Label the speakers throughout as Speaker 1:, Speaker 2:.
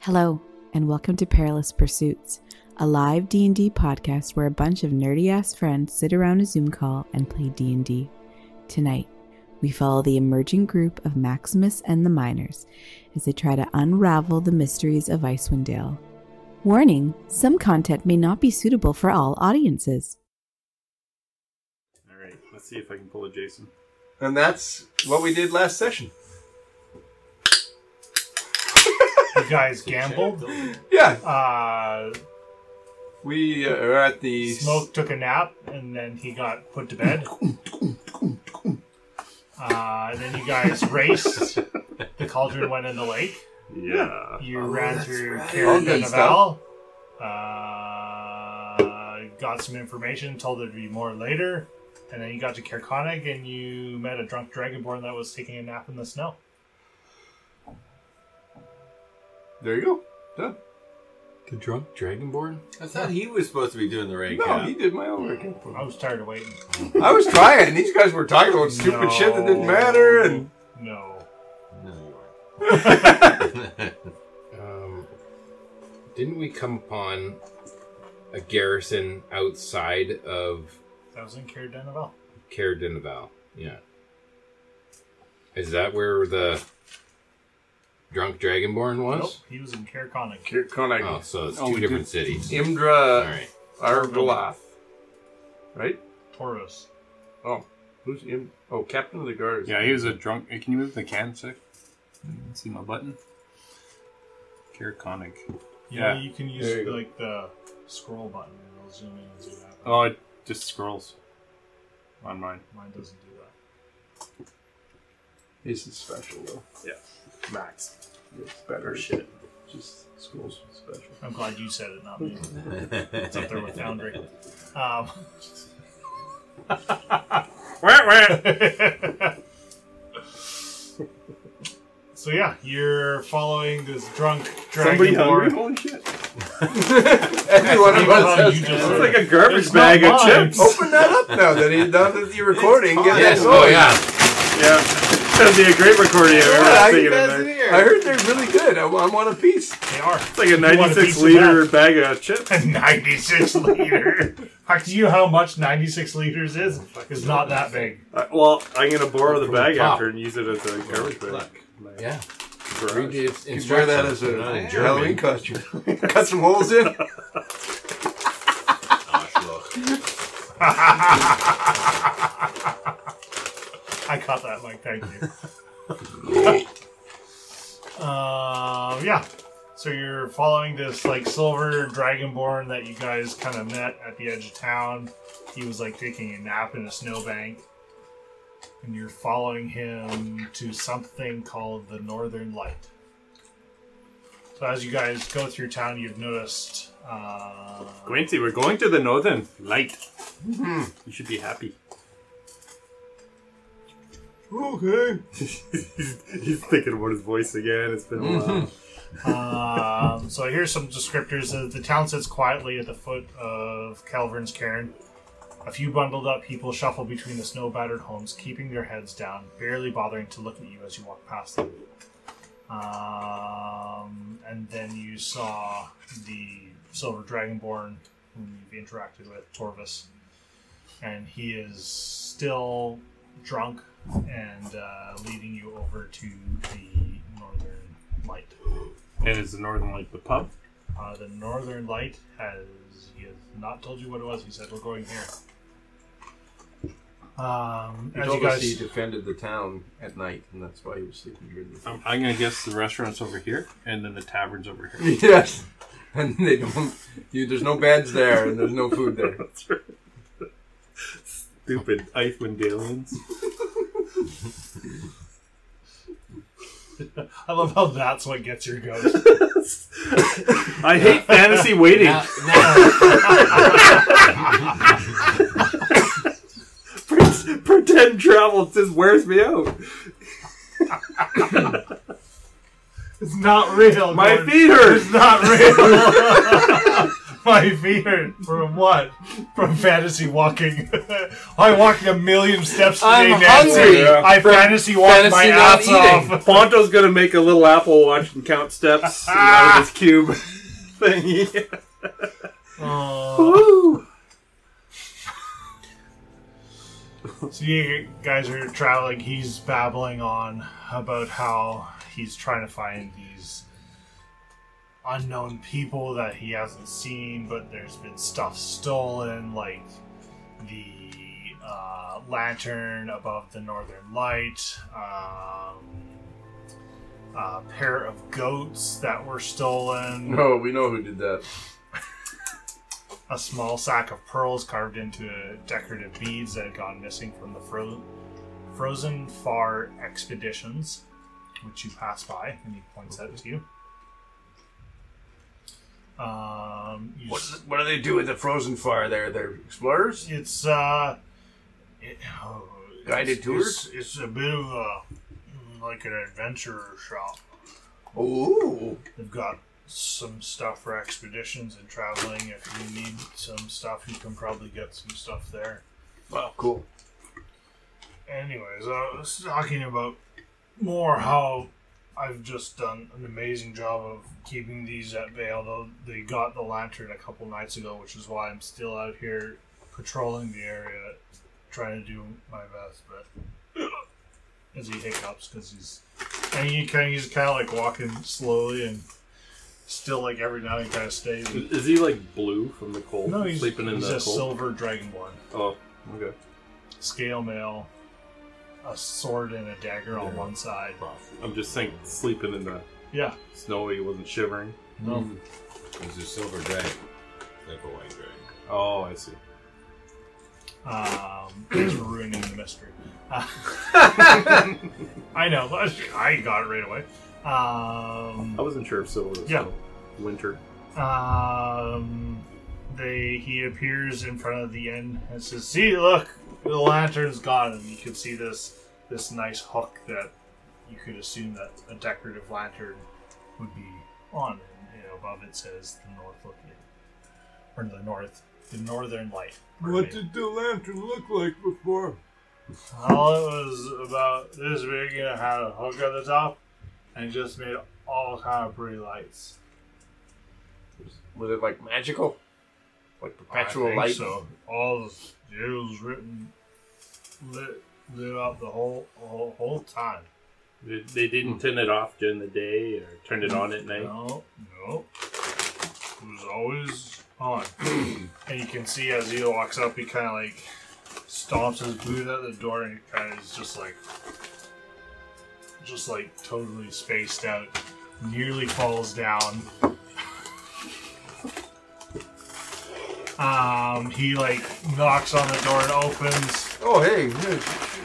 Speaker 1: Hello, and welcome to Perilous Pursuits, a live D&D podcast where a bunch of nerdy-ass friends sit around a Zoom call and play D&D. Tonight, we follow the emerging group of Maximus and the Miners as they try to unravel the mysteries of Icewind Dale. Warning, some content may not be suitable for all audiences.
Speaker 2: All right, let's see if I can pull a Jason.
Speaker 3: And that's what we did last session.
Speaker 4: You guys gambled.
Speaker 3: Yeah,
Speaker 4: Uh,
Speaker 3: we uh, are at the
Speaker 4: Smoke took a nap, and then he got put to bed. Uh, and then you guys raced. The cauldron went in the lake.
Speaker 2: Yeah.
Speaker 4: You
Speaker 3: Oh,
Speaker 4: ran
Speaker 3: that's
Speaker 4: through
Speaker 3: right.
Speaker 4: Carrick
Speaker 3: All
Speaker 4: and
Speaker 3: good
Speaker 4: Naval. Uh, got some information, told there'd be more later. And then you got to Kerkonig, and you met a drunk dragonborn that was taking a nap in the snow.
Speaker 3: There you go. Done.
Speaker 5: The drunk dragonborn?
Speaker 6: I thought he was supposed to be doing the rain
Speaker 3: No,
Speaker 6: count.
Speaker 3: he did my own work.
Speaker 4: I was tired of waiting.
Speaker 3: I was trying, and these guys were talking about stupid
Speaker 4: No.
Speaker 3: shit that didn't matter, and
Speaker 4: No.
Speaker 6: No, you weren't.
Speaker 5: Um, didn't we come upon a garrison outside of
Speaker 4: That was in Carrick and Naval.
Speaker 5: Caer Dinaval? Yeah. Is that where the drunk dragonborn
Speaker 4: Nope,
Speaker 5: was?
Speaker 4: he was in Kerkonig.
Speaker 3: Kirkonak,
Speaker 5: Oh, so it's two
Speaker 3: Oh, we
Speaker 5: different cities. All
Speaker 3: Imdra
Speaker 5: right.
Speaker 3: Arvaloth. Right?
Speaker 4: Taurus.
Speaker 3: Oh, who's Im? Oh, Captain of the Guards.
Speaker 2: Yeah, he was a drunk. hey, Can you move the can sec? I can see my button. Caraconic.
Speaker 4: Yeah,
Speaker 2: Yeah.
Speaker 4: you can use
Speaker 3: There you go.
Speaker 4: like the scroll button and it'll zoom in and zoom out.
Speaker 2: Oh, it just scrolls on mine.
Speaker 4: Mine doesn't do that.
Speaker 3: This is special though.
Speaker 2: Yeah.
Speaker 3: Max. It's better.
Speaker 2: shit.
Speaker 3: Just schools special.
Speaker 4: I'm glad you said it, not me. it's up there with Foundry. Um, so yeah, you're following this drunk
Speaker 2: Somebody hungry?
Speaker 4: dragonborn.
Speaker 2: Holy shit.
Speaker 3: Every one of
Speaker 4: Think about
Speaker 3: us
Speaker 4: you
Speaker 3: has
Speaker 4: just
Speaker 2: It's Oh.
Speaker 4: heard.
Speaker 2: like a garbage
Speaker 4: It's
Speaker 2: bag
Speaker 4: not
Speaker 2: of
Speaker 4: mine.
Speaker 2: chips.
Speaker 3: Open that up now that he now that you're recording. Get that
Speaker 5: Yes,
Speaker 3: going.
Speaker 5: oh yeah.
Speaker 2: Yeah. That'd be a great recording. if we were
Speaker 3: Yeah, I,
Speaker 2: singing in
Speaker 3: that's-
Speaker 2: there.
Speaker 3: I heard they're really good. I, I want a piece.
Speaker 4: They are
Speaker 2: It's like a
Speaker 4: want a
Speaker 2: 96
Speaker 4: piece of
Speaker 2: liter bag of chips.
Speaker 4: 96 liter. Fuck, do you know how much 96 liters is? It's not that big.
Speaker 2: Uh, well, I'm going to borrow the
Speaker 5: From the
Speaker 2: bag
Speaker 5: top.
Speaker 2: after and use it as a garbage bag.
Speaker 6: Look,
Speaker 2: My
Speaker 5: Yeah.
Speaker 2: garage.
Speaker 5: Read the ins-
Speaker 3: You wear that as
Speaker 5: instructions.
Speaker 3: a
Speaker 5: Not in
Speaker 3: Halloween costume. Cut some holes in.
Speaker 6: Arschloch.
Speaker 4: I caught that, Mike. Thank you. um, yeah. So you're following this like silver dragonborn that you guys kind of met at the edge of town. He was like taking a nap in a snowbank, and you're following him to something called the Northern Light. So as you guys go through town, you've noticed. Uh,
Speaker 2: Quincy, we're going to the northern light. You should be happy.
Speaker 3: Okay.
Speaker 2: he's, he's thinking about his voice again. It's been a while.
Speaker 4: um, so here's some descriptors. Uh, The town sits quietly at the foot of Calvern's cairn. A few bundled up people shuffle between the snow battered homes, keeping their heads down, barely bothering to look at you as you walk past them. Um, and then you saw the Silver Dragonborn, whom you've interacted with, Torvis. And he is still drunk and uh, leading you over to the Northern Light.
Speaker 2: And is the northern light the pub?
Speaker 4: Uh, the Northern Light has he has not told you what it was. He said we're going here. Um,
Speaker 3: He
Speaker 4: as you
Speaker 3: told us he
Speaker 4: guys,
Speaker 3: defended the town at night, and that's why he was sleeping here. in the-
Speaker 2: I'm, Um, I'm gonna guess the restaurant's over here, and then the tavern's over here.
Speaker 3: yes. And they don't. You, there's no beds there, and there's no food there.
Speaker 2: That's right. Stupid Icelandalians.
Speaker 4: I love how that's what gets your goat.
Speaker 2: I hate fantasy waiting.
Speaker 5: Now, now,
Speaker 2: Pretend, pretend travel just wears me out.
Speaker 4: it's not real.
Speaker 2: My
Speaker 4: Gordon.
Speaker 2: feet hurt.
Speaker 4: It's not real. my fear from what? From fantasy walking. I walked a million steps today,
Speaker 5: I'm
Speaker 4: Nancy.
Speaker 5: hungry
Speaker 4: I
Speaker 5: from
Speaker 4: fantasy walked my
Speaker 5: fantasy
Speaker 4: ass
Speaker 5: not
Speaker 4: off.
Speaker 5: eating.
Speaker 7: Ponto's gonna make a little Apple Watch and count steps out of his cube thingy.
Speaker 4: Aw. so you guys are traveling. He's babbling on about how he's trying to find these unknown people that he hasn't seen, but there's been stuff stolen, like the uh, lantern above the northern light. Um, a pair of goats that were stolen
Speaker 8: No, we know who did that.
Speaker 4: a small sack of pearls carved into decorative beads that had gone missing from the fro- frozen far expeditions, which you pass by, and he points out to you. Um, you
Speaker 7: What,
Speaker 4: s-
Speaker 7: what do they do with the frozen fire there? They're explorers?
Speaker 4: it's uh, it, oh,
Speaker 7: Guided
Speaker 4: it's-
Speaker 7: tours?
Speaker 4: It's, it's a bit of a like an adventurer shop.
Speaker 8: Ooh.
Speaker 4: They've got some stuff for expeditions and traveling. If you need some stuff, you can probably get some stuff there.
Speaker 8: Wow, cool.
Speaker 4: Anyways, I was talking about more how I've just done an amazing job of keeping these at bay, although they got the lantern a couple nights ago, which is why I'm still out here patrolling the area, trying to do my best, but as he hiccups, because he's, and he kind of, he's kind of like walking slowly and still like every now and then kind of stays.
Speaker 7: Is he like blue from the cold?
Speaker 4: No, he's,
Speaker 7: sleeping in
Speaker 4: he's
Speaker 7: the
Speaker 4: a
Speaker 7: cold.
Speaker 4: silver dragonborn.
Speaker 7: oh, okay.
Speaker 4: scale mail, a sword and a dagger on one side.
Speaker 7: I'm just saying, sleeping in the
Speaker 4: Yeah.
Speaker 7: snow, he wasn't shivering.
Speaker 4: No.
Speaker 6: There's a silver dragon. Like a white dragon.
Speaker 7: Oh, I see.
Speaker 4: Um, thanks for ruining the mystery. Uh, I know. but I got it right away.
Speaker 7: I
Speaker 4: Um,
Speaker 7: wasn't sure if so was
Speaker 4: Yeah.
Speaker 7: uh, winter.
Speaker 4: um, they he appears in front of the inn and says, "See, look, the lantern's gone." And you can see this this nice hook that you could assume that a decorative lantern would be on. And you know, above it says the north looking, or the north, the northern light. Pardon me.
Speaker 6: the lantern look like before?
Speaker 4: All it was about this big and it had a hook at the top and just made all kind of pretty lights.
Speaker 8: Was it like magical? Like
Speaker 4: I
Speaker 8: perpetual
Speaker 4: think
Speaker 8: light?
Speaker 4: So all the it was written lit lit up the whole whole, whole time.
Speaker 7: They, they didn't turn it off during the day or turn it on at night.
Speaker 4: No, no. It was always on. and you can see as he walks up, he kind of like stomps his boot at the door and he kind of is just like, just like totally spaced out. Nearly falls down. Um, he like knocks on the door and opens.
Speaker 8: Oh, hey. yeah,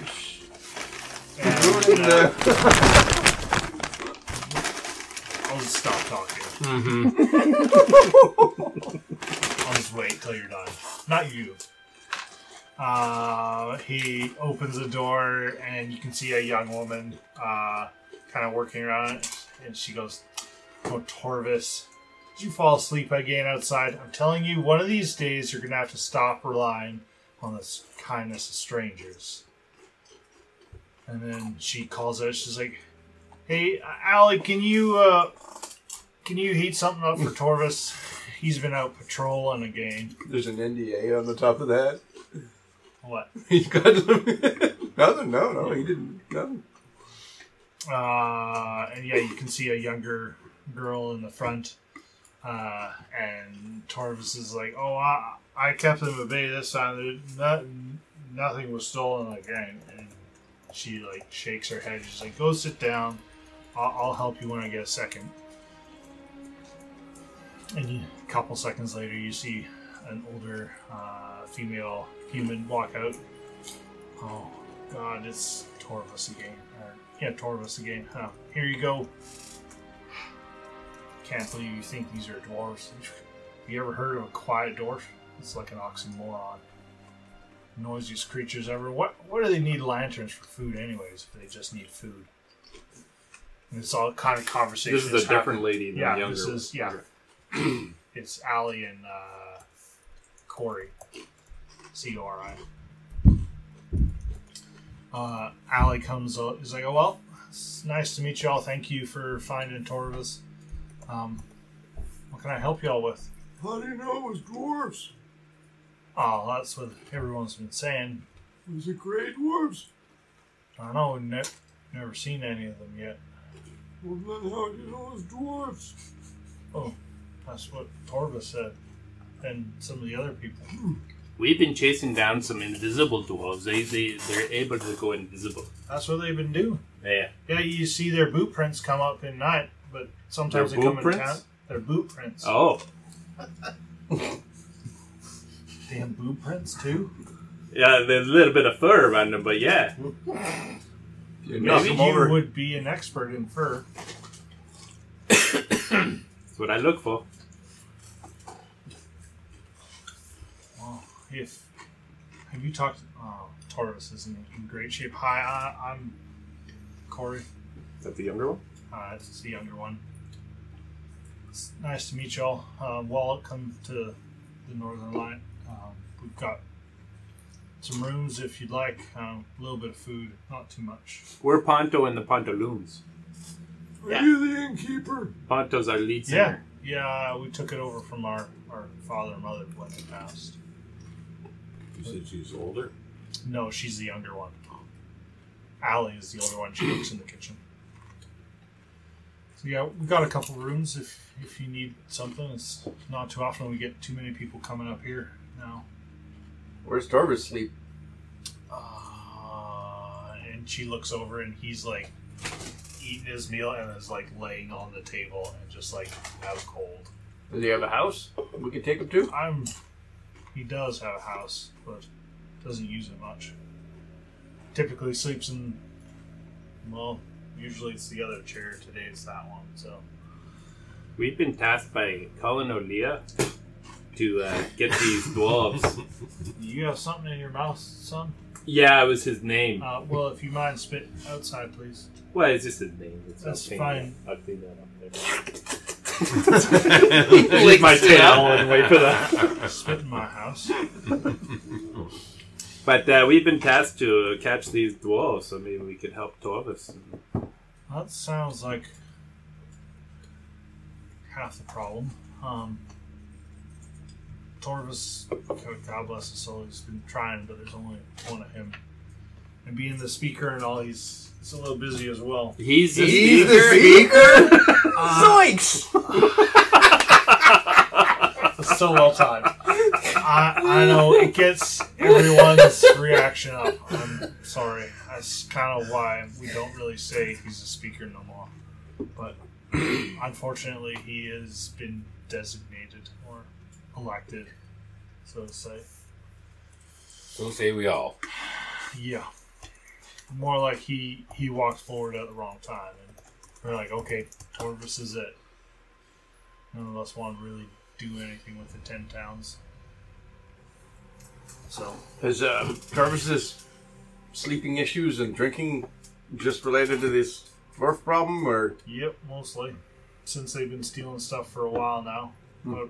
Speaker 8: sh- sh-
Speaker 4: And,
Speaker 8: Ruining
Speaker 4: uh,
Speaker 8: the.
Speaker 4: I'll just stop talking. I'll just wait till you're done. Not you. Uh, he opens the door, and you can see a young woman uh, kind of working around it. And she goes, Oh, Torvis, did you fall asleep again outside? I'm telling you, one of these days you're going to have to stop relying on the s- kindness of strangers. And then she calls out, she's like, Hey, Allie, can you uh, can you heat something up for Torvis? He's been out patrolling again.
Speaker 8: There's an NDA on the top of that.
Speaker 4: What?
Speaker 8: He's got nothing. No, no, he didn't. Nothing.
Speaker 4: Uh, and yeah, you can see a younger girl in the front. Uh, and Torvis is like, "Oh, I, I kept him at bay this time. There, no, nothing was stolen again." And she like shakes her head. She's like, "Go sit down. I'll, I'll help you when I get a second. And you- a couple seconds later, you see an older uh, female human walk out. Oh God, it's Torvis again. Or, yeah, Torvis again. Huh. Here you go. Can't believe you think these are dwarves. You ever heard of a quiet dwarf? It's like an oxymoron. Noisiest creatures ever. What? What do they need lanterns for food, anyways? If they just need food. And it's all kind of conversation.
Speaker 7: This is a
Speaker 4: that's happening.
Speaker 7: different lady than
Speaker 4: Yeah,
Speaker 7: the younger.
Speaker 4: this is yeah. It's Allie and uh, Corey. C O R I. Uh, Allie comes up. He's like, oh, well, it's nice to meet you all. Thank you for finding Torvis. Um, what can I help you all with?
Speaker 3: How do you know it was dwarves?
Speaker 4: Oh, that's what everyone's been saying.
Speaker 3: It was a gray dwarves.
Speaker 4: I don't know, ne- never seen any of them yet.
Speaker 3: Well, then how do you know it was dwarves?
Speaker 4: That's what Torvis said, and some of the other people.
Speaker 2: We've been chasing down some invisible dwarves. They, they, they're able to go invisible.
Speaker 4: That's what they've been doing.
Speaker 2: Yeah.
Speaker 4: Yeah, you see their boot prints come up at night, but sometimes
Speaker 2: Their
Speaker 4: they come
Speaker 2: boot
Speaker 4: in town.
Speaker 2: prints?
Speaker 4: Their boot prints.
Speaker 2: Oh.
Speaker 4: Damn boot prints too.
Speaker 2: Yeah, there's a little bit of fur around them, but yeah.
Speaker 3: You
Speaker 2: Knock
Speaker 4: Maybe
Speaker 2: 'em
Speaker 4: you
Speaker 2: over.
Speaker 4: would be an expert in fur.
Speaker 2: That's what I look for.
Speaker 4: Well, if have you talked? Oh, Taurus isn't in great shape. Hi, I, I'm Corey.
Speaker 9: Is that the younger one?
Speaker 4: Uh, it's the younger one. It's nice to meet y'all. Uh, welcome to the Northern Light. Um, we've got some rooms if you'd like. Um, a little bit of food, not too much.
Speaker 2: We're Ponto and the Pontoloons.
Speaker 3: Are you the innkeeper?
Speaker 2: Ponto's our lead
Speaker 4: Yeah,
Speaker 2: singer.
Speaker 4: yeah. We took it over from our, our father and mother when they passed.
Speaker 10: You said she's older.
Speaker 4: No, she's the younger one. Allie is the older one. She works in the kitchen. So yeah, we got a couple rooms if if you need something. It's not too often we get too many people coming up here now.
Speaker 3: Where's Torvis sleep?
Speaker 4: Uh, and she looks over and he's like eating his meal and is like laying on the table and just like out cold.
Speaker 3: Does he have a house we could take him to?
Speaker 4: I'm. He does have a house, but doesn't use it much. Typically sleeps in. Well, usually it's the other chair. Today it's that one. So
Speaker 2: We've been tasked by Colin O'Lea to uh, get these dwarves.
Speaker 4: you have something in your mouth, son.
Speaker 2: yeah, it was his name.
Speaker 4: Uh, well, if you mind, spit outside, please.
Speaker 2: Well, it's just his name. It's
Speaker 4: That's
Speaker 2: okay.
Speaker 4: fine.
Speaker 2: I'll clean that up later. Leave my towel and wait for that.
Speaker 4: Spit in my house.
Speaker 2: But uh, we've been tasked to catch these dwarves, so maybe we could help Torvis.
Speaker 4: That sounds like half the problem. Um, Torvis, God- God bless his soul, he's been trying, but there's only one of him. And being the speaker and all, he's, he's a little busy as well.
Speaker 2: He's the
Speaker 3: He's the
Speaker 2: speaker.
Speaker 3: speaker? Uh, Zoinks!
Speaker 4: It's so well timed. I, I know it gets everyone's reaction up. I'm sorry. That's kind of why we don't really say he's a speaker no more. But unfortunately, he has been designated or elected, so to say.
Speaker 5: So say we all.
Speaker 4: Yeah. More like he he walked forward at the wrong time, and we're like, okay, Torvis is it. None of us want to really do anything with the ten towns. So
Speaker 3: Is uh, Jarvis's sleeping issues and drinking just related to this dwarf problem, or
Speaker 4: Yep, mostly. Since they've been stealing stuff for a while now. About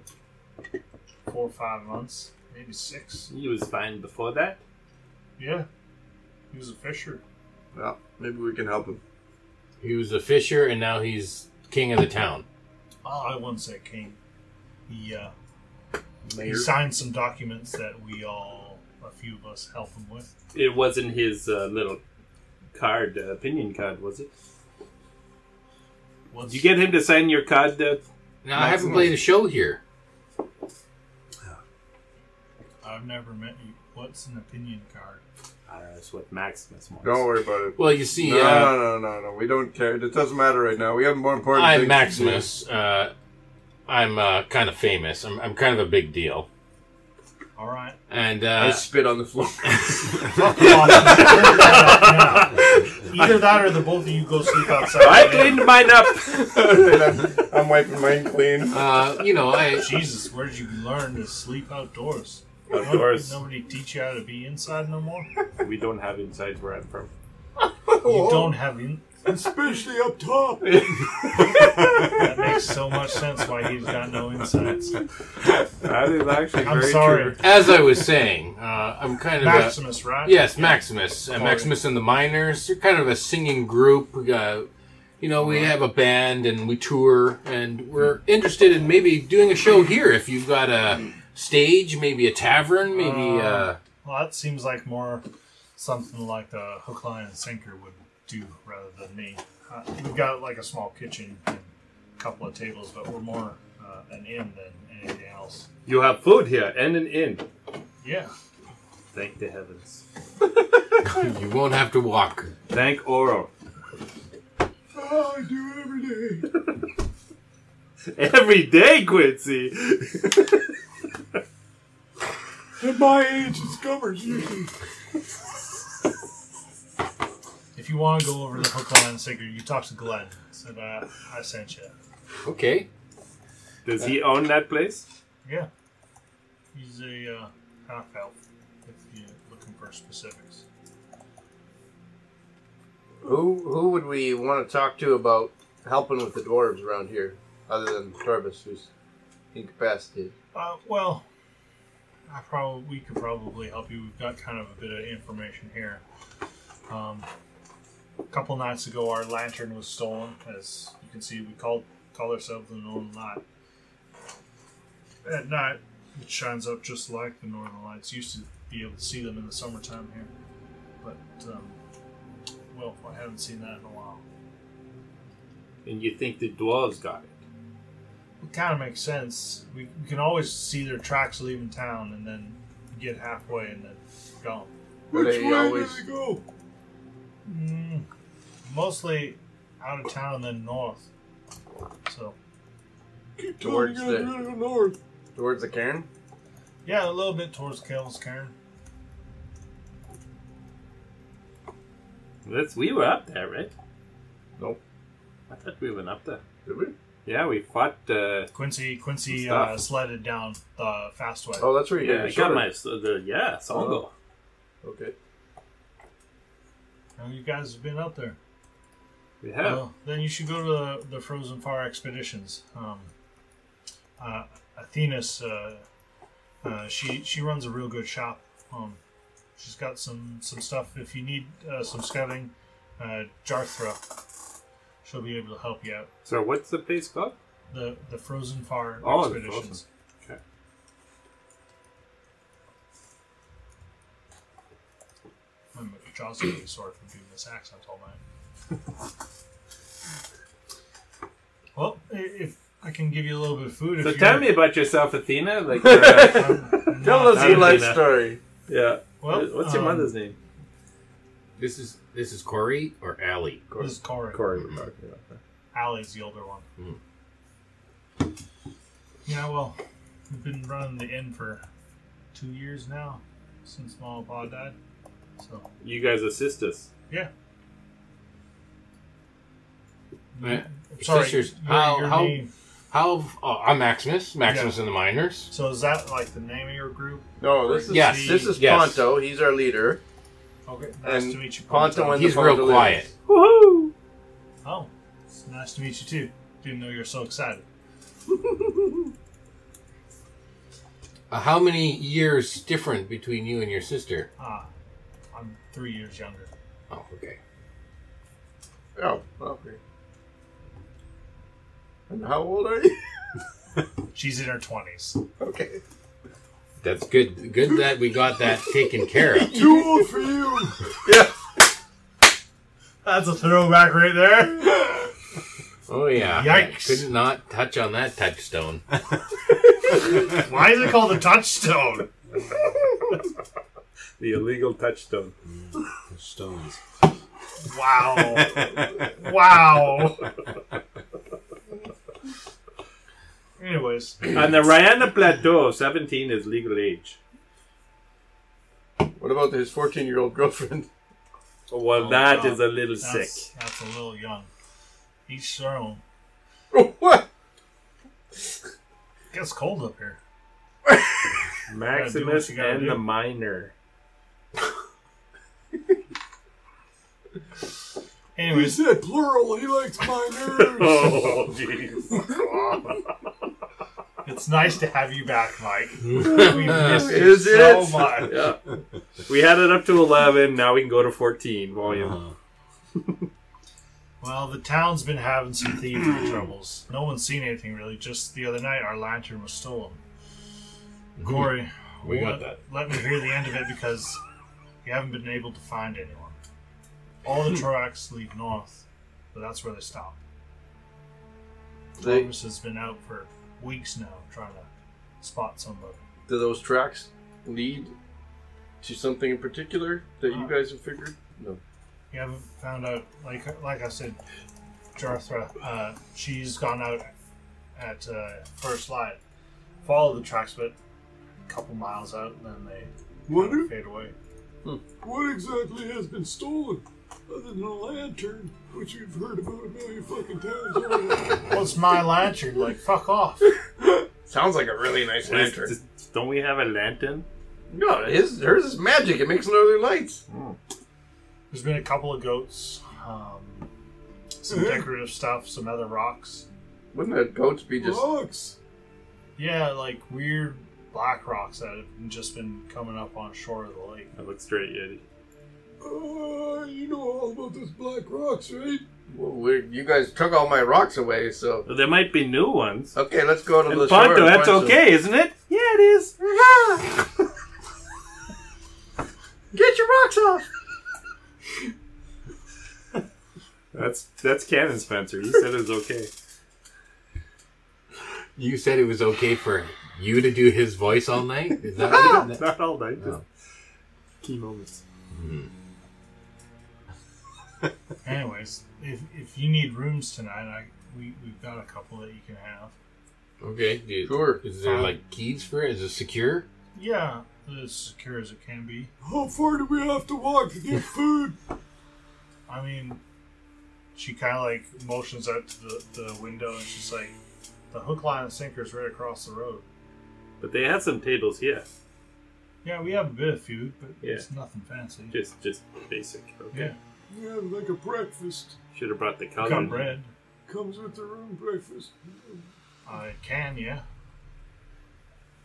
Speaker 4: four or five months, maybe six.
Speaker 2: He was fine before that.
Speaker 4: Yeah. He was a fisher.
Speaker 3: well, maybe we can help him?
Speaker 5: He was a fisher and now he's king of the town.
Speaker 4: Oh, I wouldn't say king. He, uh, he
Speaker 3: Mayor.
Speaker 4: signed some documents that we all, a few of us, help him with.
Speaker 2: It wasn't his uh, little card, uh, opinion card, was it?
Speaker 4: Once
Speaker 2: Did you get him to sign your card? Uh,
Speaker 5: Now I haven't played a show here.
Speaker 4: I've never met you. What's an opinion card?
Speaker 2: I don't know, uh, that's what Maximus wants.
Speaker 3: Don't worry about it.
Speaker 5: Well, you see,
Speaker 3: No,
Speaker 5: uh,
Speaker 3: no, no, no, no. We don't care. It doesn't matter right now. We have more important
Speaker 5: I'm
Speaker 3: things.
Speaker 5: Maximus. Uh, I'm uh, kind of famous. I'm, I'm kind of a big deal.
Speaker 4: All right.
Speaker 5: And
Speaker 3: I
Speaker 5: uh,
Speaker 3: spit on the floor.
Speaker 4: Fuck off. Yeah. Either that or the both of you go sleep outside.
Speaker 2: I cleaned mine up.
Speaker 3: I'm, I'm wiping mine clean.
Speaker 5: uh, you know, I
Speaker 4: Jesus, where did you learn to sleep outdoors?
Speaker 2: Outdoors.
Speaker 4: Nobody teach you how to be inside no more. You
Speaker 2: we don't have insides where I'm from.
Speaker 4: don't have in.
Speaker 3: Especially up top.
Speaker 4: That makes so much much sense why he's got no insights.
Speaker 11: That is actually
Speaker 4: I'm
Speaker 11: very
Speaker 4: sorry,
Speaker 11: true.
Speaker 5: As I was saying, uh, I'm kind of a,
Speaker 4: Maximus, right?
Speaker 5: Yes, Maximus. Uh, Maximus and the Miners. They're kind of a singing group. We got- you know, we have a band and we tour, and we're interested in maybe doing a show here. If you've got a stage, maybe a tavern, maybe uh,
Speaker 4: Well, that seems like more something like the hook, line, and sinker would do rather than me. Uh, we've got like a small kitchen and a couple of tables, but we're more uh, an inn than anything else.
Speaker 2: You have food here and an inn.
Speaker 4: Yeah.
Speaker 2: Thank the heavens.
Speaker 5: you won't have to walk.
Speaker 2: Thank Oro.
Speaker 3: Oh, I do every day.
Speaker 2: Every day, Quincy.
Speaker 3: At my age, it's covers usually.
Speaker 4: If you want to go over the hook, line, and sinker, you talk to Glenn. Said uh, I sent you.
Speaker 5: Okay.
Speaker 2: Does he own that place?
Speaker 4: Yeah. He's a uh, half elf. If you're looking for specifics.
Speaker 3: Who who would we want to talk to about helping with the dwarves around here, other than Torvis, who's incapacitated?
Speaker 4: Uh, well, I probably we could probably help you. We've got kind of a bit of information here. Um, a couple nights ago, our lantern was stolen. As you can see, we called call ourselves the Northern Light. At night, it shines up just like the Northern Lights. Used to be able to see them in the summertime here, but um, well, I haven't seen that in a while.
Speaker 2: And you think the dwarves got it?
Speaker 4: It kind of makes sense. We, we can always see their tracks leaving town and then get halfway and then gone.
Speaker 3: Which
Speaker 11: They
Speaker 3: way
Speaker 11: always-
Speaker 3: did they go?
Speaker 4: Mm, mostly out of town and then north. So,
Speaker 3: Keep towards the north. Towards the cairn.
Speaker 4: yeah, a little bit towards Kells Cairn.
Speaker 2: That's we were up there, right?
Speaker 3: Nope.
Speaker 2: I thought we went up there.
Speaker 3: Did we?
Speaker 2: Yeah, we fought. Uh,
Speaker 4: Quincy Quincy
Speaker 2: Good stuff.
Speaker 4: uh, sledded down the fast way.
Speaker 3: Oh, that's where you
Speaker 2: yeah, I got
Speaker 3: did shorter.
Speaker 2: my so the yeah
Speaker 4: Oh.
Speaker 2: Songo.
Speaker 3: Okay.
Speaker 4: Now you guys have been up there.
Speaker 2: We have.
Speaker 4: Well, Oh, then you should go to the, the Frozen Far expeditions. Um, uh, Athena's, uh, uh, she she runs a real good shop. Um, she's got some some stuff. If you need uh, some scouting, uh, Jarthra, she'll be able to help you out.
Speaker 2: So what's the place called?
Speaker 4: The the Frozen Far
Speaker 2: Oh, the
Speaker 4: expeditions.
Speaker 2: Okay.
Speaker 4: I'm a jaw's gonna be sore from doing this accent all night. Well, i- if I can give you a little bit of food,
Speaker 2: So
Speaker 4: if
Speaker 2: tell
Speaker 4: you're-
Speaker 2: me about yourself, Athena. Like, uh,
Speaker 4: I'm
Speaker 3: Tell
Speaker 4: not-
Speaker 3: us your
Speaker 2: Valentina.
Speaker 3: life story.
Speaker 2: yeah.
Speaker 4: Well,
Speaker 2: what's your
Speaker 4: um,
Speaker 2: mother's name?
Speaker 5: This is this is Corey or Allie.
Speaker 4: This is Corey.
Speaker 2: Corey. we're talking about that.
Speaker 4: Allie's the older one.
Speaker 5: Hmm.
Speaker 4: Yeah, well, we've been running the inn for two years now since Mom and Pa died. So
Speaker 2: You guys are sisters.
Speaker 4: yeah.
Speaker 5: Uh,
Speaker 4: Sorry,
Speaker 5: sisters,
Speaker 4: your-
Speaker 5: how-
Speaker 4: your
Speaker 5: how-
Speaker 4: name.
Speaker 5: How? Oh, I'm Maximus. Maximus
Speaker 4: Yeah.
Speaker 5: and the Miners.
Speaker 4: So is that like the name of your group?
Speaker 3: No, this is
Speaker 5: Yes,
Speaker 3: this is
Speaker 5: yes.
Speaker 3: Ponto. He's our leader.
Speaker 4: Okay, nice
Speaker 3: And
Speaker 4: to meet you,
Speaker 3: Ponto and
Speaker 5: He's
Speaker 3: the
Speaker 5: real
Speaker 3: Ponto
Speaker 5: quiet.
Speaker 2: Woohoo!
Speaker 4: Oh, it's nice to meet you too. Didn't know you were so excited.
Speaker 5: Uh, how many years different between you and your sister?
Speaker 4: Ah, I'm three years younger.
Speaker 5: Oh, okay.
Speaker 3: Oh, okay. And how old are you?
Speaker 4: She's in her twenties.
Speaker 3: Okay.
Speaker 5: That's good. Good that we got that taken care of.
Speaker 3: Too old for you. yeah.
Speaker 4: That's a throwback right there.
Speaker 5: Oh yeah.
Speaker 4: Yikes.
Speaker 5: Could not touch on that touchstone.
Speaker 4: Why is it called the touchstone?
Speaker 2: The illegal touchstone.
Speaker 12: Stones.
Speaker 4: Wow. Wow. Anyways,
Speaker 2: On the Rihanna Plateau, 17 is legal age.
Speaker 3: What about his fourteen-year-old girlfriend?
Speaker 2: Well,
Speaker 4: Oh,
Speaker 2: that
Speaker 4: God.
Speaker 2: is a little
Speaker 4: that's,
Speaker 2: sick.
Speaker 4: that's a little young. Each their own.
Speaker 3: what?
Speaker 4: Gets cold up here. do what
Speaker 2: Maximus
Speaker 4: you gotta
Speaker 2: and
Speaker 4: do.
Speaker 2: the minor.
Speaker 4: Anyways,
Speaker 5: said plural. He likes minors.
Speaker 2: Oh, jeez.
Speaker 4: it's nice to have you back, Mike. We missed you
Speaker 13: Is
Speaker 4: so
Speaker 13: it?
Speaker 4: much.
Speaker 13: Yeah.
Speaker 2: we had it up to 11. Now we can go to 14 volume.
Speaker 3: Uh-huh.
Speaker 4: Well, the town's been having some thievery troubles. No one's seen anything really. Just the other night, our lantern was stolen. Gory,
Speaker 14: We got
Speaker 4: let,
Speaker 14: that.
Speaker 4: Let me hear the end of it because we haven't been able to find anyone. All the
Speaker 14: Hmm.
Speaker 4: tracks lead north, but that's where they stop.
Speaker 3: They-
Speaker 4: Thomas has been out for weeks now trying to spot somebody.
Speaker 3: Do those tracks lead to something in particular that you guys have figured? No.
Speaker 4: You haven't found out, like like I said, Jarthra. Uh, she's gone out at uh, first light, follow the tracks, but a couple miles out, and then they kind
Speaker 14: Wonder
Speaker 4: of fade away.
Speaker 14: what exactly has been stolen other than a lantern, which we've heard about a million fucking times. already.
Speaker 4: What's my lantern? Like fuck off.
Speaker 3: Sounds like a really nice
Speaker 2: Wait,
Speaker 3: lantern.
Speaker 2: d- don't we have a lantern?
Speaker 3: No, his hers is magic. It makes northern lights.
Speaker 4: There's been a couple of goats, um, some
Speaker 14: Uh-huh.
Speaker 4: decorative stuff, some other rocks.
Speaker 3: Wouldn't the goats be just?
Speaker 14: Rocks.
Speaker 4: Yeah, like weird black rocks that have just been coming up on shore of the lake.
Speaker 2: I look straight at you.
Speaker 14: Uh, you know all about those black rocks, right?
Speaker 3: Well, we're, you guys took all my rocks away, so
Speaker 2: There might be new ones.
Speaker 3: okay, let's go to the
Speaker 2: And
Speaker 3: shore.
Speaker 2: Ponto,
Speaker 3: and
Speaker 2: that's
Speaker 3: find some-
Speaker 2: okay, isn't it? Yeah, it is.
Speaker 3: Get your rocks off.
Speaker 2: That's that's Canon Spencer. He said it's okay.
Speaker 5: You said it was okay for you to do his voice all night. Is that what you-
Speaker 2: Not all night. Just
Speaker 3: Oh.
Speaker 5: No.
Speaker 2: key moments.
Speaker 4: Anyways, if, if you need rooms tonight, I we we've got a couple that you can have.
Speaker 5: Okay. do you-
Speaker 3: Sure.
Speaker 5: Is there like keys for it? Is it secure?
Speaker 4: Yeah, as secure as it can be.
Speaker 14: How far do we have to walk to get food?
Speaker 4: I mean, she kind of like motions out to the, the window and she's like, the hook, line, and sinker is right across the road.
Speaker 2: But they had some tables here.
Speaker 4: Yeah, we have a bit of food, but
Speaker 2: Yeah.
Speaker 4: it's nothing fancy.
Speaker 2: Just just basic. Okay.
Speaker 4: yeah,
Speaker 14: We have like a breakfast.
Speaker 2: Should have brought the
Speaker 4: we
Speaker 2: color.
Speaker 4: got bread.
Speaker 14: Comes with their own breakfast.
Speaker 4: I can, yeah.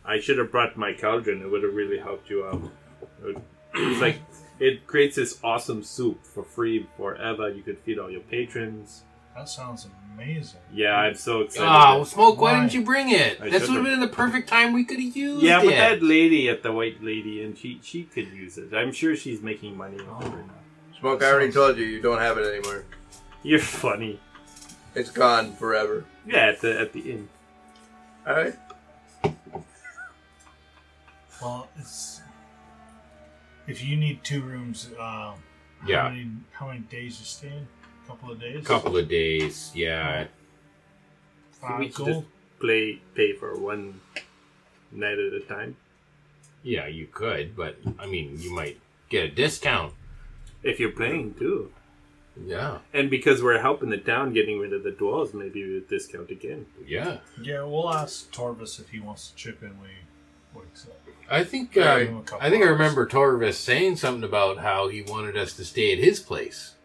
Speaker 2: I should have brought my cauldron. It would have really helped you out. It would- It's like it creates this awesome soup for free forever. You could feed all your patrons.
Speaker 4: That sounds amazing.
Speaker 2: Yeah, I'm so excited.
Speaker 5: Oh, smoke! Why,
Speaker 4: Why?
Speaker 5: didn't you bring it?
Speaker 2: I
Speaker 5: This would have
Speaker 2: should've.
Speaker 5: been the perfect time we could have used
Speaker 2: yeah,
Speaker 5: it.
Speaker 2: but that lady at the white lady, and she she could use it. I'm sure she's making money off it right now.
Speaker 3: Smoke. I already told you, you don't have it anymore.
Speaker 2: You're funny.
Speaker 3: It's gone forever.
Speaker 2: Yeah, at the at the inn.
Speaker 3: All right.
Speaker 4: Well, it's if you need two rooms. Uh,
Speaker 5: Yeah.
Speaker 4: How many, how many days you stay? A couple of days.
Speaker 5: couple of days. Yeah.
Speaker 2: we
Speaker 4: Five
Speaker 2: should
Speaker 4: gold.
Speaker 2: just play pay for one night at a time.
Speaker 5: Yeah, you could, but I mean, you might get a discount.
Speaker 2: If you're playing too.
Speaker 5: Yeah.
Speaker 2: And because we're helping the town getting rid of the dwarves, maybe we'll discount again.
Speaker 5: Yeah.
Speaker 4: Yeah, we'll ask Torvis if he wants to chip in. when he wakes up.
Speaker 5: I think
Speaker 4: Yeah, give him
Speaker 5: um,
Speaker 4: a couple
Speaker 5: I think I
Speaker 4: hours.
Speaker 5: remember Torvis saying something about how he wanted us to stay at his place.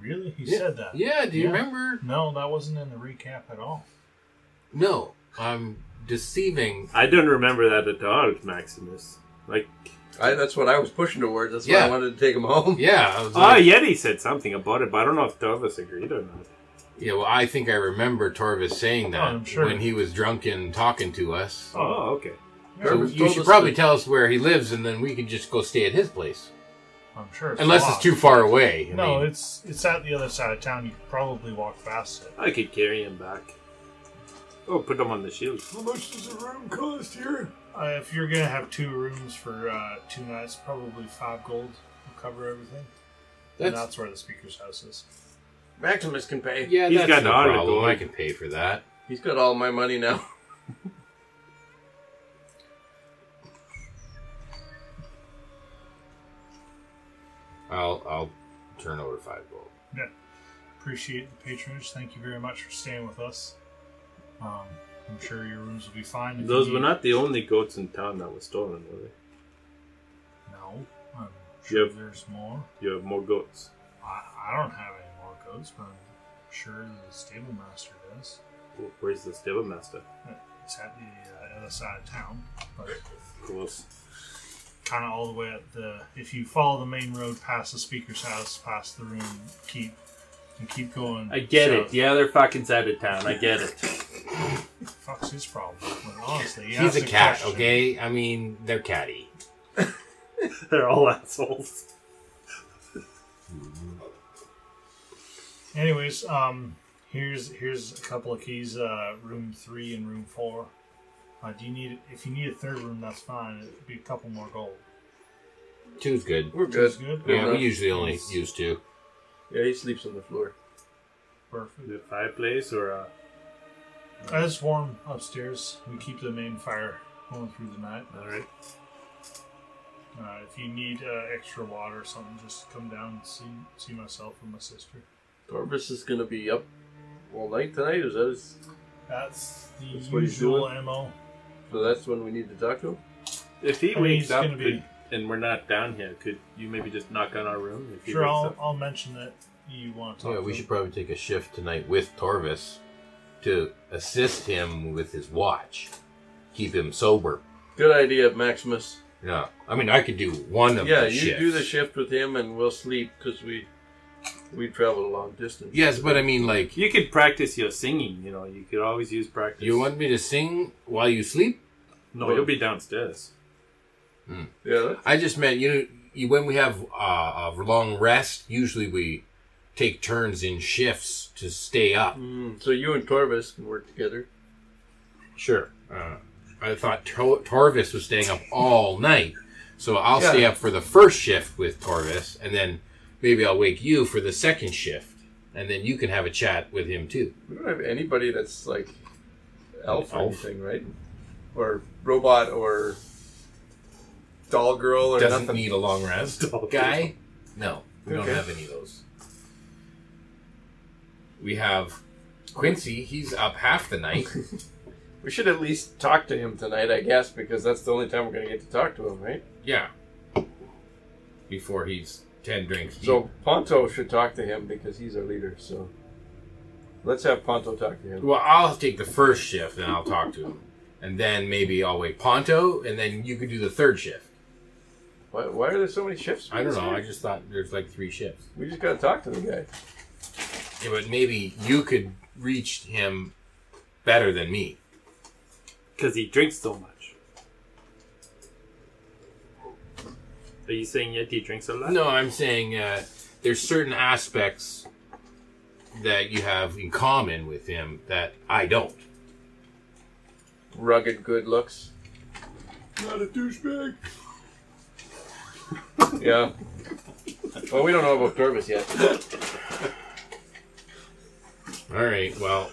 Speaker 4: Really? He
Speaker 5: Yeah.
Speaker 4: said that.
Speaker 5: Yeah, do you
Speaker 4: Yeah.
Speaker 5: remember?
Speaker 4: No, that wasn't in the recap at all.
Speaker 5: No, I'm deceiving.
Speaker 2: I don't remember that at all, Maximus. Like,
Speaker 3: I, that's what I was pushing towards. That's why
Speaker 5: Yeah.
Speaker 3: I wanted to take him home.
Speaker 5: Yeah, I was
Speaker 2: ah,
Speaker 5: like,
Speaker 2: Yeti said something about it, but I don't know if Dovis agreed or not.
Speaker 5: Yeah, Oh, well, I think I remember Torvis saying that
Speaker 4: I'm sure.
Speaker 5: when he was drunk and talking to us.
Speaker 2: Oh, okay.
Speaker 5: So
Speaker 3: Torvis
Speaker 5: you
Speaker 3: told
Speaker 5: should
Speaker 3: us
Speaker 5: probably
Speaker 3: to-
Speaker 5: tell us where he lives, and then we can just go stay at his place.
Speaker 4: I'm sure. It's
Speaker 5: Unless it's
Speaker 4: locked.
Speaker 5: too far away. I
Speaker 4: No,
Speaker 5: mean,
Speaker 4: it's it's at the other side of town. You could probably walk past it.
Speaker 2: I could carry him back. Oh, put him on the shield.
Speaker 14: How much does a room cost here?
Speaker 4: Uh, if you're gonna have two rooms for uh, two nights, probably five gold will cover everything. and
Speaker 5: that's,
Speaker 4: that's where the speaker's house is.
Speaker 3: Maximus can pay.
Speaker 5: yeah,
Speaker 2: He's
Speaker 5: that's
Speaker 2: got
Speaker 5: no
Speaker 2: an auto
Speaker 5: problem.
Speaker 2: door.
Speaker 5: I can pay for that.
Speaker 3: He's got all my money now.
Speaker 5: I'll I'll turn over five gold.
Speaker 4: Yeah. Appreciate the patronage. Thank you very much for staying with us. Um, I'm sure your rooms will be fine. if
Speaker 2: Those
Speaker 4: you
Speaker 2: were
Speaker 4: need-
Speaker 2: not the only goats in town that were stolen, were they?
Speaker 4: No, I'm sure
Speaker 2: Yep.
Speaker 4: there's more.
Speaker 2: You have more goats.
Speaker 4: I, I don't have any more codes, but I'm sure the stable master does.
Speaker 2: Where's the stable master?
Speaker 4: It's at the uh, other side of town, but
Speaker 2: Close.
Speaker 4: kind of all the way up the. If you follow the main road past the speaker's house, past the room, keep and keep going.
Speaker 2: I get it.
Speaker 4: south.
Speaker 2: The other fucking side of town. I get it.
Speaker 4: Fuck's his problem. But honestly, he
Speaker 5: He's
Speaker 4: asked
Speaker 5: a cat,
Speaker 4: question.
Speaker 5: okay? I mean, they're catty.
Speaker 2: They're all assholes.
Speaker 4: Anyways, um, here's here's a couple of keys. Uh, room three and room four. Uh, do you need if you need a third room? That's fine. It'd be a couple more gold.
Speaker 5: Two's good.
Speaker 3: We're
Speaker 4: Sounds
Speaker 3: good.
Speaker 4: good.
Speaker 5: Yeah, we
Speaker 3: enough.
Speaker 5: usually only use two.
Speaker 3: Yeah, he sleeps on the floor.
Speaker 4: Perfect.
Speaker 2: The fireplace or uh,
Speaker 4: Uh, It's warm upstairs. We keep the main fire going through the night.
Speaker 2: all right.
Speaker 4: Uh, if you need uh, extra water or something, just come down and see see myself and my sister.
Speaker 3: Torbus is gonna be up all night tonight. Is that his,
Speaker 4: That's the
Speaker 3: That's what he's
Speaker 4: usual
Speaker 3: doing?
Speaker 4: mo.
Speaker 3: so? That's when we need to talk to him.
Speaker 2: If he
Speaker 4: I mean,
Speaker 2: wakes
Speaker 4: he's
Speaker 2: up
Speaker 4: gonna be-
Speaker 2: could- and we're not down here, could you maybe just knock on our room? If he
Speaker 4: Sure,
Speaker 2: wakes
Speaker 4: I'll,
Speaker 2: up?
Speaker 4: I'll mention that you want to talk.
Speaker 5: Yeah,
Speaker 4: to
Speaker 5: we
Speaker 4: him.
Speaker 5: should probably take a shift tonight with Torvis to assist him with his watch, keep him sober.
Speaker 3: Good idea, Maximus.
Speaker 5: No, I mean I could do one of
Speaker 3: yeah,
Speaker 5: the
Speaker 3: you
Speaker 5: shifts.
Speaker 3: do the shift with him, and we'll sleep because we we travel a long distance.
Speaker 5: Yes, but I mean, like,
Speaker 2: You could practice your singing. You know, you could always use practice.
Speaker 5: you want me to sing while you sleep?
Speaker 2: No, you'll be downstairs.
Speaker 3: Yeah.
Speaker 5: I just meant you. you when we have uh, a long rest, usually we take turns in shifts to stay up.
Speaker 3: Mm, so you and Torbus can work together.
Speaker 5: Sure. Uh, I thought Tor- Torvis was staying up all night, so I'll
Speaker 3: Yeah.
Speaker 5: stay up for the first shift with Torvis, and then maybe I'll wake you for the second shift, and then you can have a chat with him too.
Speaker 3: We don't have anybody that's like elf or
Speaker 5: Elf?
Speaker 3: anything, right? Or robot or doll girl or
Speaker 5: Doesn't
Speaker 3: nothing.
Speaker 5: need a long rest, guy. No, we
Speaker 3: Okay.
Speaker 5: don't have any of those. We have Quincy. He's up half the night.
Speaker 3: we should at least talk to him tonight, I guess, because that's the only time we're gonna get to talk to him, right?
Speaker 5: Yeah. Before he's ten drinks deep.
Speaker 3: So Ponto should talk to him because he's our leader. So let's have Ponto talk to him.
Speaker 5: well, I'll take the first shift and I'll talk to him, and then maybe I'll wait Ponto, and then you could do the third shift.
Speaker 3: Why, why are there so many shifts?
Speaker 5: I don't know. I just thought there's like three shifts.
Speaker 3: We just gotta talk to the guy.
Speaker 5: Yeah, but maybe you could reach him better than me.
Speaker 2: Because he drinks so much. Are you saying yet he drinks a lot?
Speaker 5: No, I'm saying uh, there's certain aspects that you have in common with him that I don't.
Speaker 3: Rugged good looks.
Speaker 15: Not a douchebag.
Speaker 3: Yeah. Well, we don't know about Purvis yet.
Speaker 5: All right. Well,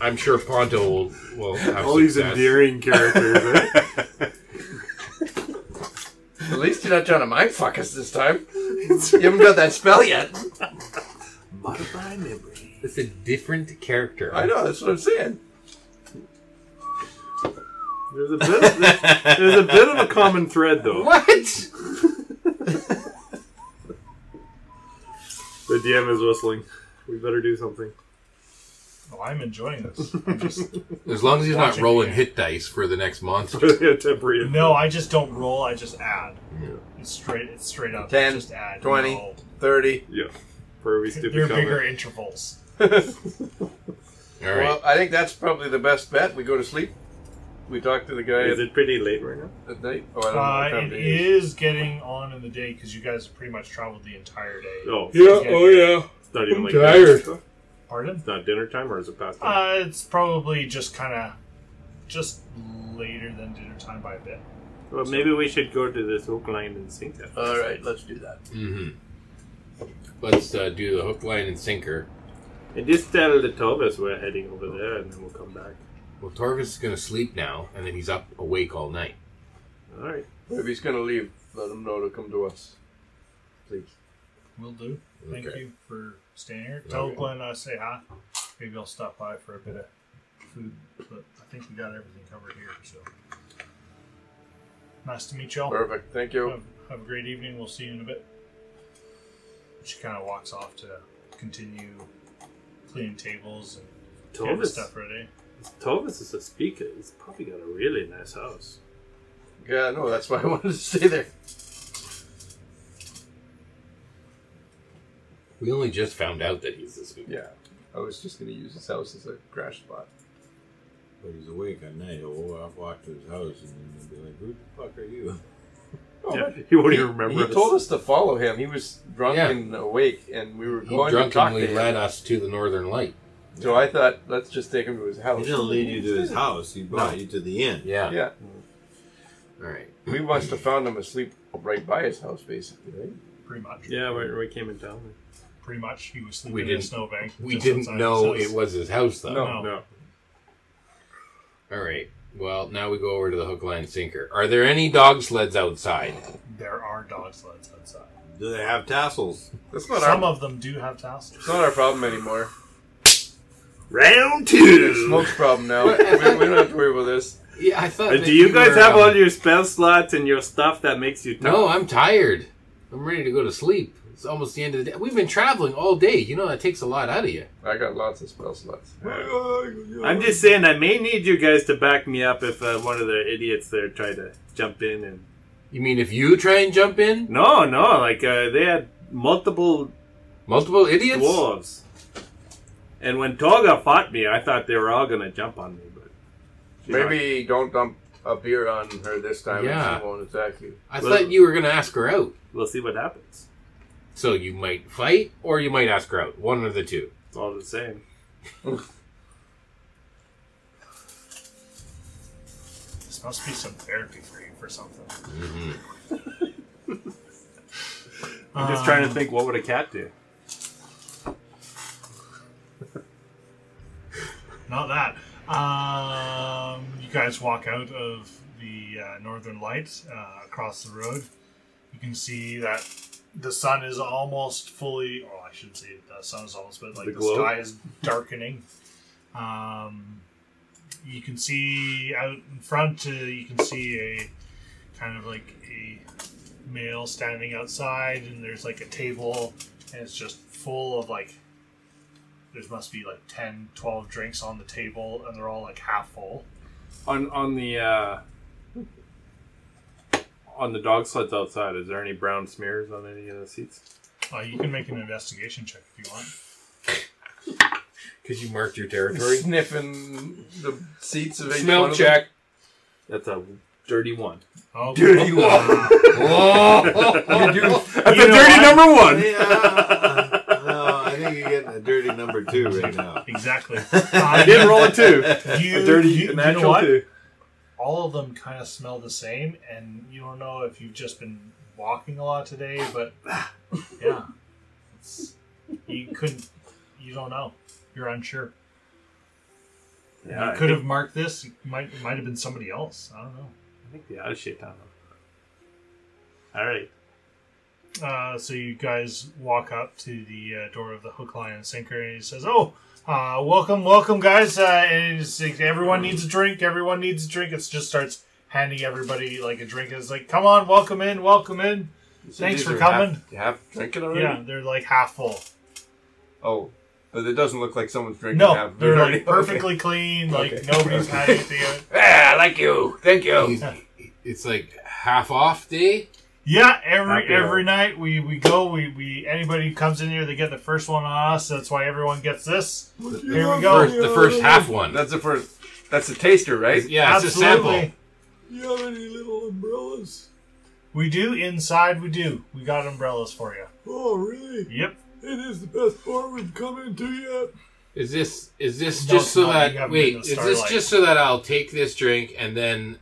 Speaker 5: I'm sure Ponto will will have
Speaker 2: All these
Speaker 5: success.
Speaker 2: endearing characters. right?
Speaker 3: At least you're not trying to mind fuck us this time. You haven't got that spell yet.
Speaker 2: Modify memory.
Speaker 5: It's a different character.
Speaker 3: I know, that's what I'm saying.
Speaker 2: There's a bit. There's a bit of a common thread though.
Speaker 5: What?
Speaker 2: The DM is whistling. We better do something.
Speaker 4: Oh, I'm enjoying this. I'm just,
Speaker 5: As long as he's not
Speaker 4: Watching
Speaker 5: rolling
Speaker 4: you.
Speaker 5: hit dice for the next monster.
Speaker 2: Really a temporary.
Speaker 4: no, I just don't roll. I just add. It's straight. It's straight up.
Speaker 3: 10,
Speaker 4: just add.
Speaker 3: 20.
Speaker 4: No.
Speaker 3: 30.
Speaker 2: Yeah. For every
Speaker 4: They're
Speaker 2: stupid
Speaker 4: bigger
Speaker 2: comment.
Speaker 4: intervals.
Speaker 5: All right.
Speaker 3: Well, I think that's probably the best bet. We go to sleep. We talk to the guy
Speaker 2: Is it pretty late right now?
Speaker 3: at night. Oh, I don't know
Speaker 4: Uh,
Speaker 3: what time
Speaker 4: it is getting on in the day because you guys have pretty much traveled the entire day.
Speaker 2: Oh,
Speaker 4: Yeah, oh
Speaker 5: yeah.
Speaker 2: it's not even like
Speaker 5: tired.
Speaker 4: Pardon?
Speaker 2: It's not dinner time, or is it past? dinner?
Speaker 4: Uh, it's probably just kind of just later than dinner time by a bit.
Speaker 2: well, maybe we should go to this oak line and sing that.
Speaker 3: All right, let's do that.
Speaker 5: hmm Let's uh, do the hook, line, and sinker.
Speaker 2: And just tell the Tobas we're heading over there, and then we'll come back.
Speaker 5: Well, Torvis is going to sleep now, and then he's up awake all night.
Speaker 2: All right.
Speaker 3: If he's going to leave, let him know to come to us. Please.
Speaker 4: Will do. Thank
Speaker 5: Okay.
Speaker 4: you for staying here. Tell
Speaker 5: Okay.
Speaker 4: Glenn I say hi. Maybe I'll stop by for a bit of food, but I think we got everything covered here. So nice to meet y'all.
Speaker 5: Oh.
Speaker 3: Perfect. Thank you.
Speaker 4: Have, have a great evening. We'll see you in a bit. she kind of walks off to continue cleaning tables and getting the
Speaker 2: Tovis,
Speaker 4: stuff ready.
Speaker 2: Tovis is a speaker. He's probably got a really nice house.
Speaker 3: Yeah, no, that's why I wanted to stay there.
Speaker 5: We only just found out that he's this big.
Speaker 3: Yeah, I was just gonna use this house as a crash spot.
Speaker 16: But he's awake at night. He'll walk, walk to his house and then he'll be like, "Who the fuck are you?"
Speaker 2: Yeah, he won't even remember.
Speaker 3: Oh, He
Speaker 2: us.
Speaker 3: told us to follow him. He was drunk
Speaker 5: Yeah.
Speaker 3: and awake, and we were
Speaker 5: He
Speaker 3: going to talk to
Speaker 5: drunkenly
Speaker 3: him.
Speaker 5: led us to the Northern Light.
Speaker 3: So I thought, let's just take him to his
Speaker 16: He
Speaker 3: house.
Speaker 16: didn't lead you to his house. He brought you to the inn.
Speaker 5: Yeah.
Speaker 3: Yeah,
Speaker 5: All right.
Speaker 3: we must have found him asleep right by his house, basically. Right?
Speaker 4: Pretty much.
Speaker 2: Yeah, we, we came in town.
Speaker 4: Pretty much. He was
Speaker 5: We
Speaker 4: sleeping in a
Speaker 5: didn't-
Speaker 4: snowbank.
Speaker 5: We
Speaker 4: just outside
Speaker 5: didn't
Speaker 4: his
Speaker 5: know
Speaker 4: house.
Speaker 5: it was his house, though.
Speaker 3: No.
Speaker 4: No.
Speaker 2: No,
Speaker 5: All right. Well, now we go over to the hook, line, sinker. Are there any dog sleds outside?
Speaker 4: There are dog sleds outside.
Speaker 16: Do they have tassels?
Speaker 3: That's not
Speaker 4: Some
Speaker 3: our.
Speaker 4: of them do have tassels.
Speaker 3: it's not our problem anymore.
Speaker 2: round two.
Speaker 3: Smoke's problem now. we, we don't have to worry about this.
Speaker 5: Yeah, I thought.
Speaker 2: Uh,
Speaker 5: that
Speaker 2: do you guys
Speaker 5: were,
Speaker 2: have
Speaker 5: um,
Speaker 2: all your spell slots and your stuff that makes you tough?
Speaker 5: No, I'm tired. I'm ready to go to sleep. It's almost the end of the day. We've been traveling all day. You know that takes a lot out of you.
Speaker 3: I got lots of spell slots.
Speaker 2: I'm just saying I may need you guys to back me up if uh, one of the idiots there tried to jump in and
Speaker 5: You mean if you try and jump in,
Speaker 2: no, no, like uh, they had multiple
Speaker 5: multiple idiots?
Speaker 2: dwarves, and when Toga fought me, I thought they were all gonna jump on me, but she
Speaker 3: Maybe don't dump a beer on her this time, and
Speaker 5: Yeah.
Speaker 3: she won't attack you.
Speaker 5: I
Speaker 2: Well-
Speaker 5: thought you were going to ask her out.
Speaker 2: we'll see what happens.
Speaker 5: So you might fight, or you might ask her out. One of the two.
Speaker 2: It's all the same.
Speaker 4: This must be some therapy for you for something.
Speaker 2: I'm
Speaker 4: Uh.
Speaker 2: just trying to think, what would a cat do?
Speaker 4: Not that. Um, you guys walk out of the uh, northern light uh, across the road. You can see that the sun is almost fully. Oh, I shouldn't say the sun is almost, but like
Speaker 2: The
Speaker 4: the,
Speaker 2: glow?
Speaker 4: sky is darkening. Um, you can see out in front. Uh, you can see a kind of like a male standing outside, and there's like a table, and it's just full of like there must be like 10 12 drinks on the table and they're all like half full
Speaker 2: On on the uh, on the dog sleds outside, is there any brown smears on any of the seats?
Speaker 4: uh, you can make an investigation check if you want
Speaker 5: Because you marked your territory.
Speaker 3: Sniffing the seats of each one
Speaker 5: Smell
Speaker 3: of
Speaker 5: check.
Speaker 2: That's a dirty one.
Speaker 4: oh
Speaker 3: Dirty one.
Speaker 4: uh,
Speaker 5: Whoa!
Speaker 3: them. You do-
Speaker 2: That's
Speaker 4: You
Speaker 2: a
Speaker 4: know
Speaker 2: dirty
Speaker 4: what?
Speaker 2: number one.
Speaker 16: Yeah. no, I think you're getting a dirty number two right now.
Speaker 4: exactly Uh,
Speaker 2: I did roll a two.
Speaker 4: you,
Speaker 2: A dirty
Speaker 4: you, you know
Speaker 2: natural
Speaker 4: what?
Speaker 2: two.
Speaker 4: all of them kind of smell the same and you don't know if you've just been walking a lot today but
Speaker 2: Ah.
Speaker 4: yeah it's, you couldn't you don't know you're unsure
Speaker 2: Yeah,
Speaker 4: you could have marked this it might it might have been somebody else i don't know
Speaker 2: I think the out of shape on them. All right.
Speaker 4: Uh, so you guys walk up to the uh, door of the hook, line, and sinker, and he says, "Oh, uh, welcome, welcome, guys! Uh, and it's like, everyone needs a drink. Everyone needs a drink." It just starts handing everybody like a drink. It's like, "Come on, welcome in, welcome in." Thanks
Speaker 3: These
Speaker 4: for
Speaker 3: are
Speaker 4: coming.
Speaker 3: Half, half drinking already.
Speaker 4: Yeah, they're like half full.
Speaker 3: Oh, but it doesn't look like someone's drinking.
Speaker 4: No,
Speaker 3: half.
Speaker 4: they're
Speaker 3: We've already-
Speaker 4: like perfectly clean. Like
Speaker 3: Okay.
Speaker 4: nobody's had anything. out.
Speaker 3: Ah, I like you. Thank you.
Speaker 5: it's like half off day.
Speaker 4: Yeah, every
Speaker 2: Happy hour.
Speaker 4: every night we we go. We we anybody who comes in here, they get the first one on us. That's why everyone gets this. Here we
Speaker 5: First,
Speaker 4: go.
Speaker 5: the first half one.
Speaker 3: That's the first. That's a taster, right?
Speaker 5: yeah, it's a sample.
Speaker 17: You have any little umbrellas?
Speaker 4: We do inside. We do. We got umbrellas for you.
Speaker 17: Oh, really?
Speaker 4: Yep.
Speaker 17: It is the best bar we've come into yet.
Speaker 5: Is this is this
Speaker 4: No,
Speaker 5: just
Speaker 4: it's
Speaker 5: so
Speaker 4: not. You
Speaker 5: that
Speaker 4: haven't
Speaker 5: wait?
Speaker 4: been to
Speaker 5: Is this
Speaker 4: Starlight.
Speaker 5: just so that I'll take this drink and then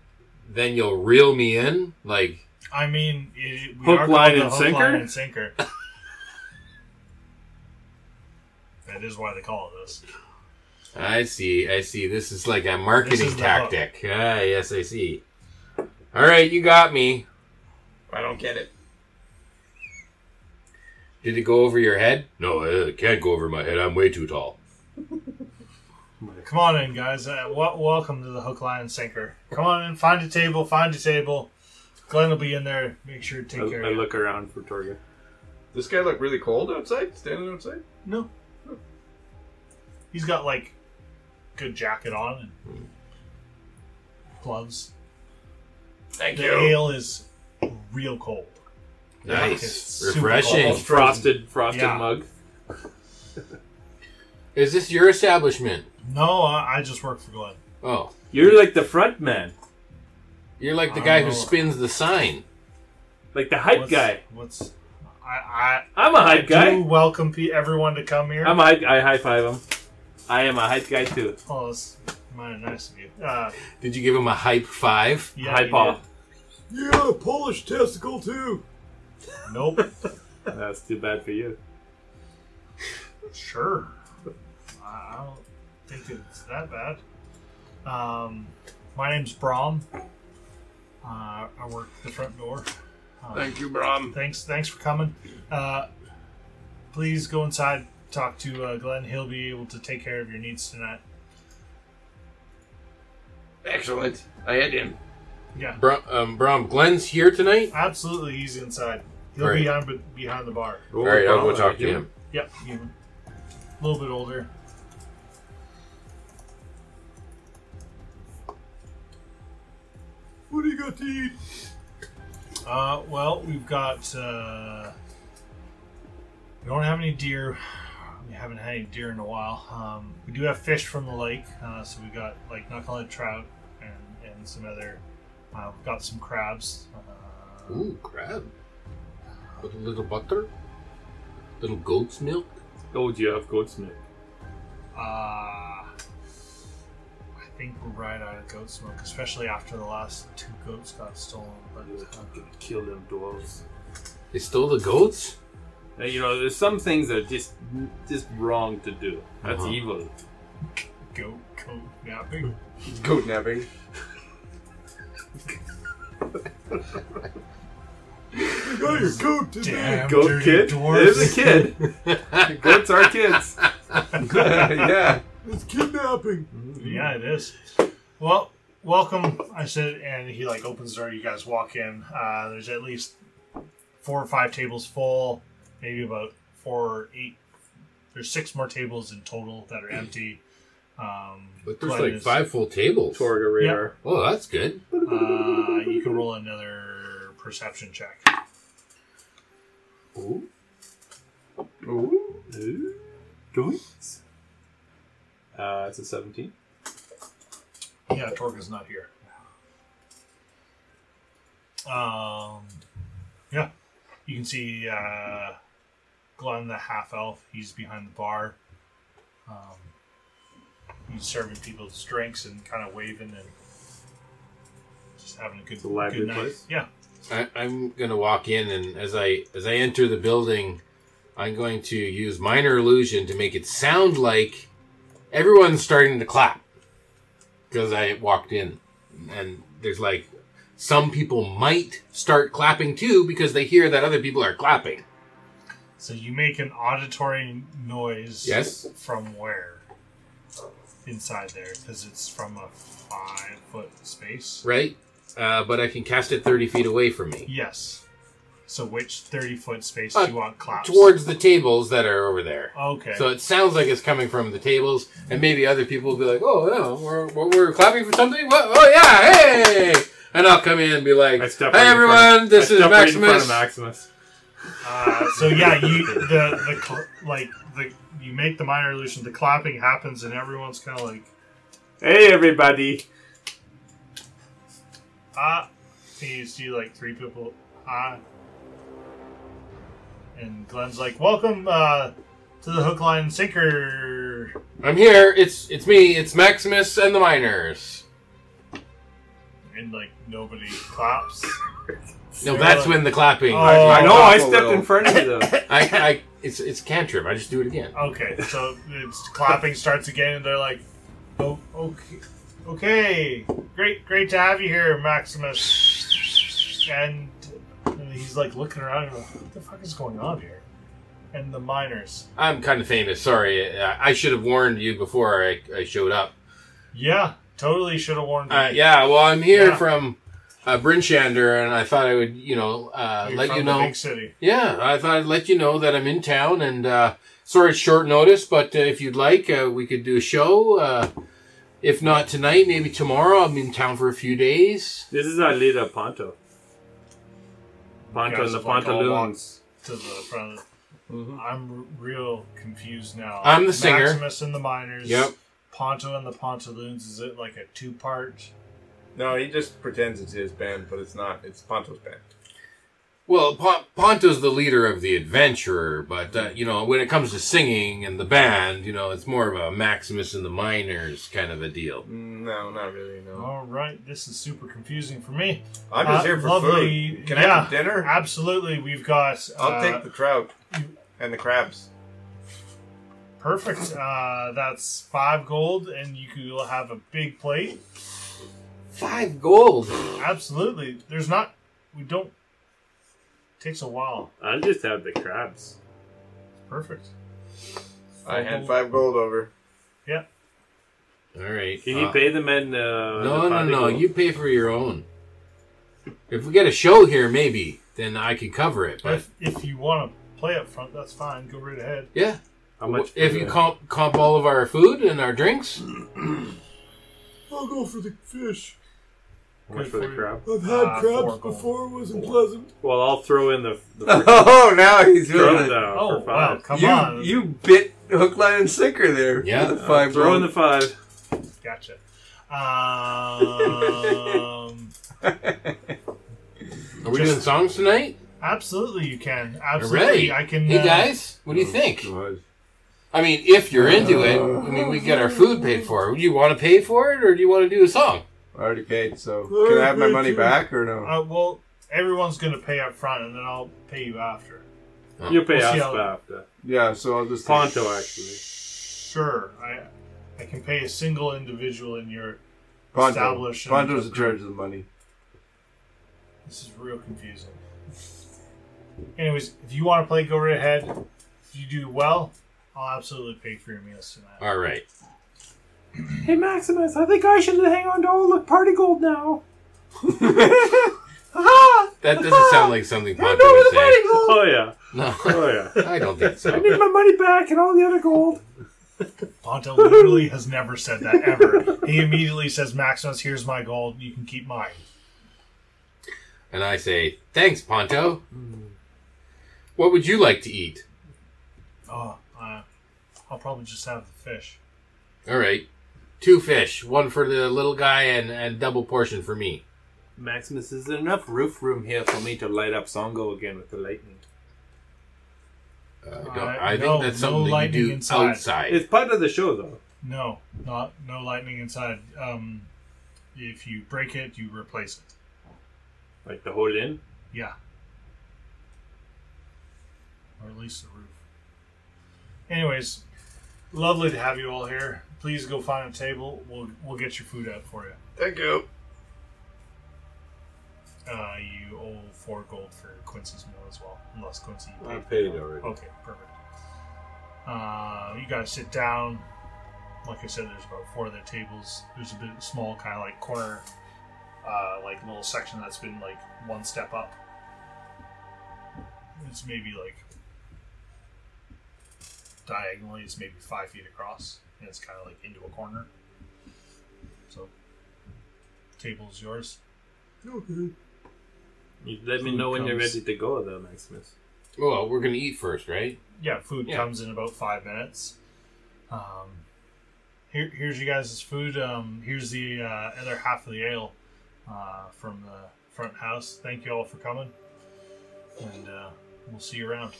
Speaker 5: then you'll reel me in? Like
Speaker 4: I mean, it, we
Speaker 2: Hook,
Speaker 4: are
Speaker 2: line,
Speaker 4: going to
Speaker 2: and
Speaker 4: hook,
Speaker 2: sinker?
Speaker 4: line, and sinker. that is why they call it this.
Speaker 5: I see, I see. This is like a marketing
Speaker 4: This is the hook.
Speaker 5: tactic. Ah, yes, I see. All right, you got me.
Speaker 3: I don't get it.
Speaker 5: Did it go over your head? No, it can't go over my head. I'm way too tall.
Speaker 4: Come on in, guys. Uh, wel- welcome to the hook, line, and sinker. Come on in. Find a table. Find a table. Glenn will be in there. Make sure to
Speaker 2: I,
Speaker 4: take care
Speaker 2: I
Speaker 4: of you.
Speaker 2: look around for Torga.
Speaker 8: This guy looked really cold outside, standing outside.
Speaker 4: No. He's got like good jacket on and gloves.
Speaker 5: Thank
Speaker 4: The ale is real cold. It's
Speaker 5: Nice.
Speaker 4: super
Speaker 5: Refreshing.
Speaker 4: cold.
Speaker 18: Frosted, frosted
Speaker 4: Yeah.
Speaker 18: mug.
Speaker 5: Is this your establishment?
Speaker 4: No, I, I just work for Glenn.
Speaker 5: Oh.
Speaker 18: You're like the front man,
Speaker 5: You're like the
Speaker 4: I
Speaker 5: guy
Speaker 4: don't
Speaker 5: who
Speaker 4: know.
Speaker 5: spins the sign.
Speaker 18: like the hype
Speaker 4: What's-
Speaker 18: guy.
Speaker 4: What's I
Speaker 18: I'm a
Speaker 4: I, I
Speaker 18: hype
Speaker 4: do
Speaker 18: guy.
Speaker 4: welcome pe- everyone to come here.
Speaker 18: I'm a hype. I high five him. I am a hype guy too.
Speaker 4: oh, that's mighty nice of you. Uh,
Speaker 5: Did you give him a hype five?
Speaker 4: yeah,
Speaker 18: high
Speaker 4: you
Speaker 18: paw.
Speaker 6: Yeah, Polish testicle too.
Speaker 4: did. Nope.
Speaker 18: That's too bad for you.
Speaker 4: Sure. I I don't think it's that bad. Um, my name's Brom. Uh, I work the front door. Um,
Speaker 8: Thank you, Brom.
Speaker 4: Thanks, thanks for coming. Uh, please go inside. Talk to uh, Glenn. He'll be able to take care of your needs tonight.
Speaker 8: Excellent. I hit him.
Speaker 4: Yeah,
Speaker 5: Brom, um, Brom, Glenn's here tonight?
Speaker 4: absolutely. He's inside. He'll
Speaker 5: Great.
Speaker 4: be on behind the bar.
Speaker 5: All right, I'll go talk to
Speaker 18: you.
Speaker 5: him.
Speaker 4: Yep, human. A little bit older.
Speaker 6: What do you got to eat?
Speaker 4: Uh, well, we've got. Uh, we don't have any deer. We haven't had any deer in a while. Um, we do have fish from the lake, uh, so we got like knucklehead trout and, and some other. Uh, we've got some crabs. Uh,
Speaker 5: Ooh, crab. With a little butter? Little goat's milk?
Speaker 18: Oh, do you have goat's milk?
Speaker 4: uh, I think we're right out of goat smoke, especially after the last two goats got stolen. But uh,
Speaker 18: Kill them dwarves.
Speaker 5: They stole the goats?
Speaker 18: Uh, You know, there's some things that are just just wrong to do. That's
Speaker 5: Uh-huh.
Speaker 18: evil.
Speaker 4: goat goat napping.
Speaker 8: Goat napping.
Speaker 6: You got your coat today.
Speaker 4: Damn
Speaker 18: Goat
Speaker 4: dirty
Speaker 18: kid.
Speaker 4: dwarves.
Speaker 18: There's a kid. Goats are kids.
Speaker 8: yeah.
Speaker 6: It's kidnapping.
Speaker 4: Yeah, it is. Well, welcome. I said, and he like opens the door. You guys walk in. Uh, there's at least four or five tables full, maybe about four or eight. There's six more tables in total that are empty. Um,
Speaker 5: But there's
Speaker 4: Glenn
Speaker 5: like
Speaker 4: is-
Speaker 5: five full tables.
Speaker 18: Torga radar.
Speaker 5: Oh, that's good.
Speaker 4: Uh, you can roll another perception check.
Speaker 5: Ooh.
Speaker 18: Ooh. Ooh. Joints. Uh, it's a 17.
Speaker 4: Yeah, Torga's not here. Um, yeah, you can see uh, Glenn, the half elf. He's behind the bar. Um, he's serving people's drinks and kind of waving and just having a good,
Speaker 18: It's a lively
Speaker 4: good night.
Speaker 18: place.
Speaker 4: Yeah,
Speaker 5: I, I'm gonna walk in, and as I as I enter the building, I'm going to use minor illusion to make it sound like everyone's starting to clap because I walked in, and there's like some people might start clapping too because they hear that other people are clapping.
Speaker 4: so you make an auditory noise.
Speaker 5: Yes.
Speaker 4: From where? Inside there, because it's from a five foot space.
Speaker 5: Right. Uh, but I can cast it 30 feet away from me.
Speaker 4: Yes. So which thirty foot space
Speaker 5: Uh,
Speaker 4: do you want collapsed?
Speaker 5: Towards the tables that are over there.
Speaker 4: Okay.
Speaker 5: So it sounds like it's coming from the tables, and maybe other people will be like, "Oh no, we're, we're, we're clapping for something." What? Oh yeah, hey! And I'll come in and be like,
Speaker 18: I
Speaker 5: "Hey
Speaker 18: step right in front of-
Speaker 5: everyone, this
Speaker 18: I
Speaker 5: is
Speaker 18: step right in front
Speaker 5: Maximus."
Speaker 18: of Maximus.
Speaker 4: uh, so yeah, you the the cl- like the you make the minor illusion. The clapping happens, and everyone's kind of like,
Speaker 18: Hey, everybody.
Speaker 4: ah. And you see like three people, ah. And Glenn's like, "Welcome uh, to the hook, line, and sinker."
Speaker 5: I'm here. It's it's me. It's Maximus and the Miners.
Speaker 4: And like nobody claps.
Speaker 5: No, that's when the clapping.
Speaker 4: Oh.
Speaker 18: I know,
Speaker 8: Pop
Speaker 18: I
Speaker 8: a
Speaker 18: stepped
Speaker 8: little.
Speaker 18: in front of you, though.
Speaker 5: I, I it's it's cantrip. I just do it again.
Speaker 4: Okay, so it's clapping starts again, and they're like, "Oh, okay, okay, great, great to have you here, Maximus." And he's like looking around, like, "What the fuck is going on here?" And the miners,
Speaker 5: I'm kind of famous. Sorry, I, I should have warned you before I, I showed up.
Speaker 4: yeah, totally should have warned.
Speaker 5: Uh,
Speaker 4: you.
Speaker 5: yeah, well, I'm here
Speaker 4: Yeah.
Speaker 5: from uh, Bryn Shander, and I thought I would, you know, uh,
Speaker 4: You're
Speaker 5: let
Speaker 4: from
Speaker 5: you
Speaker 4: the
Speaker 5: know.
Speaker 4: big city.
Speaker 5: Yeah, I thought I'd let you know that I'm in town, and uh, sorry it's short notice, but uh, if you'd like, uh, we could do a show. Uh, if not tonight, maybe tomorrow. I'm in town for a few days.
Speaker 18: This is our leader, Ponto. Ponto and
Speaker 4: Guys
Speaker 18: the
Speaker 4: have, like, all
Speaker 18: Pantaloons.
Speaker 4: to the front. I'm r- real confused now.
Speaker 5: I'm the singer.
Speaker 4: Maximus and the Miners.
Speaker 5: Yep.
Speaker 4: Ponto and the Pantaloons. Is it like a two part?
Speaker 8: No, he just pretends it's his band, but it's not. It's Ponto's band.
Speaker 5: Well, Pon- Ponto's the leader of the adventurer, but uh, you know, when it comes to singing and the band, you know, it's more of a Maximus and the Miners kind of a deal.
Speaker 8: Mm, No, not really. No,
Speaker 4: All right. This is super confusing for me.
Speaker 8: I'm just
Speaker 4: Oh, Uh,
Speaker 8: here for
Speaker 4: lovely-
Speaker 8: food. Can I
Speaker 4: yeah,
Speaker 8: have dinner?
Speaker 4: Absolutely. We've got.
Speaker 8: I'll
Speaker 4: uh,
Speaker 8: take the trout and the crabs.
Speaker 4: Perfect. Uh, that's five gold, and you can have a big plate.
Speaker 5: Five gold.
Speaker 4: Absolutely. There's not. We don't. Takes a while.
Speaker 18: I'll just have the crabs.
Speaker 4: Perfect.
Speaker 8: I hand five gold over.
Speaker 4: Yep.
Speaker 5: All right.
Speaker 18: Can you
Speaker 5: uh,
Speaker 18: pay the men? Uh,
Speaker 5: No,
Speaker 18: the
Speaker 5: no,
Speaker 18: party
Speaker 5: no.
Speaker 18: gold?
Speaker 5: You pay for your own. If we get a show here, maybe then I can cover it. But
Speaker 4: If, if you want to play up front, that's fine. Go right ahead.
Speaker 5: yeah,
Speaker 18: How much?
Speaker 5: if
Speaker 18: for
Speaker 5: you
Speaker 18: the-
Speaker 5: comp comp all of our food and our drinks,
Speaker 6: I'll go for the fish.
Speaker 18: how much
Speaker 4: Good
Speaker 18: for the
Speaker 4: for you.
Speaker 18: crab?
Speaker 6: I've had
Speaker 4: Ah, four
Speaker 6: crabs
Speaker 4: gold.
Speaker 6: before. It wasn't pleasant.
Speaker 18: Well, I'll throw in the. the
Speaker 3: Oh, now he's
Speaker 18: throw
Speaker 3: really.
Speaker 18: the
Speaker 4: Oh
Speaker 18: for
Speaker 4: wow!
Speaker 18: five.
Speaker 4: Come
Speaker 3: you
Speaker 4: on.
Speaker 3: you bit hook, line, and sinker there.
Speaker 5: Yeah.
Speaker 3: with the five
Speaker 18: Throw in the
Speaker 3: gold.
Speaker 18: five.
Speaker 4: Gotcha. Um,
Speaker 5: are we doing songs tonight?
Speaker 4: absolutely, you can.
Speaker 5: All
Speaker 4: Absolutely,
Speaker 5: right.
Speaker 4: I can.
Speaker 5: Hey
Speaker 4: uh,
Speaker 5: guys, what do you think?
Speaker 16: God.
Speaker 5: I mean, if you're into it, I mean, we get our food paid for. Do you want to pay for it, or do you want to do a song?
Speaker 3: I already paid, so can I have my money back or no?
Speaker 4: Uh, well, everyone's going to pay up front, and then I'll pay you after.
Speaker 18: You pay
Speaker 4: We'll
Speaker 18: us
Speaker 4: see how-
Speaker 18: after.
Speaker 3: Yeah, so I'll just.
Speaker 18: Ponto, actually.
Speaker 4: Sure, I I can pay a single individual in your
Speaker 3: Ponto.
Speaker 4: establish. and-
Speaker 3: Ponto's in charge of the money.
Speaker 4: This is real confusing. Anyways, if you want to play, go right ahead. If you do well, I'll absolutely pay for your meals tonight.
Speaker 5: All right.
Speaker 7: Hey, Maximus, I think I should hang on to all the party gold now. ah,
Speaker 5: That doesn't sound like something
Speaker 7: I
Speaker 5: Ponto
Speaker 7: know
Speaker 5: would
Speaker 7: the party
Speaker 5: say.
Speaker 7: gold.
Speaker 18: Oh yeah.
Speaker 5: No,
Speaker 18: Oh yeah.
Speaker 5: I don't think
Speaker 7: I
Speaker 5: so.
Speaker 7: need my money back and all the other gold.
Speaker 4: Ponto literally has never said that ever. he immediately says, "Maximus, here's my gold. You can keep mine."
Speaker 5: And I say, thanks, Ponto. What would you like to eat?
Speaker 4: Oh, uh, I'll probably just have the fish.
Speaker 5: All right. Two fish, one for the little guy and, and double portion for me.
Speaker 18: Maximus, is there enough roof room here for me to light up Songo again with the lightning?
Speaker 5: Uh, I, don't,
Speaker 4: Uh,
Speaker 5: I think
Speaker 4: no,
Speaker 5: that's
Speaker 4: no
Speaker 5: something that
Speaker 4: lightning
Speaker 5: you do
Speaker 4: inside.
Speaker 5: outside.
Speaker 18: It's part of the show, though.
Speaker 4: No, not no lightning inside. Um, if you break it, you replace it.
Speaker 18: Like the whole inn.
Speaker 4: Yeah, or at least the roof. Anyways, lovely to have you all here. Please go find a table. We'll we'll get your food out for you.
Speaker 8: Thank you.
Speaker 4: Uh, you owe four gold for Quincy's meal as well, unless Quincy you
Speaker 16: I
Speaker 4: paid.
Speaker 16: paid already.
Speaker 4: Okay, perfect. Uh, you guys sit down. Like I said, there's about four other tables. There's a bit small, kind of like corner, uh, like little section that's been like one step up. It's maybe like diagonally, it's maybe five feet across, and it's kind of like into a corner. So, table's yours.
Speaker 6: Okay.
Speaker 18: You let me know when you're
Speaker 4: comes.
Speaker 18: ready to go, though, Maximus.
Speaker 5: well, we're going to eat first, right?
Speaker 4: yeah, food
Speaker 5: Yeah.
Speaker 4: comes in about five minutes. Um, here, here's you guys' food. Um, here's the uh, other half of the ale uh, from the front house. Thank you all for coming, and uh, we'll see you around.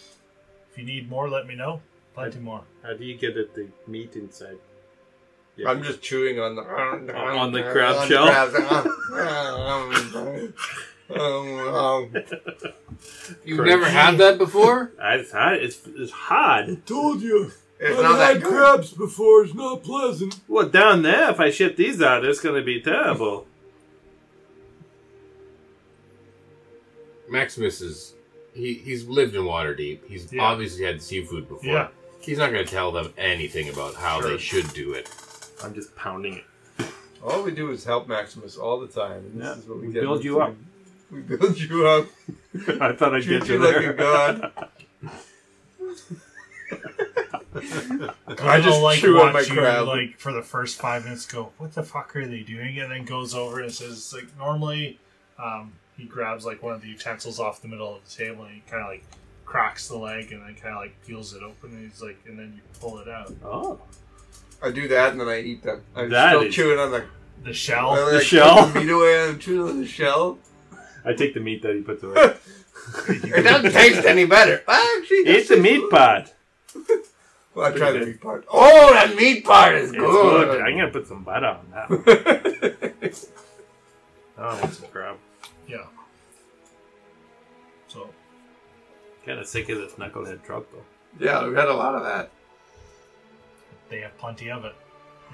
Speaker 4: If you need more, let me know. Plenty more.
Speaker 18: How do you get at the meat inside? Yeah.
Speaker 8: I'm just chewing on the on
Speaker 18: On the crab shell?
Speaker 3: Um,
Speaker 8: crabs.
Speaker 5: You've
Speaker 18: Correct.
Speaker 5: never had that before?
Speaker 18: I- Ah, It's hard. It's, it's hard.
Speaker 6: Told you.
Speaker 8: It's
Speaker 6: I've
Speaker 8: not that
Speaker 6: had
Speaker 8: good.
Speaker 6: crabs before. It's not pleasant.
Speaker 18: Well, down there, if I ship these out, it's going to be terrible.
Speaker 5: Maximus is. He, he's lived in Waterdeep. He's
Speaker 4: Yeah.
Speaker 5: obviously had seafood before.
Speaker 4: Yeah.
Speaker 5: He's not going to tell them anything about how
Speaker 18: Sure.
Speaker 5: they should do it.
Speaker 18: I'm just pounding it.
Speaker 3: All we do is help Maximus all the time. And this
Speaker 19: Yeah,
Speaker 3: is what we,
Speaker 19: we
Speaker 3: get
Speaker 19: build
Speaker 3: with
Speaker 19: you up.
Speaker 3: We build you up.
Speaker 19: I thought I'd
Speaker 3: Treat
Speaker 19: get you
Speaker 3: you like a
Speaker 19: there.
Speaker 3: god. I
Speaker 4: It'll,
Speaker 3: just
Speaker 4: like
Speaker 3: chew on my
Speaker 4: watch you
Speaker 3: crab.
Speaker 4: like for the first five minutes. Go, what the fuck are they doing? And then goes over and says like normally, um, he grabs like one of the utensils off the middle of the table and he kind of like cracks the leg and then kind of like peels it open and he's like, and then you pull it out.
Speaker 19: Oh,
Speaker 3: I do that and then I eat them. I'm
Speaker 19: That
Speaker 3: still
Speaker 19: is-
Speaker 3: chewing on the,
Speaker 4: The shell.
Speaker 3: I,
Speaker 19: The
Speaker 3: like,
Speaker 19: shell?
Speaker 3: put The meat away. I'm chewing on the shell.
Speaker 19: I take the meat that he puts away.
Speaker 3: It doesn't taste any better. Actually, it
Speaker 19: Eat
Speaker 3: does
Speaker 19: the
Speaker 3: taste-
Speaker 19: meat pot.
Speaker 3: Well, I try the meat part. Oh, that meat part is
Speaker 19: It's
Speaker 3: good.
Speaker 19: good. I'm gonna put some butter on that. Oh, that's a crab.
Speaker 4: Yeah. So
Speaker 2: Kind of sick of this knucklehead trout, though.
Speaker 3: yeah, we've had a lot of that.
Speaker 4: they have plenty of it.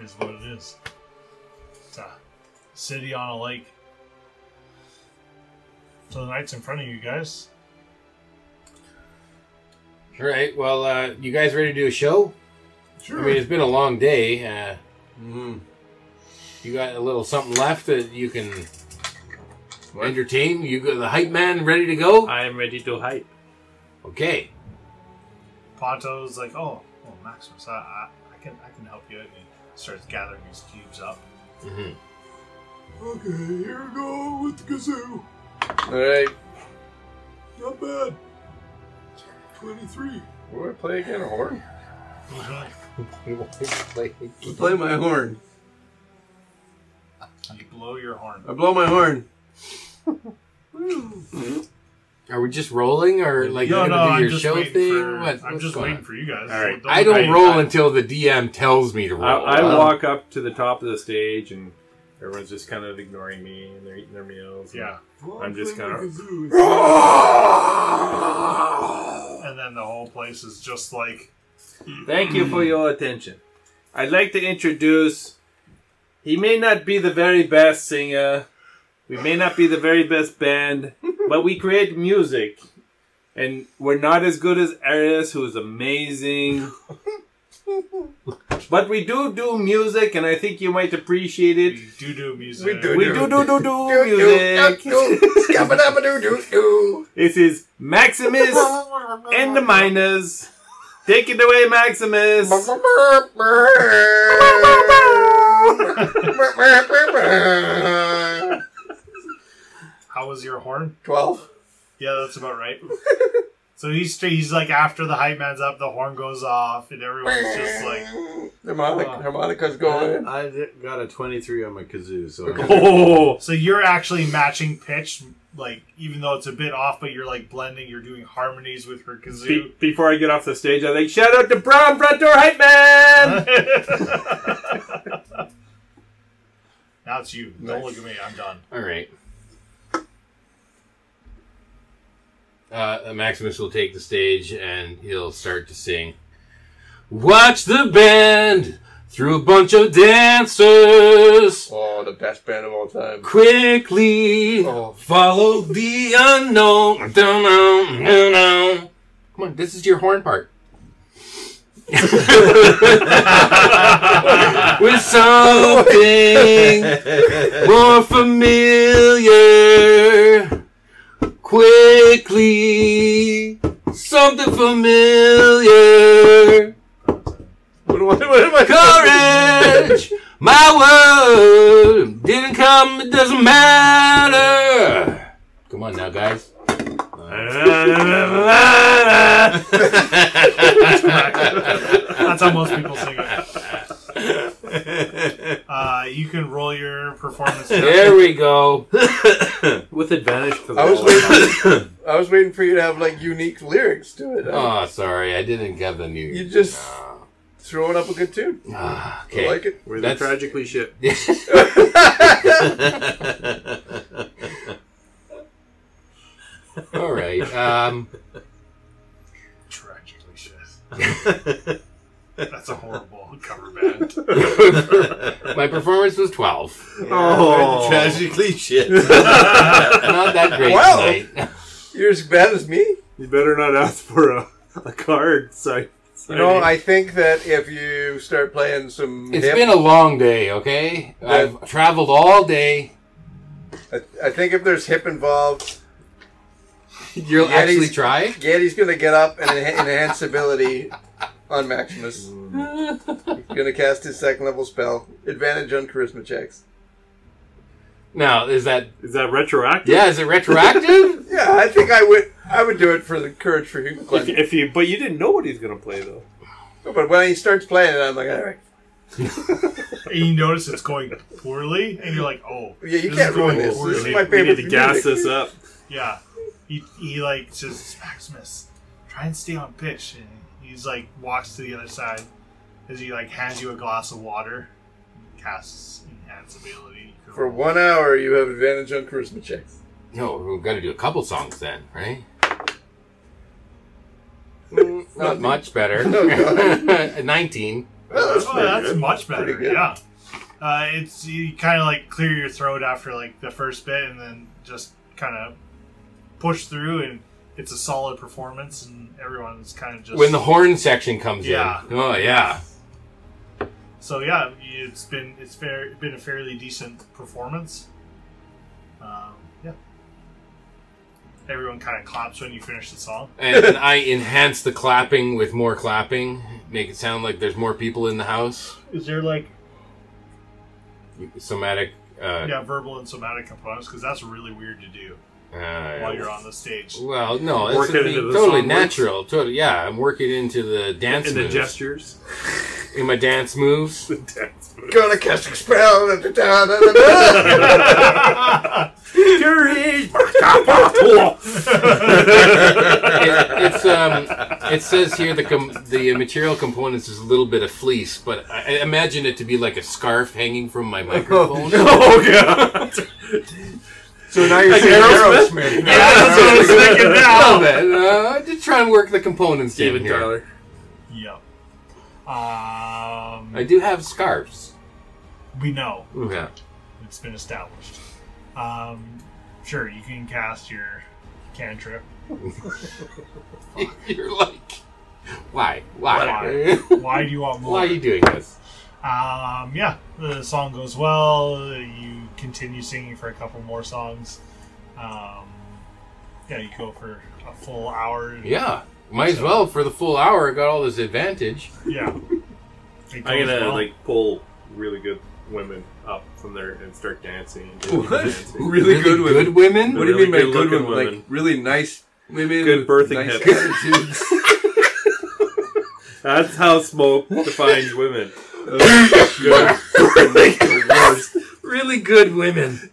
Speaker 4: Is what it is. It's a city on a lake. So the night's in front of you guys.
Speaker 5: All right. Well, uh, you guys ready to do a show? Sure. I mean, it's been a long day. Uh,
Speaker 4: Mm-hmm.
Speaker 5: You got a little something left that you can entertain. You got the hype man ready to go?
Speaker 2: I am ready to hype.
Speaker 5: Okay.
Speaker 4: Ponto's like, oh, well, Maximus, I, I, I can, I can help you. And he starts gathering his cubes up.
Speaker 5: Mm-hmm.
Speaker 16: Okay, here we go with the kazoo.
Speaker 3: All right.
Speaker 16: Not bad. 23.
Speaker 3: Will I play again a horn?
Speaker 5: All
Speaker 3: Play my horn.
Speaker 4: You blow your horn.
Speaker 3: I blow my horn.
Speaker 5: Are we just rolling or like
Speaker 4: no,
Speaker 5: you
Speaker 4: no,
Speaker 5: gonna do
Speaker 4: I'm
Speaker 5: your
Speaker 4: just
Speaker 5: show
Speaker 4: waiting
Speaker 5: thing?
Speaker 4: for.
Speaker 5: What-
Speaker 4: I'm
Speaker 5: what's
Speaker 4: just
Speaker 5: going
Speaker 4: waiting
Speaker 5: on?
Speaker 4: for you guys.
Speaker 2: All right.
Speaker 4: So
Speaker 5: I don't
Speaker 2: I-
Speaker 5: roll
Speaker 2: I-
Speaker 5: until the DM tells me to roll.
Speaker 2: I,
Speaker 3: Oh,
Speaker 2: I
Speaker 5: Uh,
Speaker 2: walk up to the top of the stage, and everyone's just kind of ignoring me, and they're eating their meals. and
Speaker 4: Yeah,
Speaker 2: I'm just
Speaker 16: Play
Speaker 2: gonna-
Speaker 16: the kazoo.
Speaker 4: and then the whole place is just like
Speaker 2: Thank you for your attention. I'd like to introduce. He may not be the very best singer. We may not be the very best band, but we create music. And we're not as good as Arius, who is amazing. but we do do music, and I think you might appreciate it.
Speaker 4: we do do music.
Speaker 3: We do
Speaker 2: We do do do do
Speaker 3: Doo,
Speaker 2: music.
Speaker 3: doo, scabba-dabba-doo-doo-doo.
Speaker 2: This is Maximus and the Miners. Take it away, Maximus.
Speaker 4: How was your horn?
Speaker 3: Twelve.
Speaker 4: Yeah, that's about right. so he's he's like after the hype man's up, the horn goes off, and everyone's just like,
Speaker 3: Harmonic, harmonica's going in.
Speaker 20: I d- got a 23 on my kazoo, so
Speaker 2: Oh,
Speaker 4: So you're actually matching pitch, like even though it's a bit off, but you're like blending. You're doing harmonies with her kazoo.
Speaker 2: Be- before I get off the stage, I think shout out to Brown Front Door Hype Man.
Speaker 4: now it's you. Don't look at me. I'm done.
Speaker 5: All right. Uh, Maximus will take the stage and he'll start to sing. Watch the band through a bunch of dancers.
Speaker 3: Oh, the best band of all time.
Speaker 5: Quickly
Speaker 3: Oh.
Speaker 5: follow the unknown. Dun, dun, dun, dun. Come on, this is your horn part. With something more familiar. Quickly, something familiar.
Speaker 3: What, what, what am I
Speaker 5: Courage, my word didn't come, it doesn't matter. Come on now, guys.
Speaker 4: That's how most people sing it. Uh, you can roll your performance. check.
Speaker 5: There we go.
Speaker 2: With advantage because
Speaker 3: I was waiting. I was waiting for you to have like unique lyrics to it. Uh,
Speaker 5: Oh, sorry, I didn't get the news.
Speaker 3: you just throwing up a good tune.
Speaker 5: Ah,
Speaker 3: I
Speaker 5: okay.
Speaker 3: like it.
Speaker 2: We're
Speaker 5: That's-
Speaker 2: the tragically shit.
Speaker 5: All right. Um,
Speaker 4: Tragically shit. That's a horrible cover band.
Speaker 5: my performance was twelve.
Speaker 20: oh. tragically shit.
Speaker 5: Not that great
Speaker 3: Wow.
Speaker 5: tonight.
Speaker 3: You're as bad as me.
Speaker 2: You better not ask for a, a card. So
Speaker 3: You know, I think that if you start playing some
Speaker 5: It's
Speaker 3: hip,
Speaker 5: been a long day, okay? I've traveled all day.
Speaker 3: I, I think if there's hip involved,
Speaker 5: You'll
Speaker 3: Yeah,
Speaker 5: actually
Speaker 3: he's-
Speaker 5: try?
Speaker 3: Gaddy's gonna get up and enha- enhance ability on Maximus. He's gonna cast his second level spell. Advantage on charisma checks.
Speaker 5: Now, is that.
Speaker 2: Is that retroactive?
Speaker 5: Yeah, is it retroactive?
Speaker 3: Yeah, I think I would. I would do it for the courage for human
Speaker 2: If,
Speaker 3: cleansing.
Speaker 2: if you, but you didn't know what he's gonna play though.
Speaker 3: But when he starts playing it, I'm like, all right.
Speaker 4: And you notice it's going poorly, and you're like, oh.
Speaker 3: Yeah, you
Speaker 4: is
Speaker 3: can't ruin
Speaker 4: going
Speaker 3: this.
Speaker 4: poorly.
Speaker 3: This is
Speaker 2: We
Speaker 3: my
Speaker 2: need- we
Speaker 3: favorite.
Speaker 2: need to gas
Speaker 3: music.
Speaker 2: this up.
Speaker 4: Yeah. He, he like says, Maximus, try and stay on pitch. And he's like, walks to the other side as he like hands you a glass of water and casts enhance ability. You can
Speaker 3: For
Speaker 4: roll.
Speaker 3: one hour, you have advantage on charisma checks.
Speaker 5: no, we've got to do a couple songs then, right? Mm, Not
Speaker 3: Nothing.
Speaker 5: much better. 19.
Speaker 3: Well, that's
Speaker 4: Oh,
Speaker 3: pretty
Speaker 4: that's
Speaker 3: good.
Speaker 4: much better.
Speaker 3: Pretty good.
Speaker 4: Yeah. Uh, it's you kind of like clear your throat after like the first bit, and then just kind of push through, and it's a solid performance, and everyone's kind of just
Speaker 5: When the horn section comes
Speaker 4: Yeah.
Speaker 5: in. Oh, yeah.
Speaker 4: So yeah, it's been it's fair been a fairly decent performance. Um, yeah, everyone kind of claps when you finish the song.
Speaker 5: And then I enhance the clapping with more clapping, make it sound like there's more people in the house.
Speaker 4: Is there like
Speaker 5: Somatic. Uh,
Speaker 4: yeah verbal and somatic components because that's really weird to do
Speaker 5: uh,
Speaker 4: while you're on the stage.
Speaker 5: Well, no,
Speaker 2: Work
Speaker 5: it's
Speaker 2: it into the
Speaker 5: totally
Speaker 2: song
Speaker 5: natural. Totally, yeah, I'm working into the dance
Speaker 2: In the
Speaker 5: moves.
Speaker 2: gestures.
Speaker 5: in my dance moves.
Speaker 2: The dance moves.
Speaker 3: Gonna cast a spell. da, da, da, da, da, da.
Speaker 5: it, it's um, it says here the com- the material components is a little bit of fleece, but I I imagine it to be like a scarf hanging from my microphone.
Speaker 2: Oh god!
Speaker 3: so now you're seeing Aerosmith.
Speaker 4: that's what I was thinking
Speaker 5: A
Speaker 4: now.
Speaker 5: little bit. Uh, I did try and work the components down
Speaker 18: Steven
Speaker 5: here.
Speaker 18: Tyler.
Speaker 4: Yep. Um,
Speaker 5: I do have scarves.
Speaker 4: we know
Speaker 5: Yeah.
Speaker 4: it's been established. Um, sure, you can cast your cantrip.
Speaker 5: You're like, why, why,
Speaker 4: Why? Why do you want more?
Speaker 5: why are you doing this?
Speaker 4: Um, yeah, the song goes well. You continue singing for a couple more songs. Um, yeah, you go for a full hour. and-
Speaker 5: Yeah, might as well for the full hour. I got all this advantage.
Speaker 4: yeah. It
Speaker 2: I'm
Speaker 4: goes
Speaker 2: gonna
Speaker 4: well.
Speaker 2: like pull really good women up from there and start dancing. And doing
Speaker 16: What?
Speaker 2: dancing.
Speaker 16: Really, good with
Speaker 5: good women.
Speaker 2: What
Speaker 16: What
Speaker 2: do
Speaker 16: do
Speaker 2: you
Speaker 16: you
Speaker 2: Really
Speaker 16: mean by good
Speaker 2: good-looking
Speaker 16: women?
Speaker 2: women?
Speaker 16: Like really nice women,
Speaker 2: Good
Speaker 16: with
Speaker 2: birthing
Speaker 16: nice
Speaker 2: hips.
Speaker 16: attitudes.
Speaker 2: That's how smoke defines women.
Speaker 5: Really good women.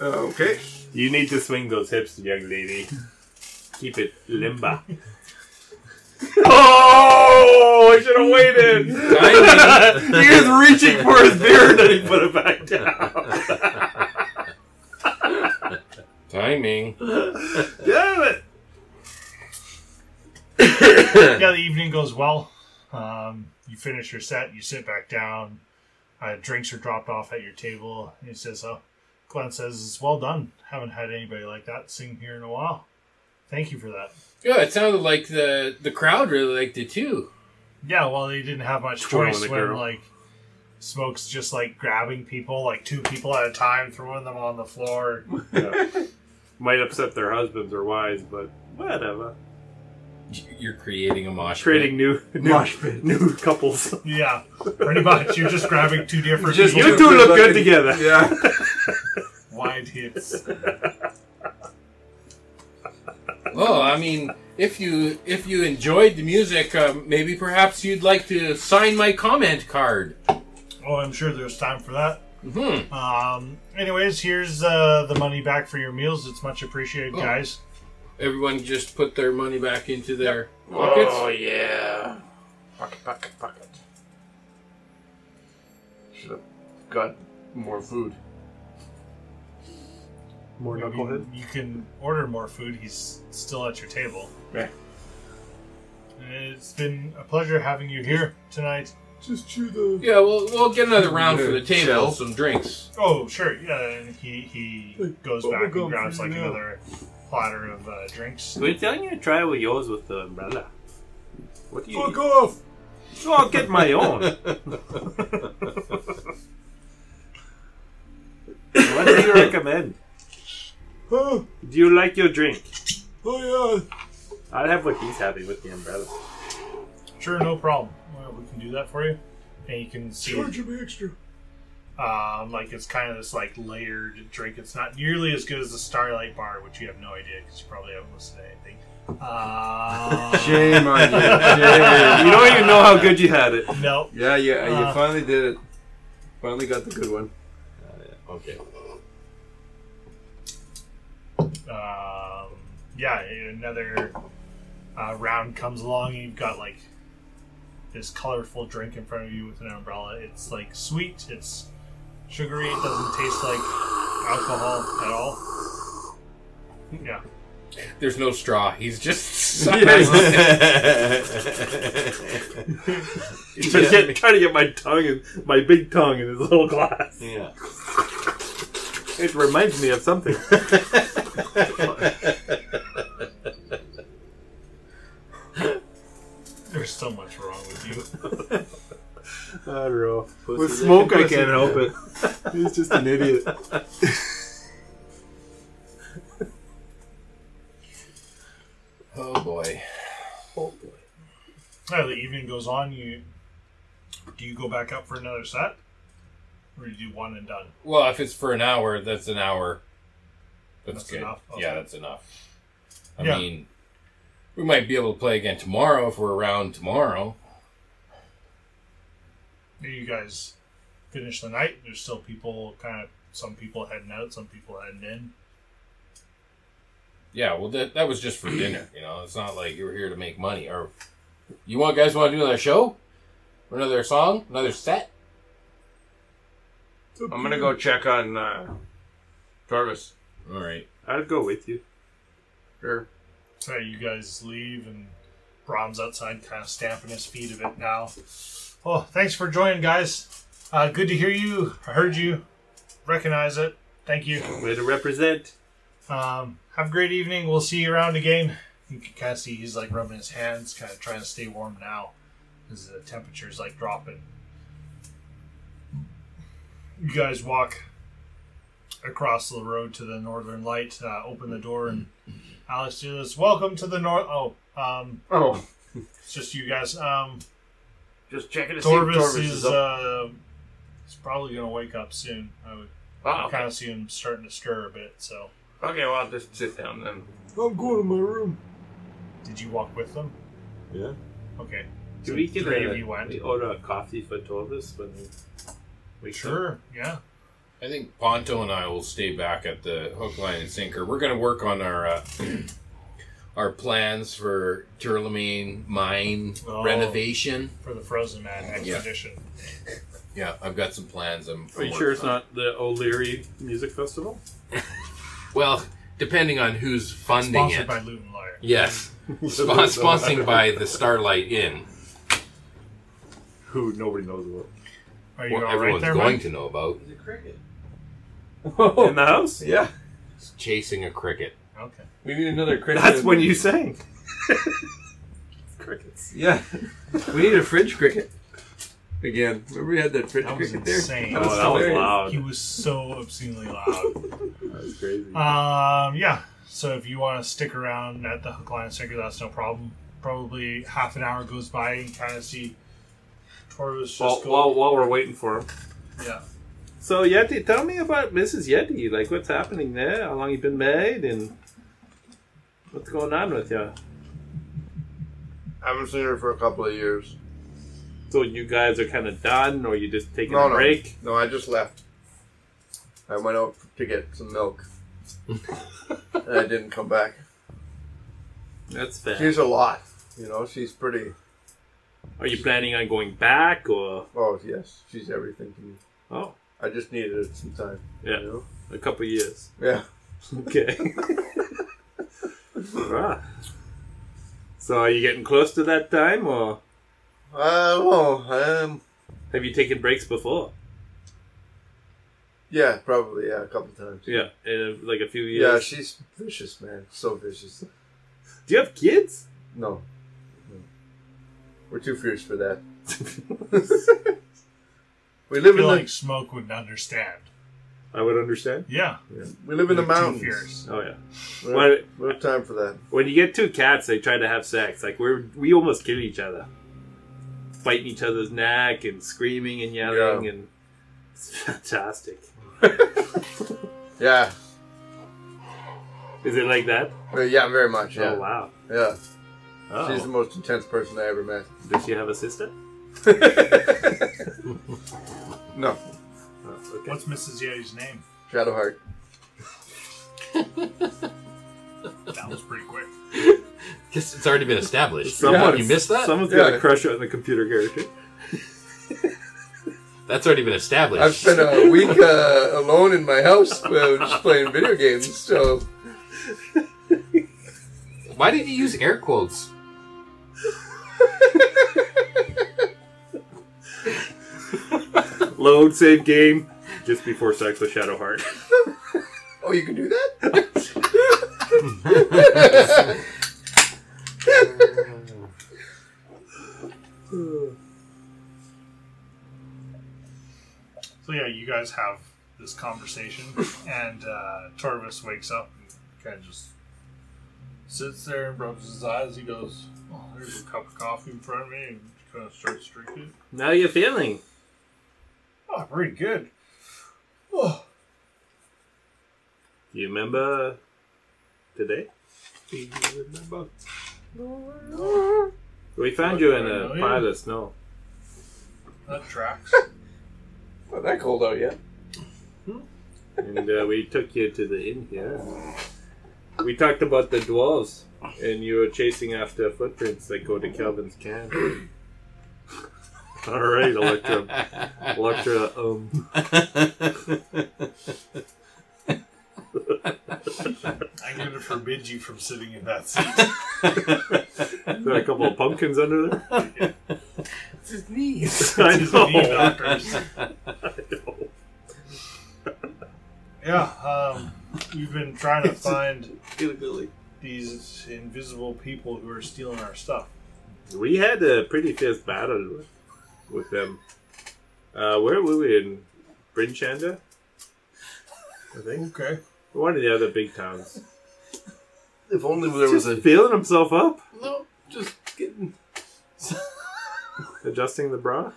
Speaker 3: Uh,
Speaker 16: okay.
Speaker 2: You need to swing those hips, young lady. Keep it limber. oh, I should have waited. he was reaching for his beard and he put it back down.
Speaker 5: Timing.
Speaker 2: Damn it!
Speaker 4: yeah, the evening goes well. Um, you finish your set, you sit back down. Uh, drinks are dropped off at your table. And it says, "Oh, Glenn says it's well done. Haven't had anybody like that sing here in a while. Thank you for that."
Speaker 5: Yeah, it sounded like the the crowd really liked it too.
Speaker 4: Yeah, well, they didn't have much
Speaker 2: Twirling
Speaker 4: choice
Speaker 2: the
Speaker 4: when
Speaker 2: girl.
Speaker 4: like Smoke's just like grabbing people, like two people at a time, throwing them on the floor.
Speaker 2: Might upset their husbands or wives, but whatever.
Speaker 5: You're creating a mosh. pit.
Speaker 2: Creating new new, new couples.
Speaker 4: yeah, pretty much. You're just grabbing two different
Speaker 16: Just
Speaker 4: people,
Speaker 2: You two look good
Speaker 16: looking-
Speaker 2: together.
Speaker 16: Yeah.
Speaker 4: wide hips.
Speaker 5: Well, I mean, if you if you enjoyed the music, uh, maybe perhaps you'd like to sign my comment card.
Speaker 4: Oh, I'm sure there's time for that.
Speaker 5: Hmm.
Speaker 4: Um. Anyways, here's uh, the money back for your meals. It's much appreciated,
Speaker 5: Oh.
Speaker 4: guys.
Speaker 5: Everyone just put their money back into their pockets.
Speaker 3: Oh, yeah. Pocket, pocket, pocket. Should have got more food.
Speaker 2: More
Speaker 4: I mean, you can order more food. He's still at your table.
Speaker 3: Yeah.
Speaker 4: It's been a pleasure having you here tonight.
Speaker 6: Just chew the.
Speaker 5: Yeah, we'll we'll get another round for the table, some drinks.
Speaker 4: Oh, sure. Yeah, and he he
Speaker 6: Like
Speaker 4: goes
Speaker 6: bubble
Speaker 4: back
Speaker 6: gum
Speaker 4: and grabs
Speaker 6: for
Speaker 4: like
Speaker 6: you now.
Speaker 4: another platter of uh, drinks.
Speaker 2: We're telling you to try with yours with the umbrella. What do you?
Speaker 16: Fuck off!
Speaker 2: So I'll get my own. what do you recommend?
Speaker 16: Huh?
Speaker 2: Do you like your drink?
Speaker 16: Oh yeah.
Speaker 2: I'll have what he's having with the umbrella.
Speaker 4: Sure, no problem. Well, we can do that for you, and you can see
Speaker 16: Charge him extra.
Speaker 4: um, like it's kind of this like layered drink. It's not nearly as good as the Starlight Bar, which you have no idea because you probably haven't listened to anything. Uh,
Speaker 21: Shame on you.
Speaker 2: You don't even know how good you had it.
Speaker 4: no,
Speaker 21: Yeah, yeah,
Speaker 4: Uh.
Speaker 21: you finally did it. Finally got the good one.
Speaker 22: Okay.
Speaker 4: um, yeah, another uh, round comes along, and you've got like this colorful drink in front of you with an umbrella. It's like sweet, it's sugary, it doesn't taste like alcohol at all. Yeah,
Speaker 5: There's no straw. He's just.
Speaker 23: Trying to get- trying to get my tongue in my big tongue in his little glass.
Speaker 22: yeah.
Speaker 2: It reminds me of something.
Speaker 4: there's so much wrong with you.
Speaker 23: I don't know.
Speaker 22: Pussy
Speaker 23: With smoke, I
Speaker 22: licking
Speaker 23: can't help it.
Speaker 22: pussy. He's just an idiot.
Speaker 5: oh boy.
Speaker 4: Well, the evening goes on. You do you go back up for another set, or do you do one and done?
Speaker 5: Well, if it's for an hour, that's an hour. That's,
Speaker 4: That's
Speaker 5: good.
Speaker 4: enough?
Speaker 5: Yeah,
Speaker 4: Okay.
Speaker 5: that's enough. I
Speaker 4: Yeah.
Speaker 5: mean, we might be able to play again tomorrow if we're around tomorrow.
Speaker 4: Here you guys finish the night. There's still people, kind of some people heading out, some people heading in.
Speaker 5: Yeah, well, that, that was just for dinner. You know, it's not like you were here to make money. Or you want guys want to do another show, or another song, another set?
Speaker 2: I'm gonna go check on uh, Torvis.
Speaker 5: All right.
Speaker 2: I'll go with you. Sure.
Speaker 4: So you guys leave, and Brahms outside, kind of stamping his feet a bit now. Oh, thanks for joining, guys. Uh, good to hear you. I heard you. Recognize it. Thank you.
Speaker 2: Way to represent.
Speaker 4: Um, have a great evening. We'll see you around again. You can kind of see he's like rubbing his hands, kind of trying to stay warm now, because the temperature's like dropping. You guys walk across the road to the northern light. Uh, open the door, and Alex says, "Welcome to the north." Oh, um,
Speaker 2: Oh,
Speaker 4: it's just you guys. Um,
Speaker 2: just checking to
Speaker 4: Torvis, is, uh, he's probably gonna wake up soon. I would
Speaker 2: Ah,
Speaker 4: kind of see him starting to stir a bit. So,
Speaker 2: Okay, well, I'll just sit down then.
Speaker 16: I'm going to my room.
Speaker 4: did you walk with them?
Speaker 22: Yeah.
Speaker 4: Okay.
Speaker 2: Do
Speaker 4: So
Speaker 2: we get
Speaker 4: three
Speaker 2: a,
Speaker 4: of you went?
Speaker 2: we order a coffee for Torvis when we- we
Speaker 4: Sure. Yeah.
Speaker 5: I think Ponto and I will stay back at the hook, line, and sinker. We're going to work on our uh, our plans for Turlamine mine
Speaker 4: Oh.
Speaker 5: renovation.
Speaker 4: For the Frozen Man
Speaker 5: Yeah.
Speaker 4: expedition.
Speaker 5: Yeah, I've got some plans. I'm
Speaker 23: Are you
Speaker 5: I'm
Speaker 23: sure it's
Speaker 5: working on.
Speaker 23: not the O'Leary Music Festival?
Speaker 5: Well, depending on who's funding
Speaker 4: Sponsored
Speaker 5: it.
Speaker 4: by Luton Liar.
Speaker 5: yes, Spon- sponsored by the Starlight Inn.
Speaker 23: Who nobody knows about.
Speaker 4: Are you
Speaker 5: What
Speaker 4: all right
Speaker 5: everyone's
Speaker 4: there,
Speaker 5: going
Speaker 4: Mike?
Speaker 5: to know about
Speaker 22: He's a cricket.
Speaker 2: In the house?
Speaker 22: Yeah.
Speaker 5: is chasing a cricket.
Speaker 4: Okay.
Speaker 22: We need another cricket.
Speaker 2: That's when you sang.
Speaker 23: Crickets.
Speaker 21: Yeah. we need a fridge cricket. Again. Remember we had that fridge
Speaker 4: That was
Speaker 21: cricket there?
Speaker 4: insane.
Speaker 21: That
Speaker 23: Oh, that was
Speaker 21: hilarious.
Speaker 23: loud.
Speaker 4: He was so obscenely loud.
Speaker 23: That was crazy.
Speaker 4: um, yeah. So if you want to stick around at the Hook Line and Sinker, that's no problem. Probably half an hour goes by and kind of see Torvis just
Speaker 2: While,
Speaker 4: go.
Speaker 2: while, while we're waiting for him.
Speaker 4: Yeah.
Speaker 2: So, Yeti, tell me about Mrs. Yeti. Like, what's happening there? How long you been married? And what's going on with you?
Speaker 3: I haven't seen her for a couple of years.
Speaker 2: So, you guys are kind of done, or you just taking
Speaker 3: No,
Speaker 2: a
Speaker 3: no.
Speaker 2: break?
Speaker 3: No, I just left. I went out to get some milk. and I didn't come back.
Speaker 2: That's fair.
Speaker 3: She's a lot. You know, she's pretty.
Speaker 2: Are you planning on going back, or
Speaker 3: Oh, yes. She's everything to me.
Speaker 2: oh,
Speaker 3: I just needed it some time.
Speaker 2: Yeah.
Speaker 3: You know?
Speaker 2: a couple years?
Speaker 3: Yeah.
Speaker 2: Okay. Ah. So, are you getting close to that time, or
Speaker 3: I don't know. Um,
Speaker 2: have you taken breaks before?
Speaker 3: Yeah, probably. Yeah, a couple times.
Speaker 2: Yeah, in a, like a few years.
Speaker 3: Yeah, she's vicious, man. So vicious.
Speaker 2: Do you have kids?
Speaker 3: No. No. We're too fierce for that. we
Speaker 4: I
Speaker 3: live in
Speaker 4: feel
Speaker 3: the
Speaker 4: like Smoke would understand.
Speaker 2: I would understand.
Speaker 4: Yeah.
Speaker 3: we live in the
Speaker 4: Too
Speaker 3: mountains.
Speaker 4: fierce.
Speaker 2: Oh yeah.
Speaker 3: We
Speaker 2: Why-
Speaker 3: don't, we don't have time for that.
Speaker 2: When you get two cats, they try to have sex. Like we're we almost kill each other, biting each other's neck and screaming and yelling,
Speaker 3: Yeah.
Speaker 2: and it's fantastic.
Speaker 3: Yeah.
Speaker 2: Is it like that?
Speaker 3: Uh, Yeah, very much. Yeah.
Speaker 2: Oh wow.
Speaker 3: Yeah.
Speaker 2: Oh.
Speaker 3: She's the most intense person I ever met.
Speaker 2: Does she have a sister?
Speaker 3: No.
Speaker 2: Oh, okay.
Speaker 4: What's Mrs. Yeti's name?
Speaker 3: Shadowheart.
Speaker 4: That was pretty quick.
Speaker 5: Guess it's already been established.
Speaker 2: Someone-
Speaker 5: you missed that?
Speaker 2: Someone's
Speaker 3: Yeah.
Speaker 2: gonna crush on the computer character.
Speaker 5: That's already been
Speaker 3: I've
Speaker 5: established.
Speaker 3: spent a week uh, alone in my house uh, just playing video games, so
Speaker 5: Why did you use air quotes?
Speaker 2: Load save game just before sex with Shadowheart.
Speaker 3: Oh, you can do that?
Speaker 4: So yeah, you guys have this conversation, and uh, Torvis wakes up and kind of just sits there and rubs his eyes. He goes, "Oh, there's a cup of coffee in front of me," and kind of starts drinking.
Speaker 18: Now you're feeling.
Speaker 4: Oh, pretty good. Oh,
Speaker 2: You remember today? We found you in a pile of snow.
Speaker 4: that tracks.
Speaker 3: Not that cold out yet.
Speaker 2: and uh, we took you to the inn here. We talked about the dwarves, and you were chasing after footprints that go to Kelvin's camp. All right, Electra, Electra, um,
Speaker 4: I'm going to forbid you from sitting in that seat.
Speaker 2: is there a couple of pumpkins under there?
Speaker 5: It's his knees.
Speaker 2: I
Speaker 4: It's the knee
Speaker 2: know.
Speaker 4: doctors. Yeah, um, we've been trying to find these invisible people who are stealing our stuff.
Speaker 2: We had a pretty fierce battle with, with them. Uh, where were we in Bryn Chanda? I think
Speaker 4: Okay.
Speaker 2: one of the other big towns.
Speaker 3: If only there was
Speaker 2: Just
Speaker 3: a.
Speaker 2: feeling himself up,
Speaker 5: no, just kidding.
Speaker 2: adjusting the bra.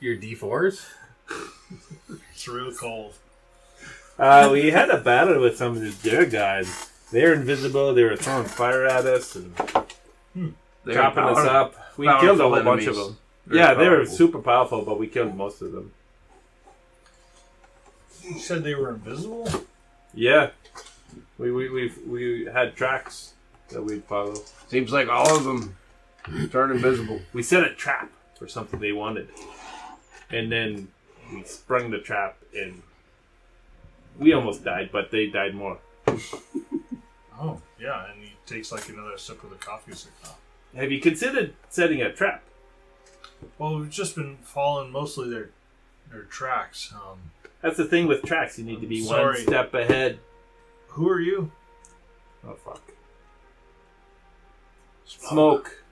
Speaker 5: Your D4s?
Speaker 4: It's real cold.
Speaker 2: Uh, we had a battle with some of these deer guys. They were invisible. They were throwing fire at us and chopping us up. We killed a whole bunch of them. yeah, they were super powerful, but we killed most of them.
Speaker 4: You said they were invisible?
Speaker 2: Yeah, we we we we had tracks that we'd follow.
Speaker 8: Seems like all of them turn invisible.
Speaker 2: We set a trap for something they wanted, and then we sprung the trap and we almost died, but they died more.
Speaker 4: Oh, yeah, and he takes like another sip of the coffee. He's like, "Oh."
Speaker 2: Have you considered setting a trap?
Speaker 4: Well, we've just been following mostly their their tracks. Um,
Speaker 2: That's the thing with tracks. You need to be
Speaker 4: I'm
Speaker 2: one
Speaker 4: sorry.
Speaker 2: step ahead.
Speaker 4: who are you?
Speaker 2: Oh fuck. Smoke.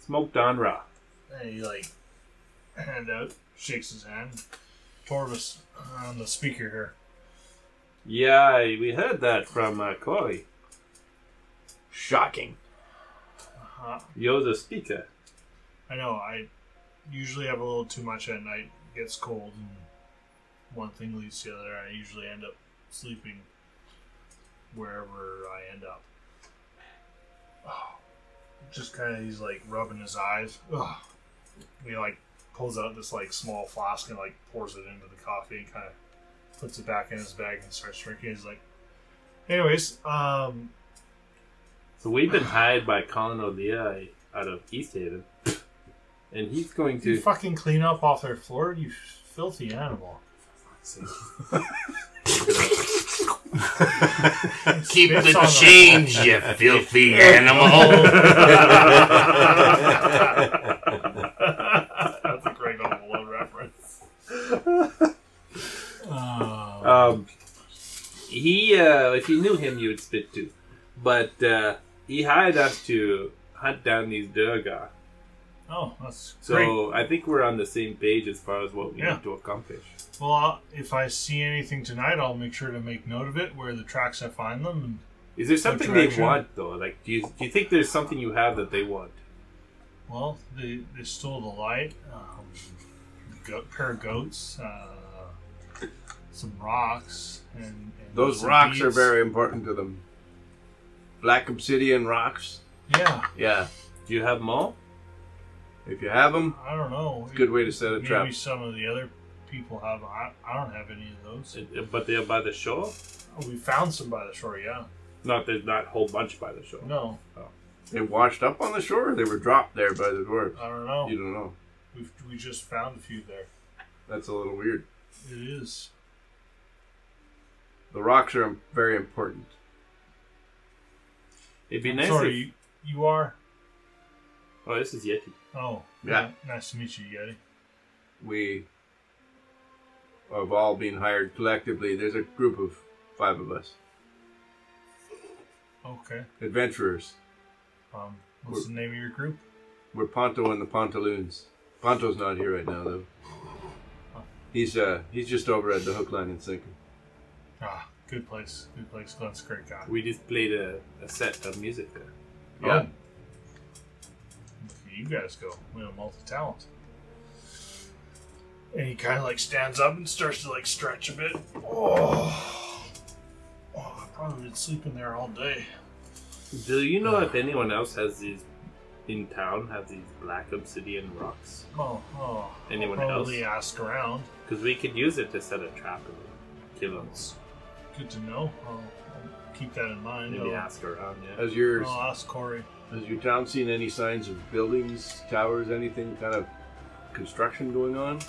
Speaker 2: Smoke Donra.
Speaker 4: And he like hand out, shakes his hand. Torvis on the speaker here.
Speaker 2: Yeah, we heard that from uh, Corey.
Speaker 8: Shocking.
Speaker 4: Uh-huh.
Speaker 2: You're the speaker.
Speaker 4: I know. I usually have a little too much at night. It gets cold, and one thing leads to the other. I usually end up sleeping wherever I end up. Just kind of, he's like rubbing his eyes. Ugh. He like pulls out this like small flask and like pours it into the coffee and kind of puts it back in his bag and starts drinking. He's like, anyways, um,
Speaker 2: So we've been hired by Colin O'Leary out of East Haven. And he's going
Speaker 4: you
Speaker 2: to.
Speaker 4: fucking clean up off their floor, you filthy animal.
Speaker 5: Keep
Speaker 4: Spits on
Speaker 5: the
Speaker 4: them.
Speaker 5: change, you filthy animal.
Speaker 4: That's a great old reference.
Speaker 2: Um, he uh, if you knew him, you would spit too. But uh, he hired us to hunt down these Durga.
Speaker 4: Oh, that's great.
Speaker 2: So I think we're on the same page as far as what we
Speaker 4: Yeah.
Speaker 2: need to accomplish.
Speaker 4: Well, I'll- if I see anything tonight, I'll make sure to make note of it, where the tracks I find them. And,
Speaker 2: Is there something they
Speaker 4: direction?
Speaker 2: want though? Like, do you do you think there's something you have that they want?
Speaker 4: well, they, they stole the light, um, a goat, pair of goats, uh, some rocks, and, and
Speaker 8: Those
Speaker 4: some
Speaker 8: rocks are
Speaker 4: beads.
Speaker 8: very important to them. Black obsidian rocks.
Speaker 4: Yeah,
Speaker 8: Yeah.
Speaker 2: Do you have them all?
Speaker 8: If you have them,
Speaker 4: I don't know.
Speaker 8: good way to set a
Speaker 4: Maybe
Speaker 8: trap.
Speaker 4: some of the other people have. I, I don't have any of those.
Speaker 2: Uh, But they're by the shore.
Speaker 4: Oh, we found some by the shore. Yeah.
Speaker 2: Not there's not a whole bunch by the shore.
Speaker 4: No,
Speaker 8: They washed up on the shore. Or they were dropped there by the dwarves.
Speaker 4: I don't know.
Speaker 8: You don't know.
Speaker 4: We've, we just found a few there.
Speaker 8: That's a little weird.
Speaker 4: It is.
Speaker 8: The rocks are very important.
Speaker 2: It'd be
Speaker 4: I'm
Speaker 2: nice.
Speaker 4: Sorry,
Speaker 2: if-
Speaker 4: you, you are.
Speaker 2: Oh, this is Yeti.
Speaker 4: Oh,
Speaker 8: Yeah.
Speaker 4: ni- Nice to meet you, Yeti.
Speaker 8: We have all been hired collectively. There's a group of five of us
Speaker 4: Okay.
Speaker 8: adventurers.
Speaker 4: Um, what's the name of your group?
Speaker 8: We're Ponto and the Pontaloons. Ponto's not here right now though. He's uh he's just over at the hook line and sinker.
Speaker 4: Ah, good place. Good place. Glenn's a great guy.
Speaker 2: We just played a, a set of music there.
Speaker 8: Yeah.
Speaker 4: Um, You guys go. We have multi talent. And he kind of like stands up and starts to like stretch a bit. Oh, oh I've probably been sleeping there all day.
Speaker 2: Do you know if anyone else has these in town? Have these black obsidian rocks?
Speaker 4: Oh, oh.
Speaker 2: Anyone
Speaker 4: I'll probably ask around.
Speaker 2: Because we could use it to set a trap and kill them.
Speaker 4: Good to know. I'll, I'll keep that in mind.
Speaker 2: Maybe
Speaker 4: I'll,
Speaker 2: ask around. Yeah.
Speaker 8: Has your
Speaker 4: I'll ask Corey.
Speaker 8: has your town seen any signs of buildings, towers, anything kind of construction going on?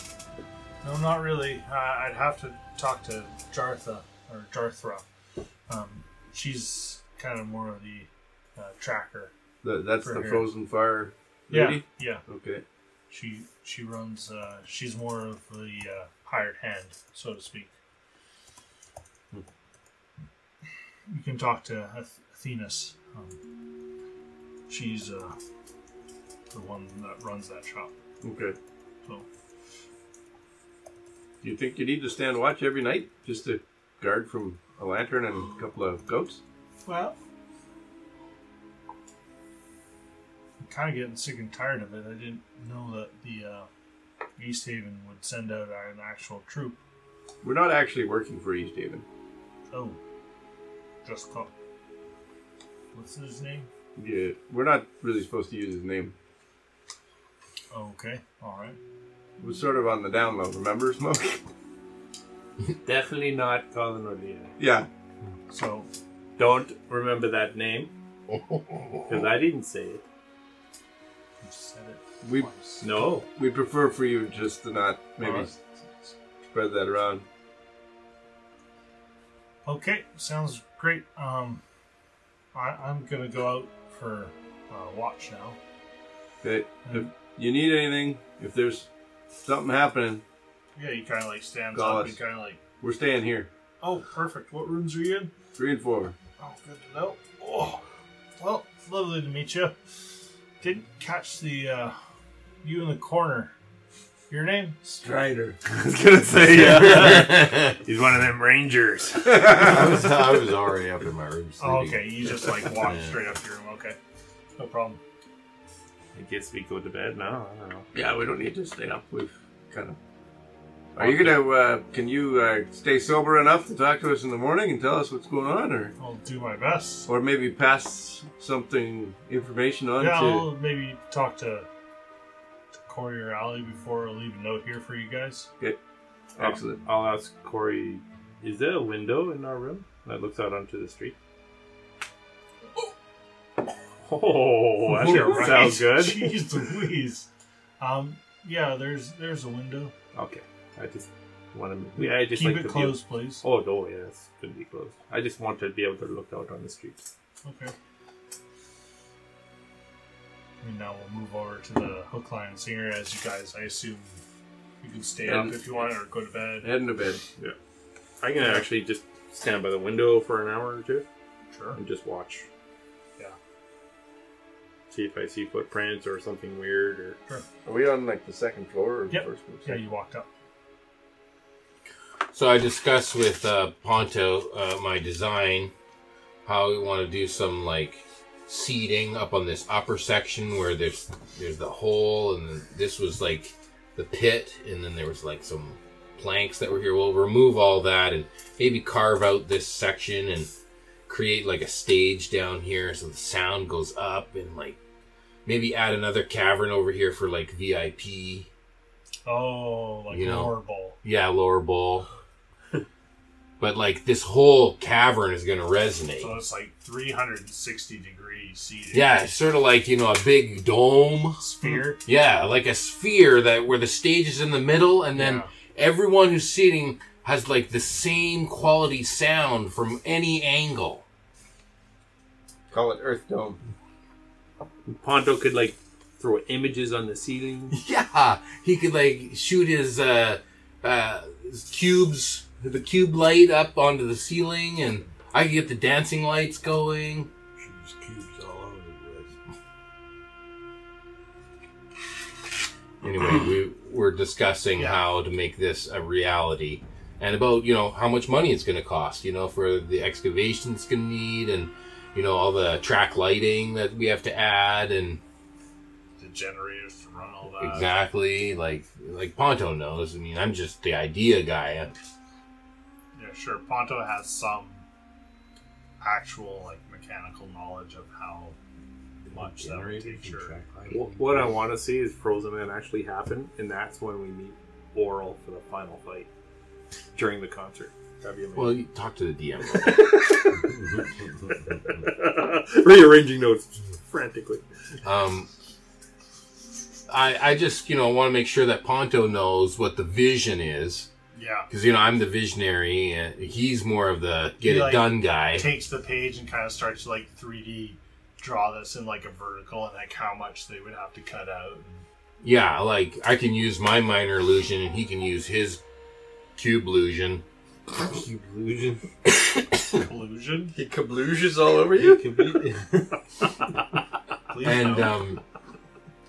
Speaker 4: No, not really. Uh, I'd have to talk to Jartha or Jarthra. Um, she's kind of more of the uh, tracker.
Speaker 8: The, that's
Speaker 4: For
Speaker 8: the
Speaker 4: here.
Speaker 8: frozen fire.
Speaker 4: Yeah,
Speaker 8: lady?
Speaker 4: yeah.
Speaker 8: Okay.
Speaker 4: She she runs. Uh, she's more of the uh, hired hand, so to speak. You can talk to Ath- Athenas. Um, she's uh, the one that runs that shop.
Speaker 8: Okay.
Speaker 4: So
Speaker 8: Do you think you need to stand watch every night just to guard from a lantern and a couple of goats?
Speaker 4: Well, I'm kind of getting sick and tired of it. I didn't know that the uh, East Haven would send out an actual troop.
Speaker 8: We're not actually working for East Haven.
Speaker 4: Oh, just call. What's his name?
Speaker 8: Yeah, we're not really supposed to use his name.
Speaker 4: Oh, okay, all right.
Speaker 8: It was sort of on the down low, remember, Smoke?
Speaker 2: Definitely not Colin O'Leary.
Speaker 8: yeah.
Speaker 4: So
Speaker 2: Don't remember that name. Because I didn't say it.
Speaker 4: you said it.
Speaker 8: We
Speaker 2: No.
Speaker 8: we prefer for you just to not maybe
Speaker 4: Alright.
Speaker 8: s- s- spread that around.
Speaker 4: Okay, sounds great. Um, I, I'm gonna go out for uh, watch now.
Speaker 8: Okay. If you need anything, if there's something happening,
Speaker 4: Yeah, he kind of like stands
Speaker 8: Call
Speaker 4: up
Speaker 8: us.
Speaker 4: and kind of like.
Speaker 8: we're staying here.
Speaker 4: Oh, perfect. What rooms are you in?
Speaker 8: Three and four.
Speaker 4: Oh, good to know. Oh, well, it's lovely to meet you. Didn't catch the uh, you in the corner. Your name?
Speaker 8: Strider.
Speaker 24: I was gonna say, yeah. He's one of them rangers.
Speaker 16: I was, I was already up in my room.
Speaker 4: Oh,
Speaker 16: sleeping.
Speaker 4: okay. You just like walked straight up to your room. Okay, no problem.
Speaker 2: I guess we go to bed now. I don't know.
Speaker 8: Yeah, we don't need to stay up. We've kind of. Are you gonna? Uh, can you uh, stay sober enough to talk to us in the morning and tell us what's going on, or
Speaker 4: I'll do my best.
Speaker 8: or maybe pass something information on
Speaker 4: Yeah,
Speaker 8: to?
Speaker 4: I'll maybe talk to to Corey or Allie before I leave a note here for you guys.
Speaker 8: Excellent.
Speaker 2: Um, I'll ask Corey. Is there a window in our room that looks out onto the street? Oh, that doesn't sound good.
Speaker 4: Jeez Louise. Um, yeah, there's there's a window.
Speaker 2: Okay, I just want to. Yeah, I just
Speaker 4: Keep
Speaker 2: like
Speaker 4: it
Speaker 2: the view.
Speaker 4: closed, please.
Speaker 2: Oh no, yeah, it's gonna be closed. I just want to be able to look out on the street.
Speaker 4: Okay. And now we'll move over to the hook line and singer as you guys, I assume you can stay up
Speaker 8: And-
Speaker 4: if you want or go to bed.
Speaker 8: Heading to bed.
Speaker 2: I'm gonna actually just stand by the window for an hour or two
Speaker 4: Sure.
Speaker 2: and just watch.
Speaker 4: Yeah.
Speaker 2: See if I see footprints or something weird or.
Speaker 3: Are we on like the second floor or
Speaker 4: Yep.
Speaker 3: the first floor?
Speaker 4: Yeah, you walked up.
Speaker 5: So I discussed with uh, Ponto uh, my design, how we want to do some like seating up on this upper section where there's there's the hole, and then this was like the pit, and then there was like some planks that were here. We'll remove all that and maybe carve out this section and create like a stage down here so the sound goes up and like maybe add another cavern over here for like VIP.
Speaker 4: Oh, like
Speaker 5: You know.
Speaker 4: horrible.
Speaker 5: Yeah, lower bowl. but like this whole cavern is going to
Speaker 4: So
Speaker 5: resonate.
Speaker 4: it's like 360 degree seating.
Speaker 5: Yeah, it's sort of like you know a big dome.
Speaker 4: Sphere.
Speaker 5: Yeah, like a sphere that where the stage is in the middle, and then
Speaker 4: Yeah.
Speaker 5: everyone who's sitting has like the same quality sound from any angle.
Speaker 3: Call it Earth Dome.
Speaker 2: Ponto could like throw images on the ceiling.
Speaker 5: Yeah, he could like shoot his uh, uh, his cubes, the cube light up onto the ceiling, and I could get the dancing lights going.
Speaker 16: Shoes, cubes all over the place.
Speaker 5: anyway, we were discussing how to make this a reality and about, you know, how much money it's going to cost, you know, for the excavation it's going to need and, you know, all the track lighting that we have to add and
Speaker 4: The generators to run all that.
Speaker 5: exactly like, like Ponto knows. I mean, I'm just the idea guy.
Speaker 4: Yeah, sure. Ponto has some actual like mechanical knowledge of how much that would
Speaker 16: Generator
Speaker 4: take.
Speaker 16: can
Speaker 4: Sure.
Speaker 16: track light.
Speaker 2: Wh- what I want to see is Frozen Man actually happen, and that's when we meet Oral for the final fight during the concert. That'd be amazing.
Speaker 5: Well, you talk to the DM.
Speaker 2: Rearranging notes frantically.
Speaker 5: Um, I, I just, you know, want to make sure that Ponto knows what the vision is.
Speaker 4: Yeah.
Speaker 5: Because, you know, I'm the visionary. And he's more of the get
Speaker 4: He,
Speaker 5: it
Speaker 4: like,
Speaker 5: done guy.
Speaker 4: Takes the page and kind of starts to like 3D draw this in like a vertical and like how much they would have to cut out.
Speaker 5: Yeah, like I can use my minor illusion and he can use his cube illusion.
Speaker 4: And collusion.
Speaker 3: He cablooges all over you?
Speaker 16: Complete-
Speaker 4: Please
Speaker 5: And
Speaker 4: no.
Speaker 5: um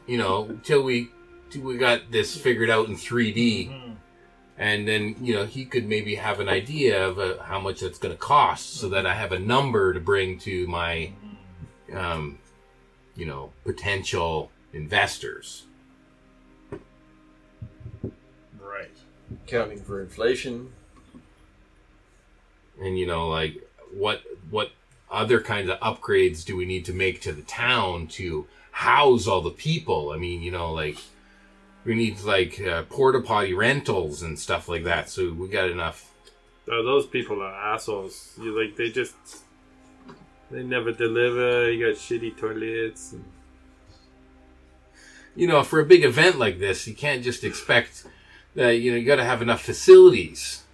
Speaker 5: you know, till we till we got this figured out in 3D
Speaker 4: Mhm.
Speaker 5: and then, you know, he could maybe have an idea of uh, how much that's going to cost so that I have a number to bring to my um you know, potential investors.
Speaker 4: right.
Speaker 3: Counting for inflation.
Speaker 5: and you know like what what other kinds of upgrades do we need to make to the town to house all the people i mean you know like we need like uh, porta potty rentals and stuff like that so we got enough
Speaker 2: Oh, those people are assholes. You like they just they never deliver. You got shitty toilets. And
Speaker 5: you know for a big event like this you can't just expect that you know you got to have enough facilities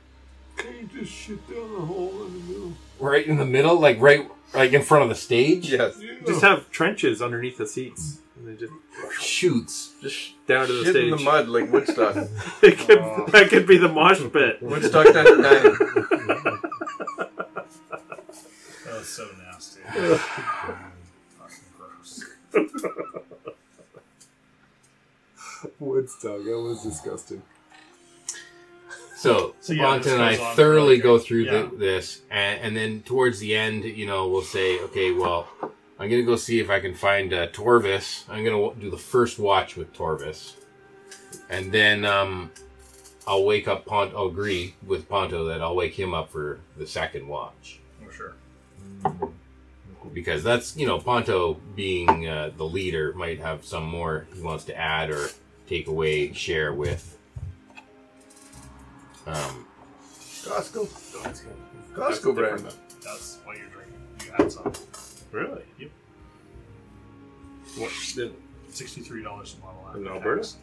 Speaker 6: Can you just shit down the hole in the middle?
Speaker 5: right in the middle like right like in front of the stage
Speaker 3: Yes.
Speaker 2: just have trenches underneath the seats. And they just
Speaker 5: shoots
Speaker 3: Just
Speaker 2: down to the
Speaker 3: shit in the
Speaker 2: stage.
Speaker 3: mud like Woodstock.
Speaker 2: It could, that could be the mosh pit.
Speaker 3: Woodstock 99.
Speaker 4: That was so nasty. Fucking gross.
Speaker 6: Woodstock, that was disgusting.
Speaker 5: So,
Speaker 4: So, yeah,
Speaker 5: Bonta
Speaker 4: this
Speaker 5: and I
Speaker 4: goes on
Speaker 5: thoroughly
Speaker 4: for, like,
Speaker 5: go
Speaker 4: a-
Speaker 5: through
Speaker 4: yeah.
Speaker 5: the, this, and, and then towards the end, you know, we'll say, okay, well, I'm gonna go see if I can find uh, Torvis. I'm gonna w- do the first watch with Torvis, and then um, I'll wake up Ponto. I'll agree with Ponto that I'll wake him up for the second watch
Speaker 4: For sure.
Speaker 5: because that's you know Ponto being uh, the leader might have some more he wants to add or take away, share with. Um,
Speaker 3: Costco. Costco brand.
Speaker 4: That's what you're drinking. You had some.
Speaker 2: Really?
Speaker 4: Yep.
Speaker 2: What? the-
Speaker 4: Sixty-three dollars a bottle.
Speaker 2: In
Speaker 4: after
Speaker 2: Alberta?
Speaker 4: tax.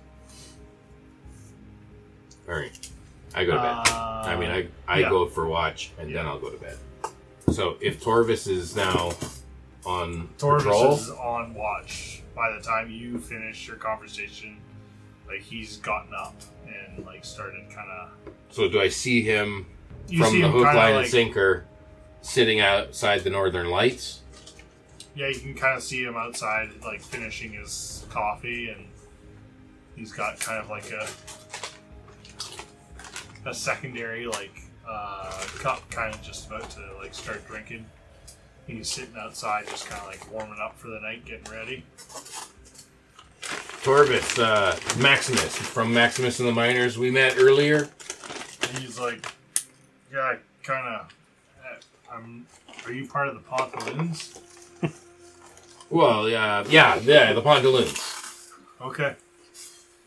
Speaker 5: all right, I go to
Speaker 4: Uh,
Speaker 5: bed. I mean, I, I
Speaker 4: yeah.
Speaker 5: go for watch and then I'll go to bed. So if Torvis is now on
Speaker 4: Torvis
Speaker 5: patrol,
Speaker 4: is on watch. By the time you finish your conversation, like he's gotten up and like started kind of
Speaker 5: so do I see him
Speaker 4: You
Speaker 5: from
Speaker 4: see
Speaker 5: the
Speaker 4: him
Speaker 5: hook,
Speaker 4: kinda
Speaker 5: line, and
Speaker 4: like-
Speaker 5: sinker sitting outside the northern lights.
Speaker 4: Yeah, you can kind of see him outside, like finishing his coffee, and he's got kind of like a a secondary like uh, cup, kind of just about to like start drinking. He's sitting outside, just kind of like warming up for the night, getting ready.
Speaker 5: Torvis, uh, Maximus from Maximus and the Miners we met earlier.
Speaker 4: And he's like, "Yeah, kind of. I'm. Are you part of the Pontaloons?
Speaker 5: Well, uh, yeah, yeah, the Pondaloons.
Speaker 4: Okay.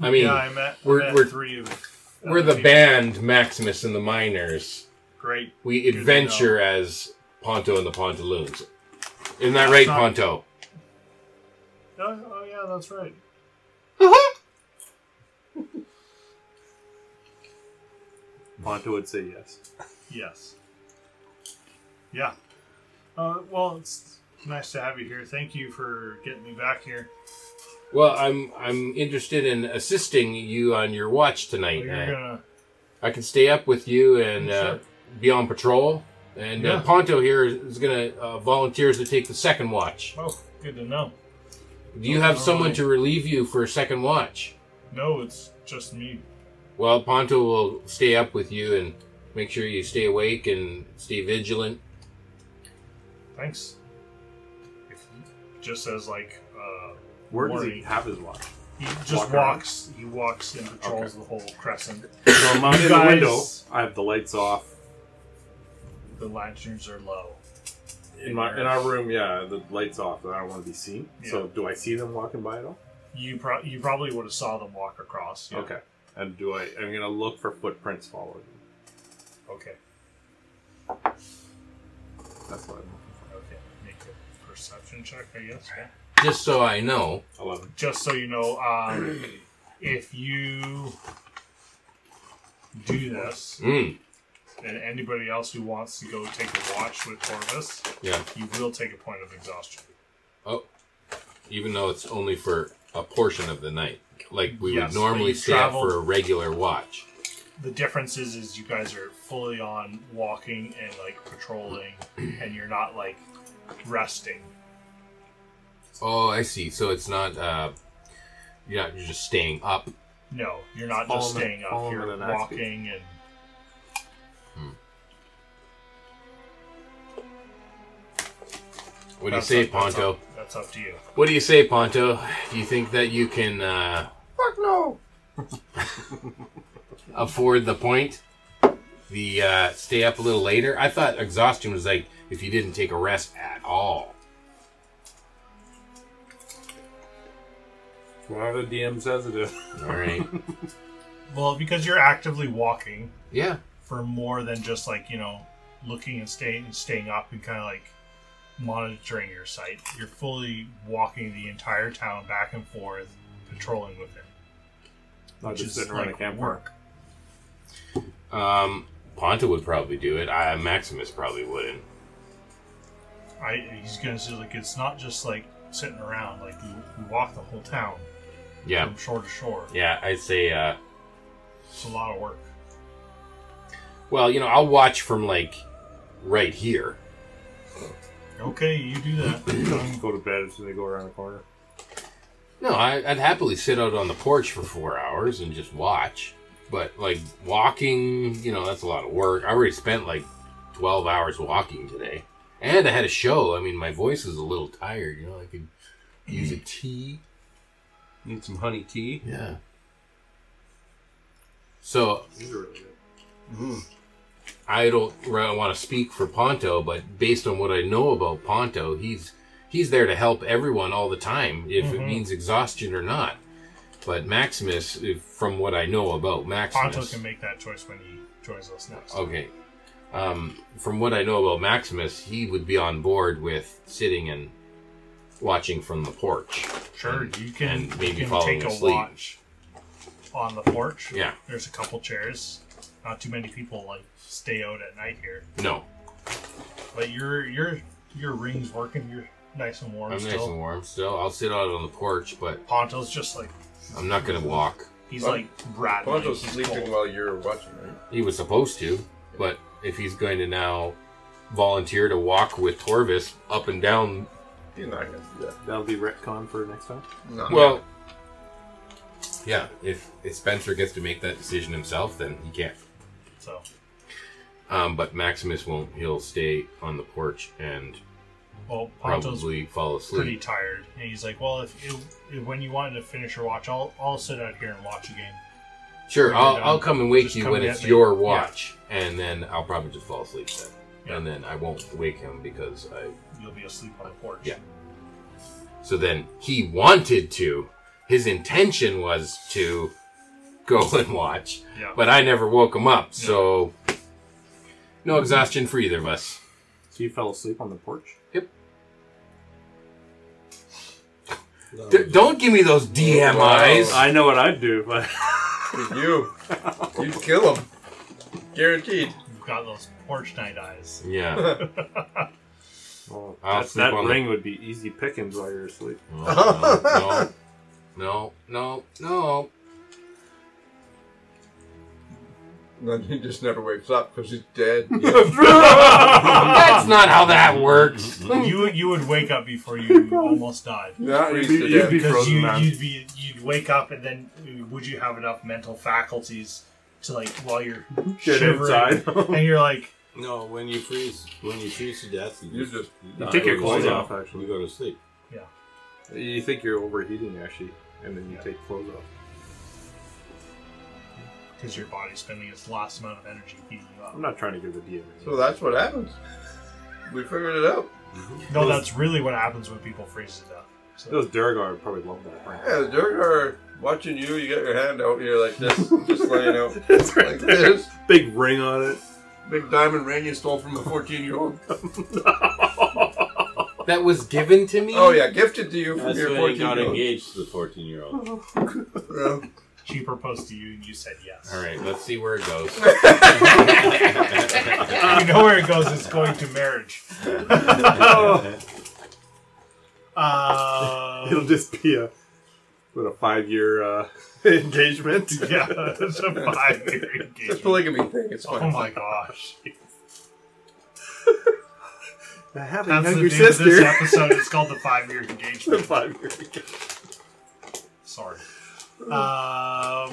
Speaker 5: I mean,
Speaker 4: yeah, I met. I
Speaker 5: we're-
Speaker 4: met
Speaker 5: we're-
Speaker 4: three of.
Speaker 5: We're the band Maximus and the Miners.
Speaker 4: Great.
Speaker 5: We
Speaker 4: Good to know.
Speaker 5: adventure as Ponto and the Pontaloons. Isn't that right,
Speaker 4: not-
Speaker 5: Ponto?
Speaker 4: Oh, oh yeah, that's right.
Speaker 2: Ponto would say yes.
Speaker 4: Yes. Yeah. Uh, well, it's nice to have you here. Thank you for getting me back here.
Speaker 5: Well, I'm I'm interested in assisting you on your watch tonight.
Speaker 4: Oh, You're
Speaker 5: Uh,
Speaker 4: gonna
Speaker 5: I can stay up with you and uh, be on patrol. And
Speaker 4: Yeah.
Speaker 5: uh, Ponto here is, is going to uh, volunteers to take the second watch.
Speaker 4: oh, good to know.
Speaker 5: Do you
Speaker 4: Oh,
Speaker 5: have someone to relieve you for a second watch?
Speaker 4: No, it's just me.
Speaker 5: Well, Ponto will stay up with you and make sure you stay awake and stay vigilant.
Speaker 4: Thanks. If just as like uh,
Speaker 2: Where does he
Speaker 4: Worry.
Speaker 2: have his watch?
Speaker 4: he just
Speaker 2: Walk around.
Speaker 4: walks, he walks and patrols the whole crescent.
Speaker 2: So I'm out
Speaker 4: You
Speaker 2: in the
Speaker 4: guys-
Speaker 2: window. I have the lights off.
Speaker 4: The lanterns are low.
Speaker 2: In my in our room, yeah, the lights off. I don't want to be seen. So do I see them walking by at all?
Speaker 4: You pro- you probably would have saw them walk across. yeah.
Speaker 2: Okay. And do I? I'm gonna look for footprints following. them.
Speaker 4: Okay.
Speaker 2: That's what I'm
Speaker 4: Okay. Make a perception check, I guess. Yeah.
Speaker 5: Just so I know,
Speaker 2: eleven.
Speaker 4: just so you know, um, if you do this,
Speaker 5: mm,
Speaker 4: and anybody else who wants to go take a watch with Torvis,
Speaker 5: Yeah.
Speaker 4: you will take a point of exhaustion.
Speaker 5: even though it's only for a portion of the night, like we
Speaker 4: Yes,
Speaker 5: would normally
Speaker 4: but you
Speaker 5: stay up
Speaker 4: traveled-
Speaker 5: for a regular watch.
Speaker 4: The difference is, is you guys are fully on walking and like patrolling, and you're not like resting.
Speaker 5: Oh, I see. So it's not. Uh, you're not. You're just staying up.
Speaker 4: No, you're not
Speaker 2: Follow
Speaker 4: just
Speaker 2: me-
Speaker 4: staying
Speaker 2: follow me
Speaker 4: up. You're
Speaker 2: to the next
Speaker 4: walking and
Speaker 5: What do you
Speaker 4: that's
Speaker 5: say,
Speaker 4: up- that's
Speaker 5: Ponto?
Speaker 4: up- That's up to you.
Speaker 5: What do you say, Ponto? Do you think that you can uh,
Speaker 3: Fuck no.
Speaker 5: afford the point? The uh, stay up a little later. I thought exhaustion was like if you didn't take a rest at all.
Speaker 2: Whatever the DM says uh, it is.
Speaker 5: All right.
Speaker 4: Well, because you're actively walking,
Speaker 5: yeah.
Speaker 4: for more than just like you know looking and staying and staying up and kind of like monitoring your site you're fully walking the entire town back and forth patrolling with it
Speaker 2: Not just sitting around a campfire.
Speaker 4: work
Speaker 5: Um, Ponto would probably do it. I, Maximus probably wouldn't.
Speaker 4: i he's gonna say like it's not just like sitting around like we, we walk the whole town
Speaker 5: Yeah.
Speaker 4: from shore to shore
Speaker 5: Yeah. I'd say. Uh,
Speaker 4: it's a lot of work
Speaker 5: well, you know, I'll watch from like right here.
Speaker 4: okay you do that
Speaker 2: Go to bed as soon as they go around the corner.
Speaker 5: No, I, I'd happily sit out on the porch for four hours and just watch. But like walking, you know, that's a lot of work. I already spent like twelve hours walking today, and I had a show. I mean, my voice is a little tired. You know, I could use a tea.
Speaker 8: Need some honey tea.
Speaker 5: Yeah. So
Speaker 2: These are really good.
Speaker 5: I don't want to speak for Ponto, but based on what I know about Ponto, he's he's there to help everyone all the time, if
Speaker 4: Mm-hmm.
Speaker 5: it means exhaustion or not. But Maximus, if, from what I know about Maximus,
Speaker 4: ponto can make that choice when he joins us next
Speaker 5: Okay. Um, from what I know about Maximus, he would be on board with sitting and watching from the porch.
Speaker 4: sure
Speaker 5: And-
Speaker 4: you can
Speaker 5: and maybe
Speaker 4: you can
Speaker 5: falling
Speaker 4: take a
Speaker 5: asleep.
Speaker 4: watch on the porch
Speaker 5: Yeah.
Speaker 4: There's a couple chairs. Not too many people like stay out at night here.
Speaker 5: No.
Speaker 4: But your your your ring's working. You're nice and warm
Speaker 5: I'm
Speaker 4: still.
Speaker 5: nice and warm still. I'll sit out on the porch, but
Speaker 4: Ponto's just like
Speaker 5: I'm not going to walk.
Speaker 4: he's
Speaker 3: Pon-
Speaker 4: like rattling.
Speaker 3: Ponto's
Speaker 4: He's
Speaker 3: sleeping
Speaker 4: cold.
Speaker 3: while you're watching, right?
Speaker 5: He was supposed to, but if he's going to now volunteer to walk with Torvis up and down.
Speaker 3: You're not gonna do that.
Speaker 2: That'll be retcon for next time.
Speaker 3: No.
Speaker 5: Well, yeah, if, if Spencer gets to make that decision himself, then he can't.
Speaker 4: So
Speaker 5: Um, but Maximus won't. He'll stay on the porch and
Speaker 4: well, Ponto's
Speaker 5: probably fall
Speaker 4: pretty
Speaker 5: asleep.
Speaker 4: tired, and he's like, "Well, if, you if when you wanted to finish your watch, I'll I'll sit out here and watch a game."
Speaker 5: Sure,
Speaker 4: pretty
Speaker 5: I'll,
Speaker 4: dumb.
Speaker 5: I'll come and wake
Speaker 4: Just
Speaker 5: you
Speaker 4: come
Speaker 5: when
Speaker 4: get
Speaker 5: it's
Speaker 4: me.
Speaker 5: your
Speaker 4: Yeah.
Speaker 5: watch, and then I'll probably just fall asleep then.
Speaker 4: Yeah.
Speaker 5: And then I won't wake him because I.
Speaker 4: You'll be asleep on the porch.
Speaker 5: Yeah. So then he wanted to. His intention was to go and watch,
Speaker 4: Yeah.
Speaker 5: but I never woke him up, so no exhaustion for either of us.
Speaker 2: So you fell asleep on the porch.
Speaker 5: D- don't give me those DM eyes.
Speaker 2: I know what I'd do, but
Speaker 3: You. You'd kill him. Guaranteed.
Speaker 4: You've got those porch night eyes.
Speaker 5: Yeah.
Speaker 2: well,
Speaker 5: I'll
Speaker 2: that,
Speaker 5: sleep
Speaker 2: that
Speaker 5: on the-
Speaker 2: ring would be easy pickings while you're asleep.
Speaker 5: No, no, no, no, no.
Speaker 3: And then he just never wakes up because he's dead.
Speaker 5: That's not how that works.
Speaker 4: you would- you would wake up before you almost died.
Speaker 3: Yeah,
Speaker 2: You'd be-
Speaker 3: he's dead.
Speaker 2: you'd be
Speaker 4: because
Speaker 2: frozen
Speaker 4: you,
Speaker 2: man.
Speaker 4: you'd be you'd wake up and then uh, would you have enough mental faculties to like while you're
Speaker 2: Get
Speaker 4: shivering
Speaker 2: inside.
Speaker 4: and you're like
Speaker 16: No, when you freeze, when you freeze to death, you
Speaker 3: You
Speaker 16: just,
Speaker 3: just-
Speaker 16: you
Speaker 2: take your
Speaker 16: go
Speaker 2: clothes
Speaker 16: to sleep.
Speaker 2: off, actually.
Speaker 16: You go to sleep.
Speaker 2: You think you're overheating actually, and then you take clothes off.
Speaker 4: because your body's spending its last amount of energy heating you up.
Speaker 2: I'm not trying to give the DM.
Speaker 3: So that's what happens. We figured it out.
Speaker 4: No, that's really what happens when people freeze to death. So
Speaker 2: Those Durgar would probably love that ring.
Speaker 3: Yeah, Durgar watching you, you got your hand out here like this, just laying out.
Speaker 2: It's right
Speaker 3: Like
Speaker 2: there.
Speaker 3: this.
Speaker 2: Big ring on it.
Speaker 3: Big diamond ring you stole from a 14 year old.
Speaker 5: That was given to me?
Speaker 3: Oh, yeah, gifted to you from
Speaker 16: That's
Speaker 3: your
Speaker 16: when
Speaker 3: 14
Speaker 16: he got
Speaker 3: year old.
Speaker 16: engaged to the 14 year old.
Speaker 3: Yeah.
Speaker 4: she proposed to you and you said yes.
Speaker 5: All right, let's see where it goes.
Speaker 4: you know where it goes. It's going to marriage.
Speaker 2: It'll
Speaker 4: uh,
Speaker 2: just be a what a five year uh, engagement.
Speaker 4: yeah, it's
Speaker 3: It's
Speaker 4: a five-year
Speaker 3: a
Speaker 4: engagement.
Speaker 3: polygamy thing, it's fine.
Speaker 4: Oh my gosh!
Speaker 2: I have a
Speaker 4: That's the
Speaker 2: younger
Speaker 4: name of this
Speaker 2: sister.
Speaker 4: episode. It's called the five-year engagement.
Speaker 2: five year engagement.
Speaker 4: Sorry. Um,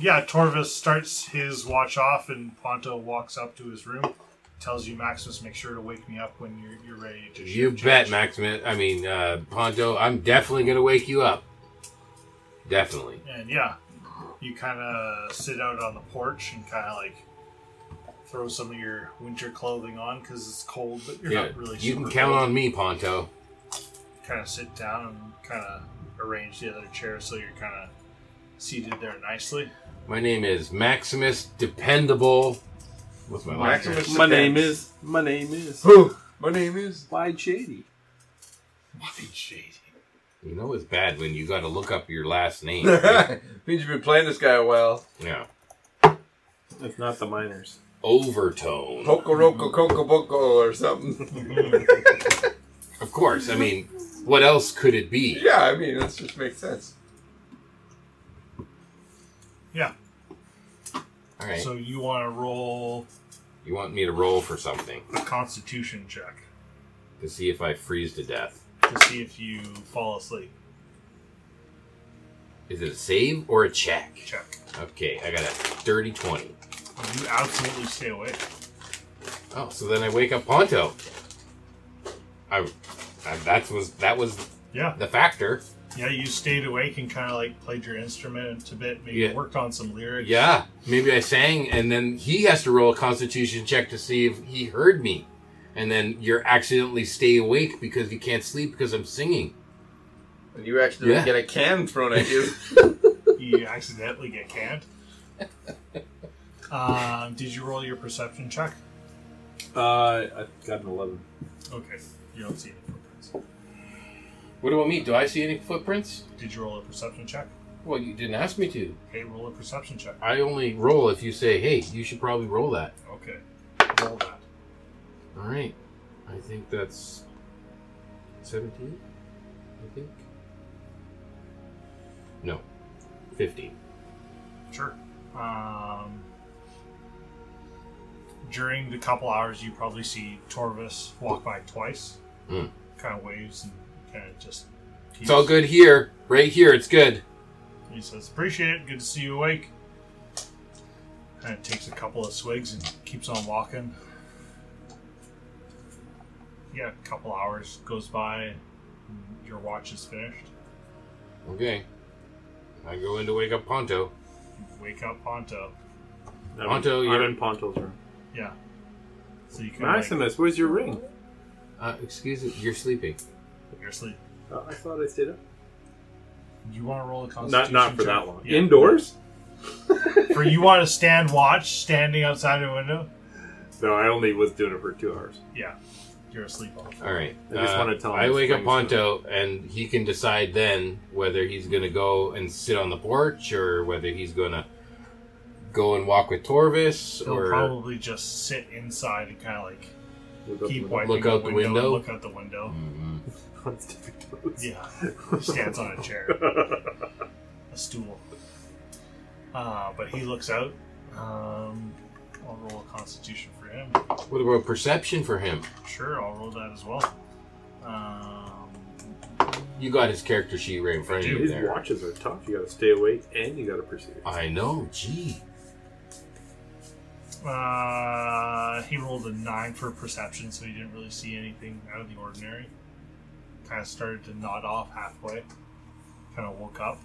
Speaker 4: yeah, Torvis starts his watch off, and Ponto walks up to his room, tells you, Maximus, make sure to wake me up when you're, you're ready to.
Speaker 5: You
Speaker 4: shift
Speaker 5: bet,
Speaker 4: change."
Speaker 5: Maximus. I mean, uh, Ponto, I'm definitely going to wake you up. Definitely.
Speaker 4: And yeah, you kind of sit out on the porch and kind of like throw some of your winter clothing on because it's cold, but you're
Speaker 5: Yeah,
Speaker 4: not really.
Speaker 5: you can count on me, Ponto.
Speaker 4: Kind of sit down and kind of arrange the other chairs so you're kind of seated there nicely.
Speaker 5: My name is Maximus Dependable. What's my last name?
Speaker 3: Maximus
Speaker 2: My
Speaker 3: Depends.
Speaker 2: name is. My name is.
Speaker 3: Who? My name is.
Speaker 2: Wide Shady.
Speaker 5: You know it's bad when you got to look up your last name. right?
Speaker 3: Means you've been playing this guy a while.
Speaker 5: yeah.
Speaker 2: It's not the miners.
Speaker 5: Overtone.
Speaker 3: Pocoroco Coco Boco or something.
Speaker 5: Of course. I mean, what else could it be?
Speaker 3: yeah, I mean, that just makes sense.
Speaker 4: Yeah.
Speaker 5: All right.
Speaker 4: So you want to roll
Speaker 5: You want me to roll for something
Speaker 4: a Constitution check
Speaker 5: to see if I freeze to death.
Speaker 4: to see if you fall asleep.
Speaker 5: Is it a save or a check?
Speaker 4: Check.
Speaker 5: Okay, I got a dirty 20.
Speaker 4: You absolutely stay awake.
Speaker 5: Oh, so then I wake up Ponto. I, I that was that was
Speaker 4: Yeah.
Speaker 5: the factor.
Speaker 4: Yeah, you stayed awake and kind of like played your instrument a bit, maybe
Speaker 5: Yeah.
Speaker 4: worked on some lyrics.
Speaker 5: Yeah, maybe I sang, and then he has to roll a Constitution check to see if he heard me, and then you're accidentally stay awake because you can't sleep because I'm singing.
Speaker 3: And you actually
Speaker 5: Yeah.
Speaker 3: get a can thrown at you.
Speaker 4: you accidentally get canned. Um, did you roll your perception check?
Speaker 2: Uh, I got an 11.
Speaker 4: Okay, you don't see any footprints.
Speaker 5: What about me? Do I see any footprints?
Speaker 4: Did you roll a perception check?
Speaker 5: Well, you didn't ask me to.
Speaker 4: Okay, roll a perception check.
Speaker 5: I only roll if you say, "Hey, you should probably roll that."
Speaker 4: Okay, roll that.
Speaker 5: All right, I think that's seventeen. I think no, fifteen.
Speaker 4: Sure. Um, during the couple hours, you probably see Torvis walk by twice.
Speaker 5: Hmm.
Speaker 4: Kind of waves and kind of just.
Speaker 5: It's all good here. Right here, it's good.
Speaker 4: He says, "Appreciate it. Good to see you awake." Kind of takes a couple of swigs and keeps on walking. Yeah, a couple hours goes by. And your watch is finished.
Speaker 5: Okay. I go in to wake up Ponto.
Speaker 4: You wake up Ponto.
Speaker 2: I'm,
Speaker 5: Ponto,
Speaker 2: I'm
Speaker 5: you're-
Speaker 2: in Ponto's room.
Speaker 4: Yeah. So you can. Like,
Speaker 2: Maximus, where's your ring?
Speaker 5: Uh, excuse me, you're sleeping.
Speaker 4: you're asleep.
Speaker 2: Uh, I thought I stayed up.
Speaker 4: You want to roll a
Speaker 2: Not
Speaker 4: constitution?
Speaker 2: not for
Speaker 4: check?
Speaker 2: that long.
Speaker 4: Yeah.
Speaker 2: Indoors?
Speaker 4: for you want to stand watch, standing outside the window.
Speaker 2: No, I only was doing it for two hours.
Speaker 4: Yeah, you're asleep. all the time.
Speaker 5: All right. Uh,
Speaker 2: I just wanna tell him
Speaker 5: I
Speaker 2: it's
Speaker 5: wake up
Speaker 2: Wednesday.
Speaker 5: Ponto, and he can decide then whether he's going to go and sit on the porch or whether he's going to go and walk with Torvis
Speaker 4: He'll
Speaker 5: or
Speaker 4: probably just sit inside and kind of like
Speaker 2: Look up
Speaker 4: keep
Speaker 2: the-
Speaker 4: wiping
Speaker 5: Look out the
Speaker 4: window,
Speaker 5: window?
Speaker 4: Look out the window.
Speaker 5: Mhm.
Speaker 2: on sticky toes.
Speaker 4: Yeah, stands on a chair, a stool. Uh, but he looks out. Um, I'll roll a Constitution for him.
Speaker 5: what about perception for him?
Speaker 4: Sure, I'll roll that as well. Um,
Speaker 5: You got his character sheet right in front of you
Speaker 2: These
Speaker 5: there.
Speaker 2: watches are tough. You gotta stay awake and you gotta perceive.
Speaker 5: I know. Gee.
Speaker 4: uh, he rolled a nine for perception, so he didn't really see anything out of the ordinary. Kind of started to nod off halfway. Kind of woke up.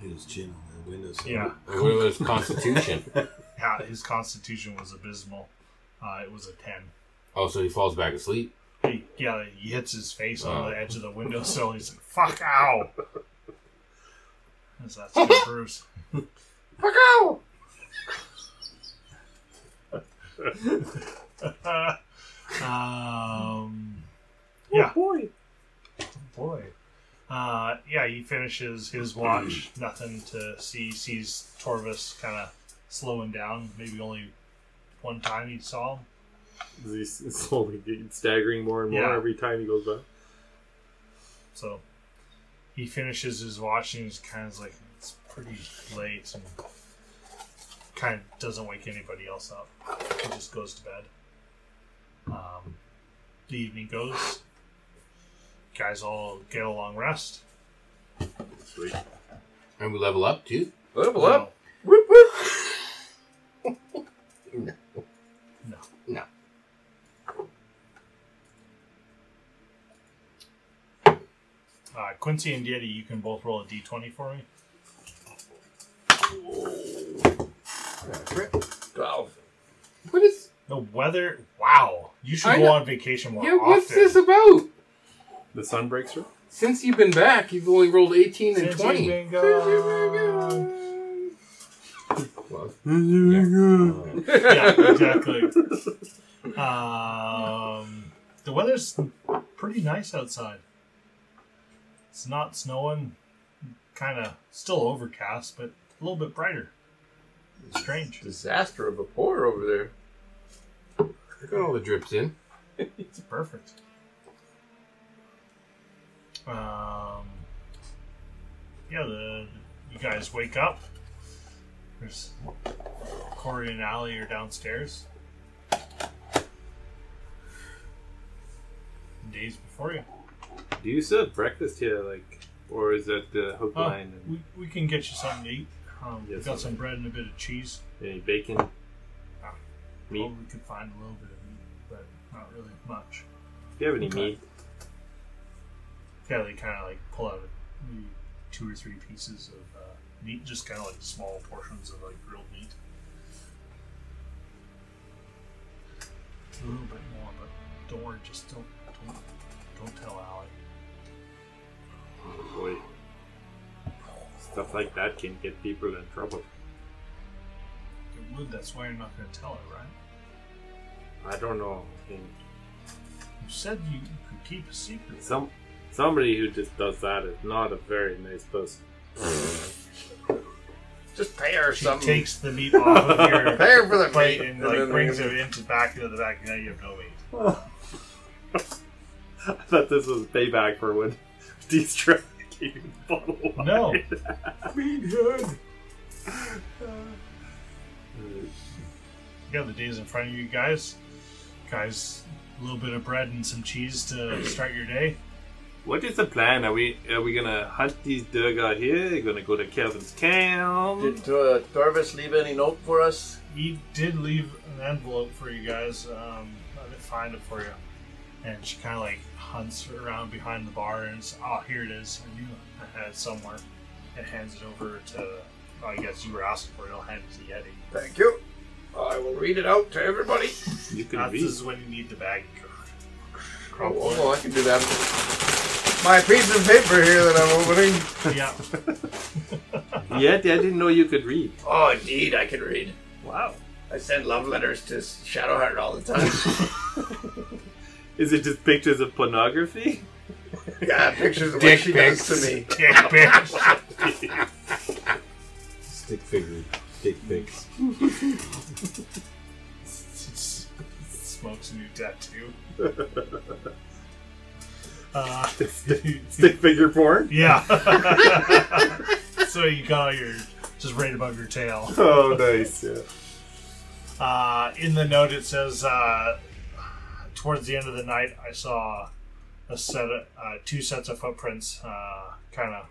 Speaker 16: Hit his chin on the window. sill.
Speaker 4: Yeah.
Speaker 5: What about his constitution?
Speaker 4: Yeah, his constitution was abysmal. Uh, it was a ten.
Speaker 5: oh, so he falls back asleep.
Speaker 4: He, yeah, he hits his face
Speaker 5: Oh.
Speaker 4: on the edge of the windowsill. He's like, "Fuck ow!" That's that's good, Bruce. Fuck ow. um, yeah,
Speaker 2: Boy.
Speaker 4: boy. Uh, yeah, he finishes his watch. Nothing to see. Sees Torvis kind of slowing down. Maybe only one time he saw him.
Speaker 2: He's slowly getting staggering more and more
Speaker 4: Yeah.
Speaker 2: every time he goes by.
Speaker 4: So he finishes his watch and he's kind of like, it's pretty late and kind of doesn't wake anybody else up. He just goes to bed. Um, the evening goes. Guys all get a long rest.
Speaker 5: And we level up too.
Speaker 3: Level up.
Speaker 4: Uh, Quincy and Yeti, you can both roll a d20 for me.
Speaker 3: Wow.
Speaker 5: What is?
Speaker 4: The weather, wow. You should
Speaker 5: I
Speaker 4: go
Speaker 5: know-
Speaker 4: on vacation more
Speaker 5: Yeah.
Speaker 4: often.
Speaker 5: What's this about?
Speaker 2: The sun breaks through.
Speaker 5: Since you've been back, you've only rolled 18 and
Speaker 4: Since you've
Speaker 5: 20.
Speaker 4: been gone.
Speaker 5: Well,
Speaker 4: yeah, exactly. Um, the weather's pretty nice outside. It's not snowing. Kind of still overcast, but a little bit brighter. Strange.
Speaker 3: Disaster of a pour over there.
Speaker 5: Look at all the drips in.
Speaker 4: It's perfect. Um, yeah, the you guys wake up. There's Corey and Allie are downstairs. Days before you.
Speaker 2: Do you still have breakfast here, like, or is that the hook
Speaker 4: Oh,
Speaker 2: line and
Speaker 4: we, we can get you something to eat. Um, we
Speaker 2: Yes,
Speaker 4: got
Speaker 2: okay.
Speaker 4: some bread and a bit of cheese.
Speaker 2: any bacon? Meat.
Speaker 4: Well, we could find a little bit of meat, but not really much.
Speaker 2: Do you have any
Speaker 4: Okay.
Speaker 2: meat?
Speaker 4: Yeah, they kind of like pull out maybe two or three pieces of uh, meat, just kind of like small portions of like grilled meat. A little bit more, but don't worry, just don't don't, don't tell Allie.
Speaker 2: Oh, boy. Stuff like that can get people in trouble.
Speaker 4: It would. That's why you're not going to tell her, right?
Speaker 2: I don't know. I mean,
Speaker 4: You said you, you could keep a secret.
Speaker 2: some somebody who just does that is not a very nice person.
Speaker 3: Just pay her
Speaker 4: She
Speaker 3: something.
Speaker 4: takes the meat off of your
Speaker 3: pay her for the
Speaker 4: plate
Speaker 3: meat
Speaker 4: and like
Speaker 3: then-
Speaker 4: brings it into back into the back. Now you have no meat.
Speaker 2: I thought this was payback for when Deestra gave you the bottle. of wine.
Speaker 4: No. yeah, the day's in front of you guys. Guys, a little bit of bread and some cheese to start your day.
Speaker 2: What is the plan? Are we are we gonna hunt these Durg out here? Are gonna go to Kevin's camp?
Speaker 3: Did uh, Darvis leave any note for us?
Speaker 4: He did leave an envelope for you guys. Um, I didn't find it for you. And she kind of like hunts around behind the bar and says, "Oh, here it is. I knew I had it somewhere." And hands it over to. oh, I guess you were asking for it. I'll hand it to Yeti.
Speaker 3: Thank you. I will read it out to everybody.
Speaker 2: You can
Speaker 4: That's
Speaker 2: read.
Speaker 4: this is when you need the bag.
Speaker 3: Oh, oh, I can do that. My piece of paper here that I'm opening.
Speaker 4: yeah.
Speaker 2: Yet I didn't know you could read.
Speaker 3: Oh, indeed, I can read.
Speaker 2: Wow.
Speaker 3: I send love letters to Shadowheart all the time.
Speaker 2: Is it just pictures of pornography?
Speaker 3: yeah, pictures of
Speaker 5: Dick
Speaker 3: what she
Speaker 5: pics.
Speaker 3: does to me.
Speaker 4: Dick bitch.
Speaker 16: Stick figure, dick pics.
Speaker 4: Smokes a new tattoo. uh,
Speaker 2: Stick figure porn?
Speaker 4: yeah. so you got all your just right above your tail.
Speaker 2: Oh, nice. Yeah.
Speaker 4: Uh, in the note, it says, uh, "Towards the end of the night, I saw a set, of, uh, two sets of footprints, uh, kind of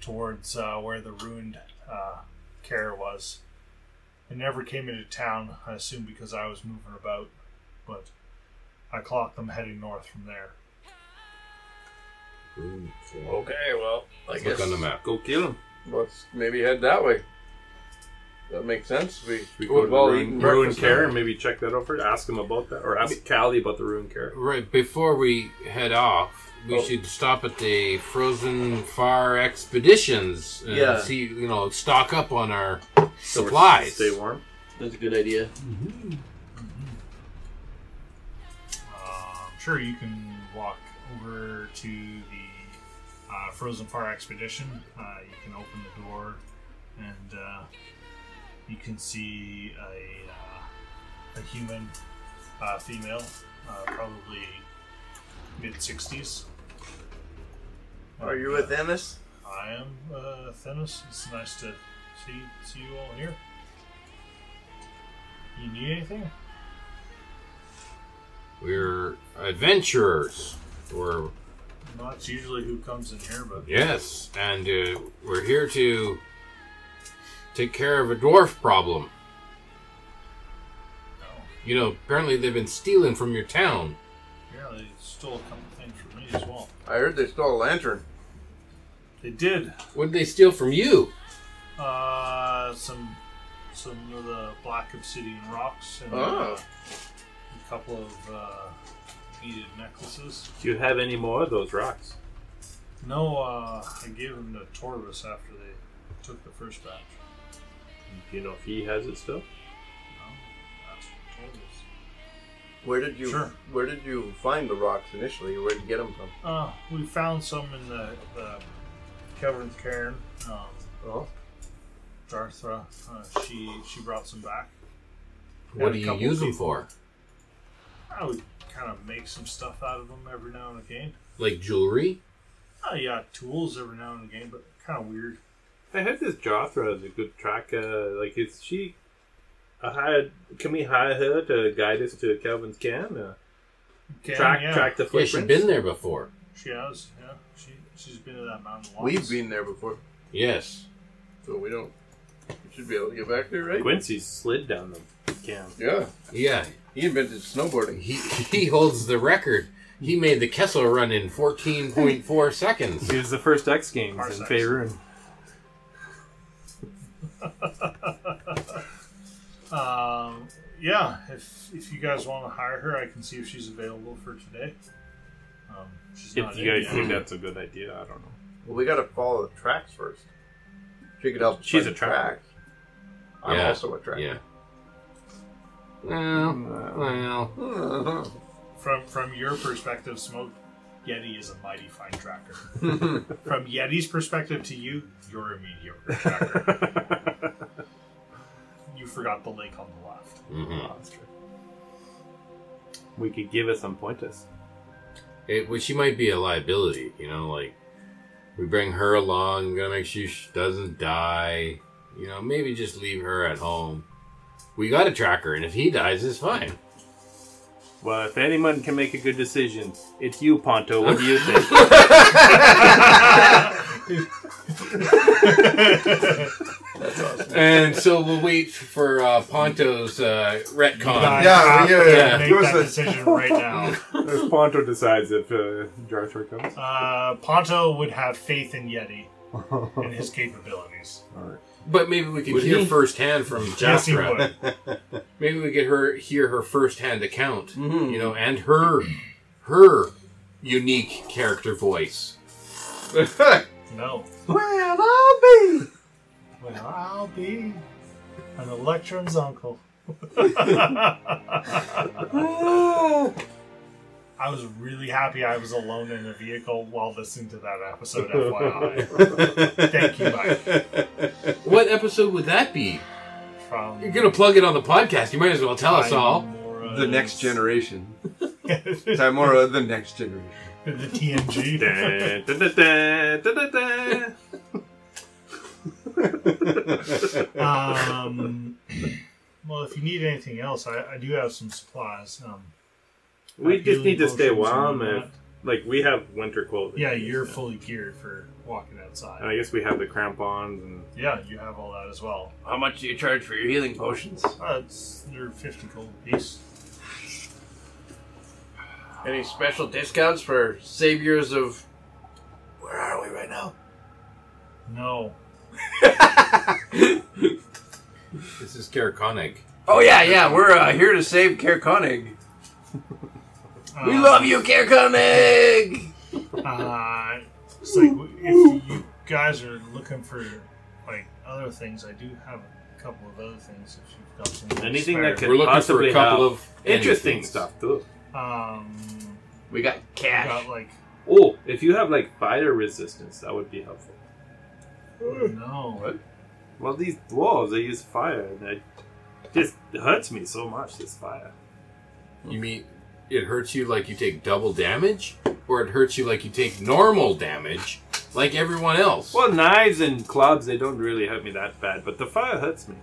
Speaker 4: towards uh, where the ruined uh, care was. It never came into town, I assume, because I was moving about, but I clocked them heading north from there.
Speaker 16: Okay.
Speaker 3: Okay, well, I guess
Speaker 16: Look on the map.
Speaker 2: Go kill him.
Speaker 3: let's maybe head that way. That makes sense. We
Speaker 2: We
Speaker 3: We've
Speaker 2: go to
Speaker 3: all
Speaker 2: the
Speaker 3: eaten
Speaker 2: ruin, ruin
Speaker 3: breakfast
Speaker 2: care
Speaker 3: now.
Speaker 2: and maybe check that out first. Ask him about that, or ask Callie about the ruin care.
Speaker 5: Right before we head off, we
Speaker 3: Oh.
Speaker 5: should stop at the Frozen Far Expeditions and
Speaker 3: Yeah.
Speaker 5: see, you know, stock up on our
Speaker 2: So we're-
Speaker 5: supplies.
Speaker 2: Stay warm.
Speaker 18: That's a good idea.
Speaker 4: Um, sure, you can walk over to the uh, Frozen Far Expedition. Uh, you can open the door, and uh, you can see a, uh, a human uh, female, uh, probably mid 60s.
Speaker 3: Are you with Ennis?
Speaker 4: Uh, I am uh, Themis. It's nice to see see you all here. You need anything?
Speaker 5: We're adventurers. We're
Speaker 4: Well, that's usually who comes in here, but
Speaker 5: yes, and uh, we're here to take care of a dwarf problem.
Speaker 4: no.
Speaker 5: You know, apparently they've been stealing from your town.
Speaker 4: Yeah, they stole a couple things from me as well.
Speaker 3: I heard they stole a lantern.
Speaker 4: They did.
Speaker 5: What did they steal from you?
Speaker 4: Uh, some some of the black obsidian rocks and uh,
Speaker 3: Oh.
Speaker 4: a couple of uh, beaded necklaces.
Speaker 2: Do you have any more of those rocks?
Speaker 4: No, uh, I gave them to Torvis after they took the first batch.
Speaker 2: Do you know if he has it still?
Speaker 4: No, that's Torvis.
Speaker 3: Where did you
Speaker 4: Sure.
Speaker 3: Where did you find the rocks initially? Where did you get them from?
Speaker 4: Uh, we found some in the, the Cavern Cairn. Um,
Speaker 3: Oh,
Speaker 4: Darthra, uh, she she brought some back. And
Speaker 5: What do
Speaker 4: a
Speaker 5: you
Speaker 4: couple
Speaker 5: use them
Speaker 4: people-
Speaker 5: for?
Speaker 4: I would kind of make some stuff out of them every now and again.
Speaker 5: Like jewelry?
Speaker 4: Oh yeah, tools every now and again, but kind of weird.
Speaker 2: I heard this Jothra is a good track. Uh, like, is she a hired? Can we hire her to guide us to Calvin's can? Uh,
Speaker 4: Can,
Speaker 2: track,
Speaker 4: yeah.
Speaker 2: track the
Speaker 5: Yeah,
Speaker 2: footprints.
Speaker 5: she's been there before.
Speaker 4: She has, yeah. She she's been to that mountain once.
Speaker 3: we've been there before,
Speaker 5: Yes.
Speaker 3: so we don't. We should be able to get back there, right?
Speaker 2: Quincy slid down them. Can
Speaker 3: Yeah,
Speaker 5: Yeah,
Speaker 3: he invented snowboarding.
Speaker 5: He he holds the record. He made the Kessel run in 14.4 seconds.
Speaker 2: he was the first X Games
Speaker 4: Our
Speaker 2: in
Speaker 4: sex.
Speaker 2: Faerun.
Speaker 4: Um, yeah. If if you guys want to hire her, I can see if she's available for today. Um, she's not
Speaker 2: If you
Speaker 4: in
Speaker 2: guys
Speaker 4: yet.
Speaker 2: think that's a good idea, I don't know.
Speaker 3: Well, we got to follow the tracks first. She could help.
Speaker 2: She's
Speaker 3: find
Speaker 2: a tracker.
Speaker 3: tracks. I'm
Speaker 5: Yeah.
Speaker 3: also a tracker.
Speaker 5: Yeah. Well, well.
Speaker 4: from from your perspective, smoke Yeti is a mighty fine tracker. from Yeti's perspective to you, you're a mediocre tracker. you forgot the lake on the left.
Speaker 5: mhm.
Speaker 2: We could give us some pointers.
Speaker 5: It, well, she might be a liability, you know, like we bring her along, gotta make sure she doesn't die. You know, maybe just leave her at home. We got a tracker, and if he dies, it's fine.
Speaker 2: Well, if anyone can make a good decision, it's you, Ponto. What do you think?
Speaker 5: And so we'll wait for uh, Ponto's uh, retcon.
Speaker 4: Guys
Speaker 3: yeah,
Speaker 4: have
Speaker 3: yeah,
Speaker 4: to
Speaker 5: yeah.
Speaker 4: Make
Speaker 8: Give us
Speaker 4: that
Speaker 8: a-
Speaker 4: decision right now.
Speaker 8: If Ponto decides if uh, Jarthor comes.
Speaker 4: Uh, Ponto would have faith in Yeti and his capabilities.
Speaker 5: But maybe we could hear firsthand from
Speaker 4: Yes, he
Speaker 5: Jasper.
Speaker 4: would.
Speaker 5: maybe we could her hear her firsthand account, you know, and her her unique character voice.
Speaker 4: No.
Speaker 18: Well, I'll be.
Speaker 4: Well, I'll be an Electron's uncle. I was really happy I was alone in a vehicle while listening to that episode, FYI. Thank you, Mike.
Speaker 5: What episode would that be?
Speaker 4: From
Speaker 5: You're gonna plug it on the podcast. You might as well tell us all.
Speaker 4: Mora's-
Speaker 3: The next generation.
Speaker 4: the
Speaker 3: Timora, the next generation.
Speaker 4: TNG.
Speaker 2: Dun, dun, dun, dun, dun, dun, dun.
Speaker 4: Um, well, if you need anything else, I, I do have some supplies. Um,
Speaker 2: we
Speaker 4: like
Speaker 2: just need to
Speaker 4: healing
Speaker 2: stay
Speaker 4: potions and
Speaker 2: warm.
Speaker 4: whatnot.
Speaker 2: If, like, we have winter clothing.
Speaker 4: Yeah, you're fully geared for walking outside.
Speaker 2: And I guess we have the crampons and.
Speaker 4: yeah, you have all that as well.
Speaker 18: How much do you charge for your healing potions?
Speaker 4: Uh, it's they're fifty gold a piece.
Speaker 18: Any special discounts for saviors of? Where are we right now?
Speaker 4: No,
Speaker 5: This is Karakonic.
Speaker 18: Oh yeah, yeah. We're uh, here to save Kerkonig. We
Speaker 4: Uh,
Speaker 18: love you, Kerkonig.
Speaker 4: Uh, it's like if you guys are looking for like other things, I do have a couple of other things if you've got some.
Speaker 2: Anything
Speaker 4: spare.
Speaker 2: that
Speaker 5: We're
Speaker 2: could
Speaker 5: looking for
Speaker 2: possibly
Speaker 5: a couple
Speaker 2: have
Speaker 5: of
Speaker 2: interesting
Speaker 5: anythings.
Speaker 2: stuff, too.
Speaker 4: Um,
Speaker 18: We got
Speaker 4: I
Speaker 18: cash.
Speaker 4: got like
Speaker 2: Oh, if you have, like, fire resistance, that would be helpful.
Speaker 4: no.
Speaker 2: Well, these dwarves, they use fire, and it just hurts me so much, this fire.
Speaker 5: You mean it hurts you like you take double damage, or it hurts you like you take normal damage, like everyone else?
Speaker 2: Well, knives and clubs, they don't really hurt me that bad, but the fire hurts me.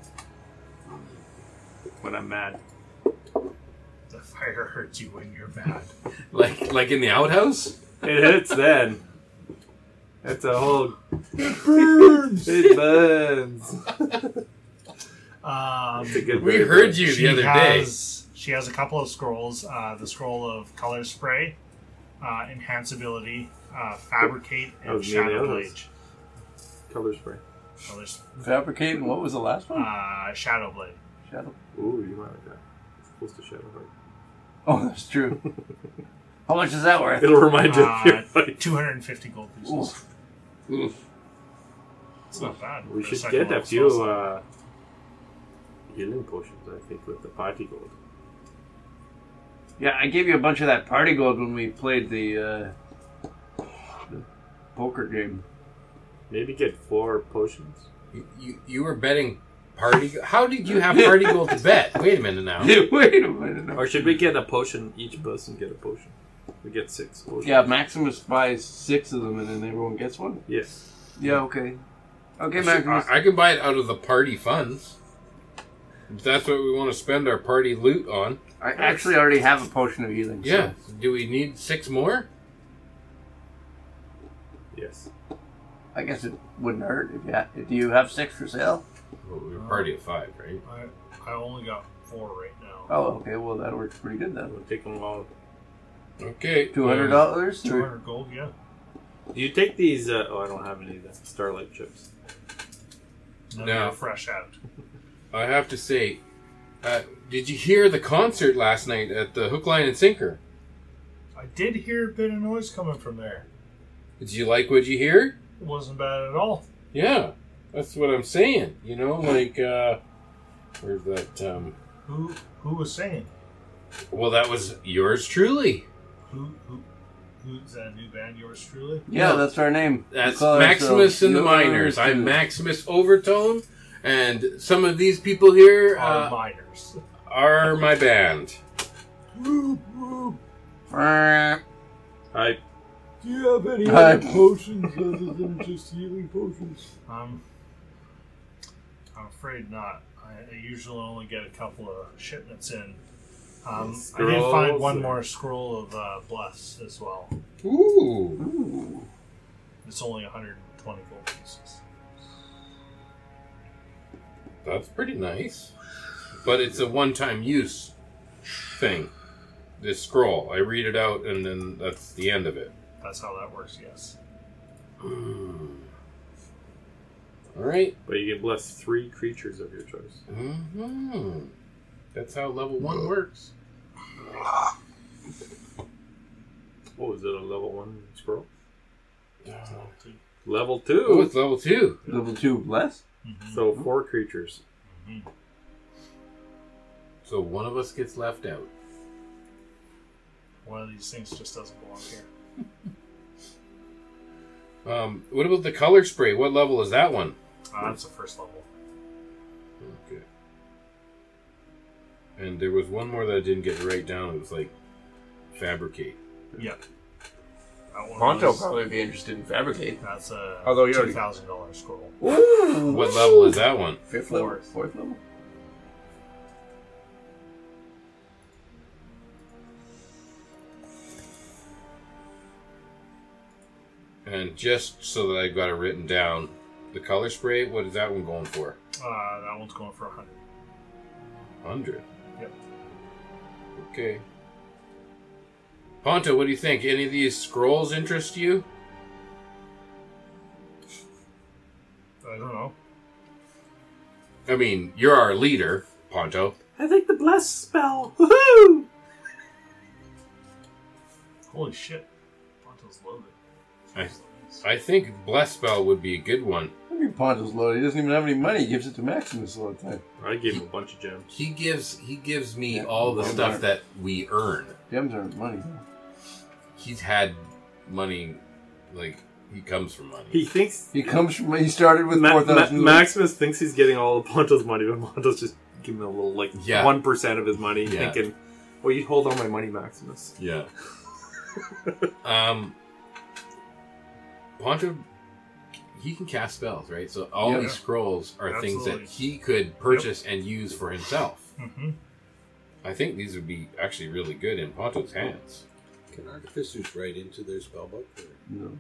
Speaker 2: When I'm mad.
Speaker 4: The fire hurts you when you're mad.
Speaker 5: Like like in the outhouse?
Speaker 2: It hurts then. That's a whole. It burns!
Speaker 4: Um,
Speaker 2: It's a good
Speaker 5: We
Speaker 2: word.
Speaker 5: heard you the other day.
Speaker 4: has, She has a couple of scrolls. Uh, the scroll of color spray, uh, enhance ability, uh, fabricate,
Speaker 2: That
Speaker 4: and
Speaker 2: was me and the
Speaker 4: shadow
Speaker 2: others.
Speaker 4: blade.
Speaker 2: Color spray.
Speaker 4: Color, s-
Speaker 3: Fabricating, what was the last one?
Speaker 4: uh, shadow blade.
Speaker 3: Shadow.
Speaker 2: Ooh, you might like that. It's supposed to shadow hurt.
Speaker 3: Oh, that's true. How much is that worth?
Speaker 2: It'll remind you of your
Speaker 4: Uh,
Speaker 2: body.
Speaker 4: 250 gold pieces. It's not bad.
Speaker 2: We
Speaker 4: for a
Speaker 2: should
Speaker 4: second
Speaker 2: get a
Speaker 4: level
Speaker 2: few
Speaker 4: spell.
Speaker 2: uh, healing potions, I think, with the party gold.
Speaker 18: Yeah, I gave you a bunch of that party gold when we played the, uh, the poker game.
Speaker 2: Maybe get four potions.
Speaker 5: You, you, you were betting party. go- How did you have party goal to bet? Wait a minute now.
Speaker 18: Wait a minute.
Speaker 2: Or should we get a potion? Each person get a potion. We get six potions.
Speaker 18: Yeah, Maximus buys six of them and then everyone gets one.
Speaker 2: Yes.
Speaker 18: Yeah, okay. Okay,
Speaker 5: I,
Speaker 18: Maximus.
Speaker 5: I can buy it out of the party funds. If that's what we want to spend our party loot on.
Speaker 18: I actually already have a potion of healing. so-
Speaker 5: Yeah. Do we need six more?
Speaker 2: Yes.
Speaker 18: I guess it wouldn't hurt if you ha- if you have six for sale.
Speaker 5: Well, we're party of five, right?
Speaker 2: uh,
Speaker 4: I, I only got four right now.
Speaker 18: Oh, okay. Well, that works pretty good
Speaker 2: That
Speaker 18: then.
Speaker 2: would take them all.
Speaker 5: Okay.
Speaker 18: Two hundred
Speaker 5: uh,
Speaker 18: dollars.
Speaker 4: 200 gold, yeah.
Speaker 2: Do you take these? Uh, oh, I don't have any of the starlight chips.
Speaker 4: Now
Speaker 5: No.
Speaker 4: they're fresh out.
Speaker 5: I have to say, uh, did you hear the concert last night at the Hook, Line, and Sinker?
Speaker 4: I did hear a bit of noise coming from there.
Speaker 5: Did you like what you hear?
Speaker 4: It wasn't bad at all.
Speaker 5: Yeah, that's what I'm saying. You know, like, uh, where's that? Um,
Speaker 4: Who who was singing?
Speaker 5: well, that was yours truly.
Speaker 4: Who who who's that new band? Yours truly.
Speaker 18: Yeah, that's our name. We
Speaker 5: That's
Speaker 18: call
Speaker 5: Maximus
Speaker 18: ourselves
Speaker 5: and the
Speaker 18: Yours
Speaker 5: Miners. I'm
Speaker 18: Truly.
Speaker 5: Maximus Overtone, and some of these people here
Speaker 4: Are
Speaker 5: uh,
Speaker 4: miners.
Speaker 5: are my band.
Speaker 2: I
Speaker 6: Do you have any
Speaker 18: Hi.
Speaker 6: other potions other than just healing potions?
Speaker 4: Um, I'm afraid not. I, I usually only get a couple of shipments in. Um, I did find one more scroll of uh, bless as well.
Speaker 5: Ooh.
Speaker 4: It's only 120 gold pieces.
Speaker 5: That's pretty nice. But it's a one time use thing. This scroll. I read it out and then that's the end of it. Hmm.
Speaker 4: That's how that works. Yes.
Speaker 5: Alright.
Speaker 2: But you can bless three creatures of your choice.
Speaker 5: hmm That's how level one works.
Speaker 2: What was Oh, it? A level one scroll?
Speaker 5: Oh,
Speaker 2: Level two.
Speaker 5: it's level two.
Speaker 3: Level two bless.
Speaker 2: so four creatures.
Speaker 5: So one of us gets left out.
Speaker 4: One of these things just doesn't belong here.
Speaker 5: Um, what about the color spray? What level is that one?
Speaker 4: Uh, that's the first level.
Speaker 5: Okay. And there was one more that I didn't get to write down. It was like fabricate.
Speaker 4: Yeah. That one
Speaker 3: Ponto
Speaker 4: was-
Speaker 3: probably be interested in fabricate.
Speaker 4: That's a
Speaker 3: Although you
Speaker 4: two
Speaker 3: already-
Speaker 4: thousand dollar scroll. Uh,
Speaker 5: What level is that one?
Speaker 3: Fifth level, fourth level.
Speaker 5: And just so that I got it written down, the color spray. What is that one going for?
Speaker 4: Uh, that one's going for a hundred.
Speaker 5: Hundred.
Speaker 4: Yep.
Speaker 5: Okay. Ponto, what do you think? Any of these scrolls interest you?
Speaker 4: I don't know.
Speaker 5: I mean, you're our leader, Ponto.
Speaker 18: I think the bless spell. Woohoo!
Speaker 4: Holy shit! Ponto's loaded.
Speaker 5: I, I think bless spell would be a good one.
Speaker 3: I mean, Ponto's loaded. He doesn't even have any money. He gives it to Maximus all the time.
Speaker 2: I gave him a bunch of gems.
Speaker 5: He gives he gives me
Speaker 3: Yeah,
Speaker 5: all the
Speaker 3: I'm
Speaker 5: stuff
Speaker 3: learning.
Speaker 5: that we earn.
Speaker 3: Gems aren't money. though.
Speaker 5: He's had money, like he comes from money.
Speaker 2: He thinks
Speaker 3: He comes from. He started with
Speaker 2: Ma-
Speaker 3: four
Speaker 2: Ma-
Speaker 3: thousand.
Speaker 2: Maximus thinks he's getting all of Ponto's money, but Ponto's just giving him a little like one
Speaker 5: Yeah.
Speaker 2: of his money,
Speaker 5: Yeah.
Speaker 2: thinking, "Well, you hold all my money, Maximus."
Speaker 5: yeah. um, Ponto, he can cast spells, right? So all
Speaker 3: Yeah.
Speaker 5: these scrolls are things
Speaker 4: Absolutely.
Speaker 5: that he could purchase and use for himself.
Speaker 4: Mm-hmm.
Speaker 5: I think these would be actually really good in Ponto's hands.
Speaker 16: Can artificers write into their spellbook? Or...
Speaker 3: No,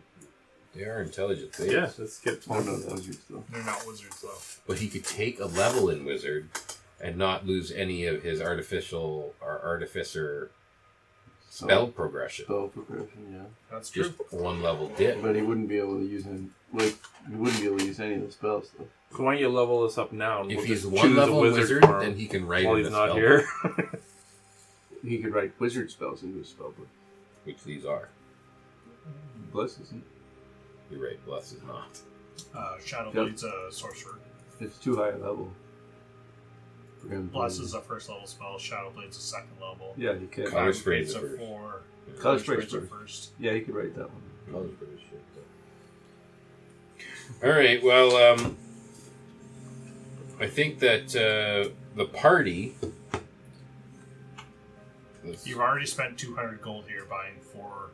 Speaker 5: They are intelligent things.
Speaker 2: Yeah, let's get
Speaker 3: oh no, that was your stuff.
Speaker 4: They're not wizards though.
Speaker 5: but he could take a level in wizard and not lose any of his artificial or artificer spell progression.
Speaker 3: Spell progression, yeah.
Speaker 4: That's true.
Speaker 5: Just one level dip.
Speaker 3: But he wouldn't be able to use him. Like he wouldn't be able to use any of the spells. Though.
Speaker 2: So why don't you level us up now? And
Speaker 5: If
Speaker 2: we'll
Speaker 5: he's
Speaker 2: just
Speaker 5: one
Speaker 2: choose a
Speaker 5: level wizard,
Speaker 2: for him
Speaker 5: then he can write
Speaker 2: while
Speaker 5: in
Speaker 2: he's
Speaker 5: the
Speaker 2: not
Speaker 5: spell,
Speaker 2: here.
Speaker 3: He could write wizard spells into his spellbook.
Speaker 5: which these are.
Speaker 3: Bless isn't.
Speaker 5: You're right, bless is not.
Speaker 4: Uh, Shadow
Speaker 3: Yep.
Speaker 4: Blade's a sorcerer.
Speaker 3: It's too high a level. For him to-
Speaker 4: Bless is a first level spell. Shadow Blade's a second level.
Speaker 3: Yeah, he could.
Speaker 5: Color
Speaker 4: Fates
Speaker 5: spray's the
Speaker 4: are
Speaker 5: first.
Speaker 4: four.
Speaker 3: Color
Speaker 4: Blades
Speaker 3: spray's
Speaker 4: are
Speaker 3: first.
Speaker 4: first.
Speaker 3: Yeah, he could write that one.
Speaker 16: Color spray Oh, shit. though.
Speaker 5: All right. Well, um, I think that uh, the party. Let's-
Speaker 4: You've already spent 200 gold here buying four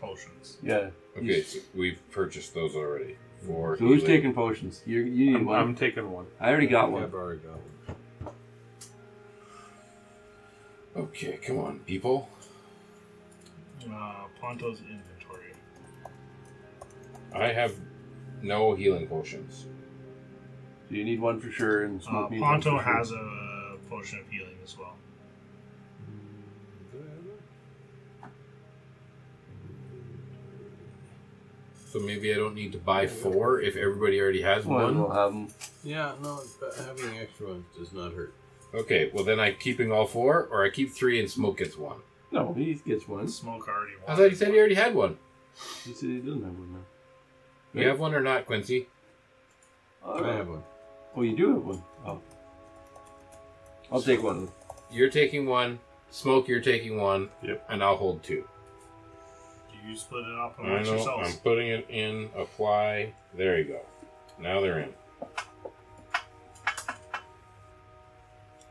Speaker 4: potions.
Speaker 3: Yeah.
Speaker 5: Okay, so we've purchased those already. For
Speaker 3: So who's
Speaker 5: healing.
Speaker 3: taking potions? You you need
Speaker 2: I'm,
Speaker 3: one.
Speaker 2: I'm taking one.
Speaker 3: I already got
Speaker 16: Yeah,
Speaker 3: one.
Speaker 16: I've already got one.
Speaker 5: Okay, come on, people.
Speaker 4: Uh, Ponto's inventory.
Speaker 5: I have no healing potions.
Speaker 3: So you need one for sure, and
Speaker 4: Uh,
Speaker 3: Smoke needs one
Speaker 4: Ponto
Speaker 3: for sure.
Speaker 4: has a uh, potion of healing as well.
Speaker 5: So maybe I don't need to buy four if everybody already has
Speaker 3: one.
Speaker 5: one.
Speaker 3: We'll have 'em.
Speaker 16: Yeah, no, but having extra ones does not hurt.
Speaker 5: Okay, well then I'm keeping all four, or I keep three and Smoke gets one.
Speaker 3: No, he gets one.
Speaker 4: Smoke already won.
Speaker 5: I thought you said you already had one.
Speaker 3: He said he doesn't have one
Speaker 5: You have one or not, Quincy?
Speaker 3: now.
Speaker 16: I have one.
Speaker 3: Oh, you do have one. Oh. I'll take one.
Speaker 5: You're taking one. Smoke, you're taking one.
Speaker 2: Yep.
Speaker 5: And I'll hold two.
Speaker 4: Do you split it up
Speaker 5: I
Speaker 4: amongst
Speaker 5: know. I'm
Speaker 4: yourselves?
Speaker 5: putting it in. Apply. There you go. Now they're in.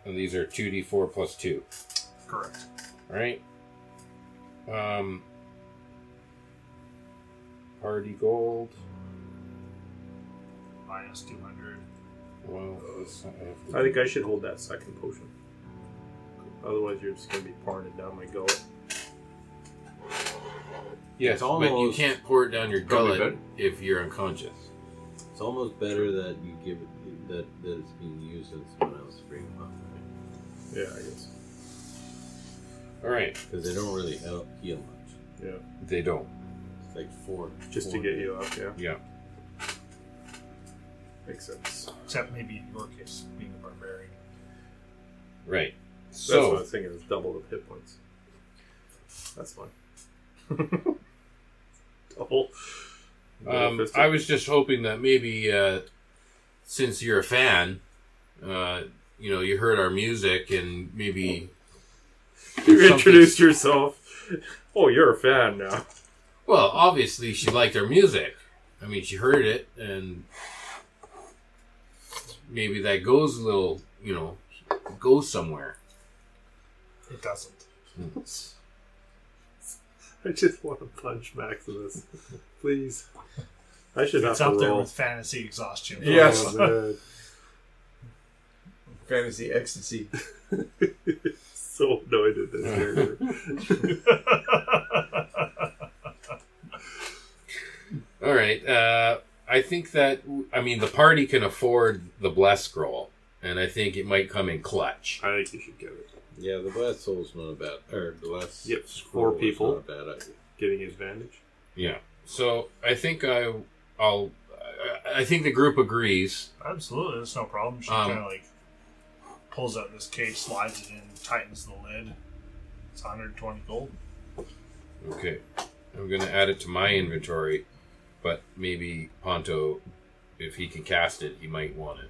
Speaker 5: And these are two d four plus two. um,
Speaker 4: Correct.
Speaker 5: right? Um, party gold.
Speaker 4: Minus 200.
Speaker 5: Uh,
Speaker 2: Wow. I think I should hold that second potion. Otherwise, you're just going to be pouring it down my gullet.
Speaker 5: Yes, but you
Speaker 16: almost-
Speaker 5: can't pour it down your
Speaker 8: Probably
Speaker 5: gullet if you're unconscious.
Speaker 16: It's almost better that you give it that that it's being used in someone else's free mind
Speaker 2: Yeah, I guess.
Speaker 5: All right,
Speaker 16: because they don't really help heal much.
Speaker 2: Yeah.
Speaker 5: they don't.
Speaker 16: It's like four.
Speaker 2: Just to
Speaker 16: four
Speaker 2: get you up, yeah.
Speaker 5: Yeah.
Speaker 2: Makes sense.
Speaker 4: Except maybe in your case, being a barbarian.
Speaker 5: Right.
Speaker 2: That's what I
Speaker 5: So
Speaker 2: was thinking. It's double the hit points. That's fine. double.
Speaker 5: um,
Speaker 2: Double-fisted.
Speaker 5: I was just hoping that maybe uh, since you're a fan, uh, you know, you heard our music and maybe there's
Speaker 2: you
Speaker 5: something-
Speaker 2: introduced yourself. Oh, you're a fan now.
Speaker 5: Well, obviously she liked our music. I mean, she heard it, and maybe that goes a little, you know, goes somewhere.
Speaker 4: It doesn't.
Speaker 2: I just want to punch Maximus. Please. I should
Speaker 4: It's
Speaker 2: have
Speaker 4: up
Speaker 2: to
Speaker 4: there
Speaker 2: roll.
Speaker 4: with fantasy exhaustion.
Speaker 3: Yes.
Speaker 2: Oh,
Speaker 3: Fantasy ecstasy.
Speaker 2: man. so annoyed at this character.
Speaker 5: All right. Uh, I think that I mean the party can afford the bless scroll, and I think it might come in clutch.
Speaker 2: I think you should get it.
Speaker 16: Yeah, the blast soul's not a bad or the blast.
Speaker 2: Yep,
Speaker 16: scroll
Speaker 2: four
Speaker 16: is
Speaker 2: people.
Speaker 16: Not a bad idea.
Speaker 2: Getting advantage.
Speaker 5: Yeah. So I think I, I'll. I- I think the group agrees.
Speaker 4: Absolutely, that's no problem. She
Speaker 5: Um,
Speaker 4: kind of like pulls out this case, slides it in, tightens the lid. It's 120 gold.
Speaker 5: Okay. I'm going to add it to my inventory, but maybe Ponto, if he can cast it, he might want it.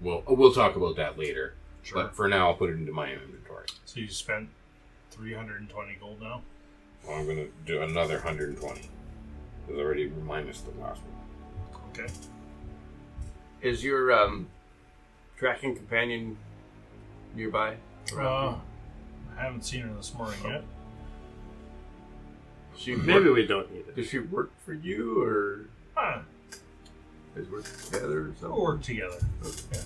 Speaker 5: Well, uh, we'll talk about that later.
Speaker 4: Sure.
Speaker 5: But for now, I'll put it into my inventory.
Speaker 4: So you spent 320 gold now.
Speaker 5: Well, I'm going to do another 120. Because I already minus the last one.
Speaker 4: Okay.
Speaker 3: Is your um, tracking companion nearby?
Speaker 4: Uh, I haven't seen her this morning yet.
Speaker 3: She
Speaker 2: Maybe
Speaker 3: work-
Speaker 2: we don't need it.
Speaker 3: Does she work for you, or
Speaker 4: Huh,
Speaker 3: is work together or something?
Speaker 4: we'll work together. Yeah.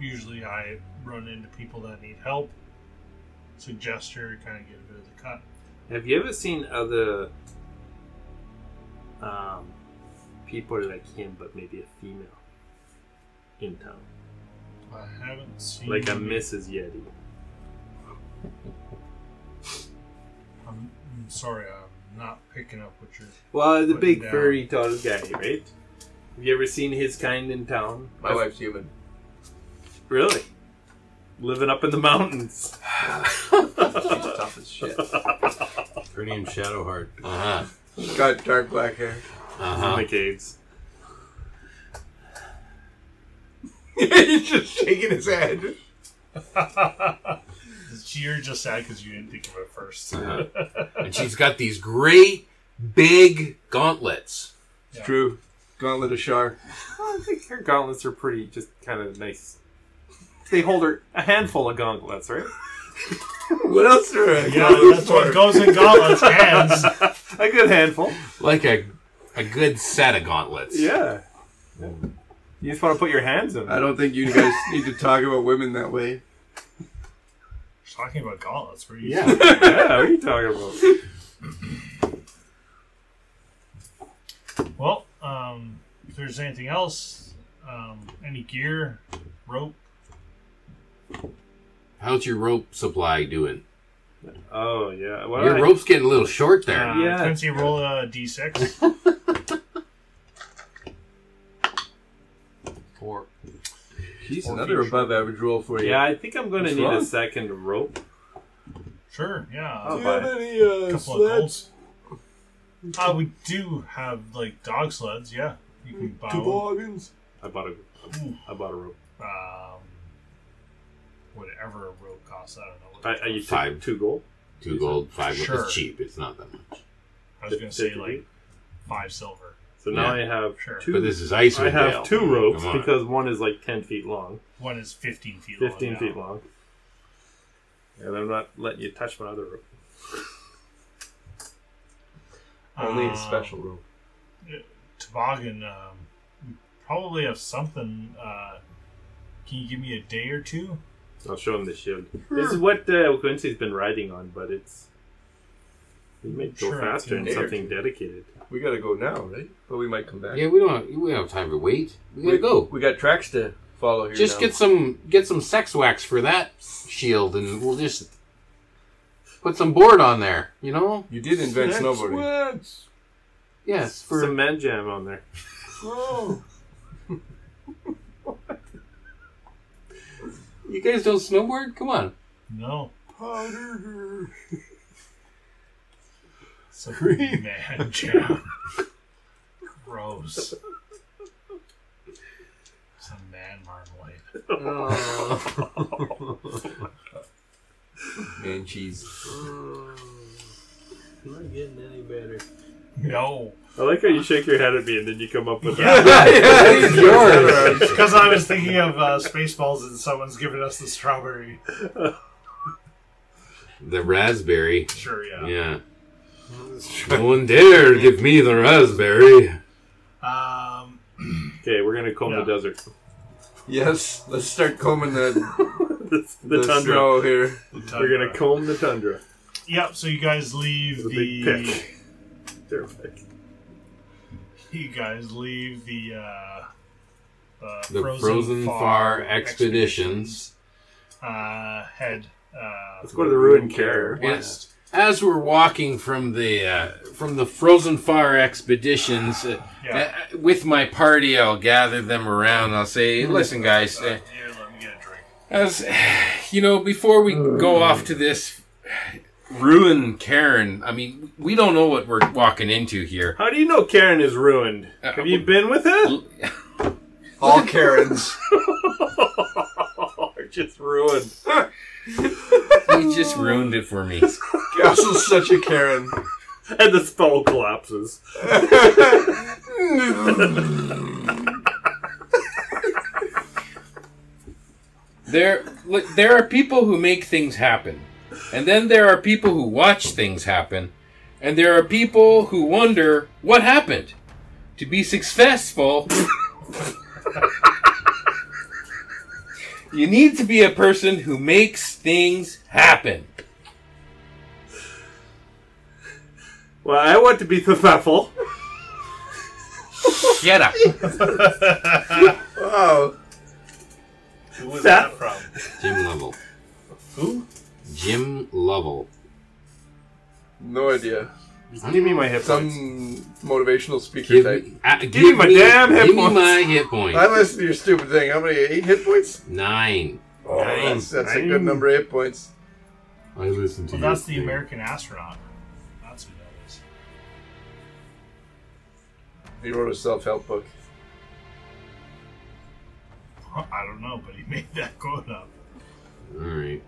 Speaker 4: Usually I run into people that need help, suggest her, kind of get a bit of the cut.
Speaker 2: Have you ever seen other um, people like him, but maybe a female in town?
Speaker 4: I haven't seen
Speaker 2: Like a Mrs. Yeti.
Speaker 4: I'm, I'm sorry, I'm not picking up what you're.
Speaker 2: Well, the
Speaker 4: Putting
Speaker 2: big
Speaker 4: down.
Speaker 2: furry tall guy, right? Have you ever seen his kind in town?
Speaker 3: My wife's human.
Speaker 2: Really? Living up in the mountains.
Speaker 3: She's tough as shit.
Speaker 16: Her name's Shadowheart.
Speaker 5: Uh huh.
Speaker 3: She's got dark black hair.
Speaker 5: Uh
Speaker 2: In
Speaker 5: huh.
Speaker 2: the caves.
Speaker 3: He's just shaking his head.
Speaker 4: You're just sad because you didn't think of it first.
Speaker 3: Uh-huh.
Speaker 5: And she's got these great big gauntlets.
Speaker 4: Yeah.
Speaker 3: True. Gauntlet of Shar.
Speaker 2: I think her gauntlets are pretty, just kind of nice. They hold her a handful of gauntlets, right?
Speaker 3: What else are I
Speaker 4: yeah, that's what goes in Gauntlet's hands.
Speaker 2: a good handful.
Speaker 5: Like a a good set of gauntlets.
Speaker 2: Yeah. You just want to put your hands in.
Speaker 3: I don't think you guys need to talk about women that way.
Speaker 4: Talking about gauntlets, were you?
Speaker 5: Yeah.
Speaker 2: yeah, what are you talking about?
Speaker 4: Well, um, if there's anything else, um, any gear, rope,
Speaker 5: How's your rope supply doing?
Speaker 2: Oh yeah. Well,
Speaker 5: Your
Speaker 2: I-
Speaker 5: rope's getting a little short there.
Speaker 4: uh,
Speaker 2: Yeah.
Speaker 4: Quincy, roll a d6.
Speaker 5: Four.
Speaker 3: She's
Speaker 4: Or
Speaker 3: another
Speaker 4: feature.
Speaker 3: above average roll for you.
Speaker 2: Yeah, I think I'm gonna
Speaker 3: What's
Speaker 2: need a
Speaker 3: wrong?
Speaker 2: second rope.
Speaker 4: sure, yeah.
Speaker 2: Oh,
Speaker 6: Do you have
Speaker 2: fine.
Speaker 6: any uh,
Speaker 4: couple of
Speaker 6: sleds
Speaker 4: bolts. Uh, we do have like dog sleds, yeah. You can buy one.
Speaker 6: toboggans?
Speaker 2: I bought a.
Speaker 4: Ooh,
Speaker 2: I bought a rope.
Speaker 4: um, whatever a rope costs, I don't know. What
Speaker 2: I, I you took
Speaker 5: Five.
Speaker 2: two gold.
Speaker 5: Two gold, five gold.
Speaker 4: Sure.
Speaker 5: It's cheap. It's not that much.
Speaker 4: I was gonna
Speaker 2: Did-
Speaker 4: say
Speaker 2: did you?
Speaker 4: like five silver.
Speaker 2: So now I have
Speaker 4: Sure.
Speaker 2: two.
Speaker 5: But this is ice.
Speaker 2: I have
Speaker 5: Dale.
Speaker 2: two ropes
Speaker 5: Come on.
Speaker 2: because one is like ten feet long,
Speaker 4: One is fifteen feet.
Speaker 2: fifteen
Speaker 4: long now.
Speaker 2: feet long. And I'm not letting you touch my other rope.
Speaker 3: Only
Speaker 4: Um,
Speaker 3: a special rope.
Speaker 4: toboggan. uh, Um, we probably have something. Uh, can you give me a day or two?
Speaker 2: I'll show him the shield. This is what uh, Quincy's been riding on, but it's. We may go
Speaker 4: Sure, I
Speaker 2: faster
Speaker 4: can.
Speaker 2: in something dedicated.
Speaker 8: We gotta go now, right? But we might come back.
Speaker 5: Yeah, we don't. Have, we don't have time to wait. We gotta go.
Speaker 8: We got tracks to follow here.
Speaker 5: Just
Speaker 8: now.
Speaker 5: get some get some sex wax for that shield, and we'll just put some board on there. You know?
Speaker 8: You did invent snowboarding.
Speaker 6: Sweats.
Speaker 5: Yes. For
Speaker 2: Some man jam on there.
Speaker 6: Oh,
Speaker 5: you guys don't snowboard? Come on.
Speaker 4: No.
Speaker 6: powder.
Speaker 4: It's like, man jam. Gross. Some man marmalade.
Speaker 5: Man, cheese.
Speaker 16: Not getting any better.
Speaker 4: No.
Speaker 2: I like how you shake your head at me and then you come up with that.
Speaker 5: it's yours.
Speaker 4: Because I was thinking of uh, Spaceballs and someone's giving us the strawberry.
Speaker 5: The raspberry.
Speaker 4: Sure, yeah.
Speaker 5: Yeah. No one dare give me the raspberry.
Speaker 4: Um,
Speaker 2: Okay, we're gonna comb
Speaker 4: Yeah.
Speaker 2: the desert.
Speaker 3: Yes, let's start combing the,
Speaker 2: the,
Speaker 3: the,
Speaker 2: the tundra.
Speaker 3: snow here.
Speaker 2: We're gonna comb the tundra.
Speaker 4: Yep. So you guys leave
Speaker 2: The
Speaker 4: the.
Speaker 2: big pick. Terrific.
Speaker 4: You guys leave the. Uh,
Speaker 5: The Frozen Far Expeditions.
Speaker 4: expeditions, Uh, head. Uh,
Speaker 2: Let's go to the ruined carrier.
Speaker 5: Yes. As we're walking from the uh, from the Frozen Far expeditions, uh,
Speaker 4: Yeah.
Speaker 5: uh, with my party, I'll gather them around. I'll say, "Listen, guys, uh,
Speaker 4: here, let me get a drink.
Speaker 5: as you know, before we go off to this ruin, Karen. I mean, we don't know what we're walking into here.
Speaker 2: How do you know Karen is ruined?
Speaker 5: Uh,
Speaker 2: Have you been with her?
Speaker 3: All Karens.
Speaker 2: Just ruined.
Speaker 5: You just ruined it for me.
Speaker 3: Castle's such a Karen.
Speaker 2: And the spell collapses.
Speaker 5: There, look, there are people who make things happen, and then there are people who watch things happen, and there are people who wonder what happened. To be successful, you need to be a person who makes things happen.
Speaker 2: Well, I want to be successful.
Speaker 5: Shut up.
Speaker 3: Wow.
Speaker 4: Who was
Speaker 2: That-
Speaker 4: that, from?
Speaker 5: Jim Lovell.
Speaker 4: Who?
Speaker 5: Jim Lovell.
Speaker 3: No idea.
Speaker 2: Give me my hip points.
Speaker 3: Some motivational speaker
Speaker 5: Give,
Speaker 3: type.
Speaker 5: me- uh, give,
Speaker 2: him a
Speaker 5: me-
Speaker 2: damn hit
Speaker 5: give me
Speaker 2: points.
Speaker 5: my hit point.
Speaker 3: I listened to your stupid thing. How many? Eight hit points?
Speaker 5: Nine.
Speaker 3: Oh, that's, that's a good
Speaker 2: Nine.
Speaker 3: number of hit points.
Speaker 5: I listened to
Speaker 4: Well,
Speaker 5: you.
Speaker 4: that's the American astronaut. That's who that is.
Speaker 3: He wrote a self help book.
Speaker 4: I don't know, but he made that quote up.
Speaker 5: All right.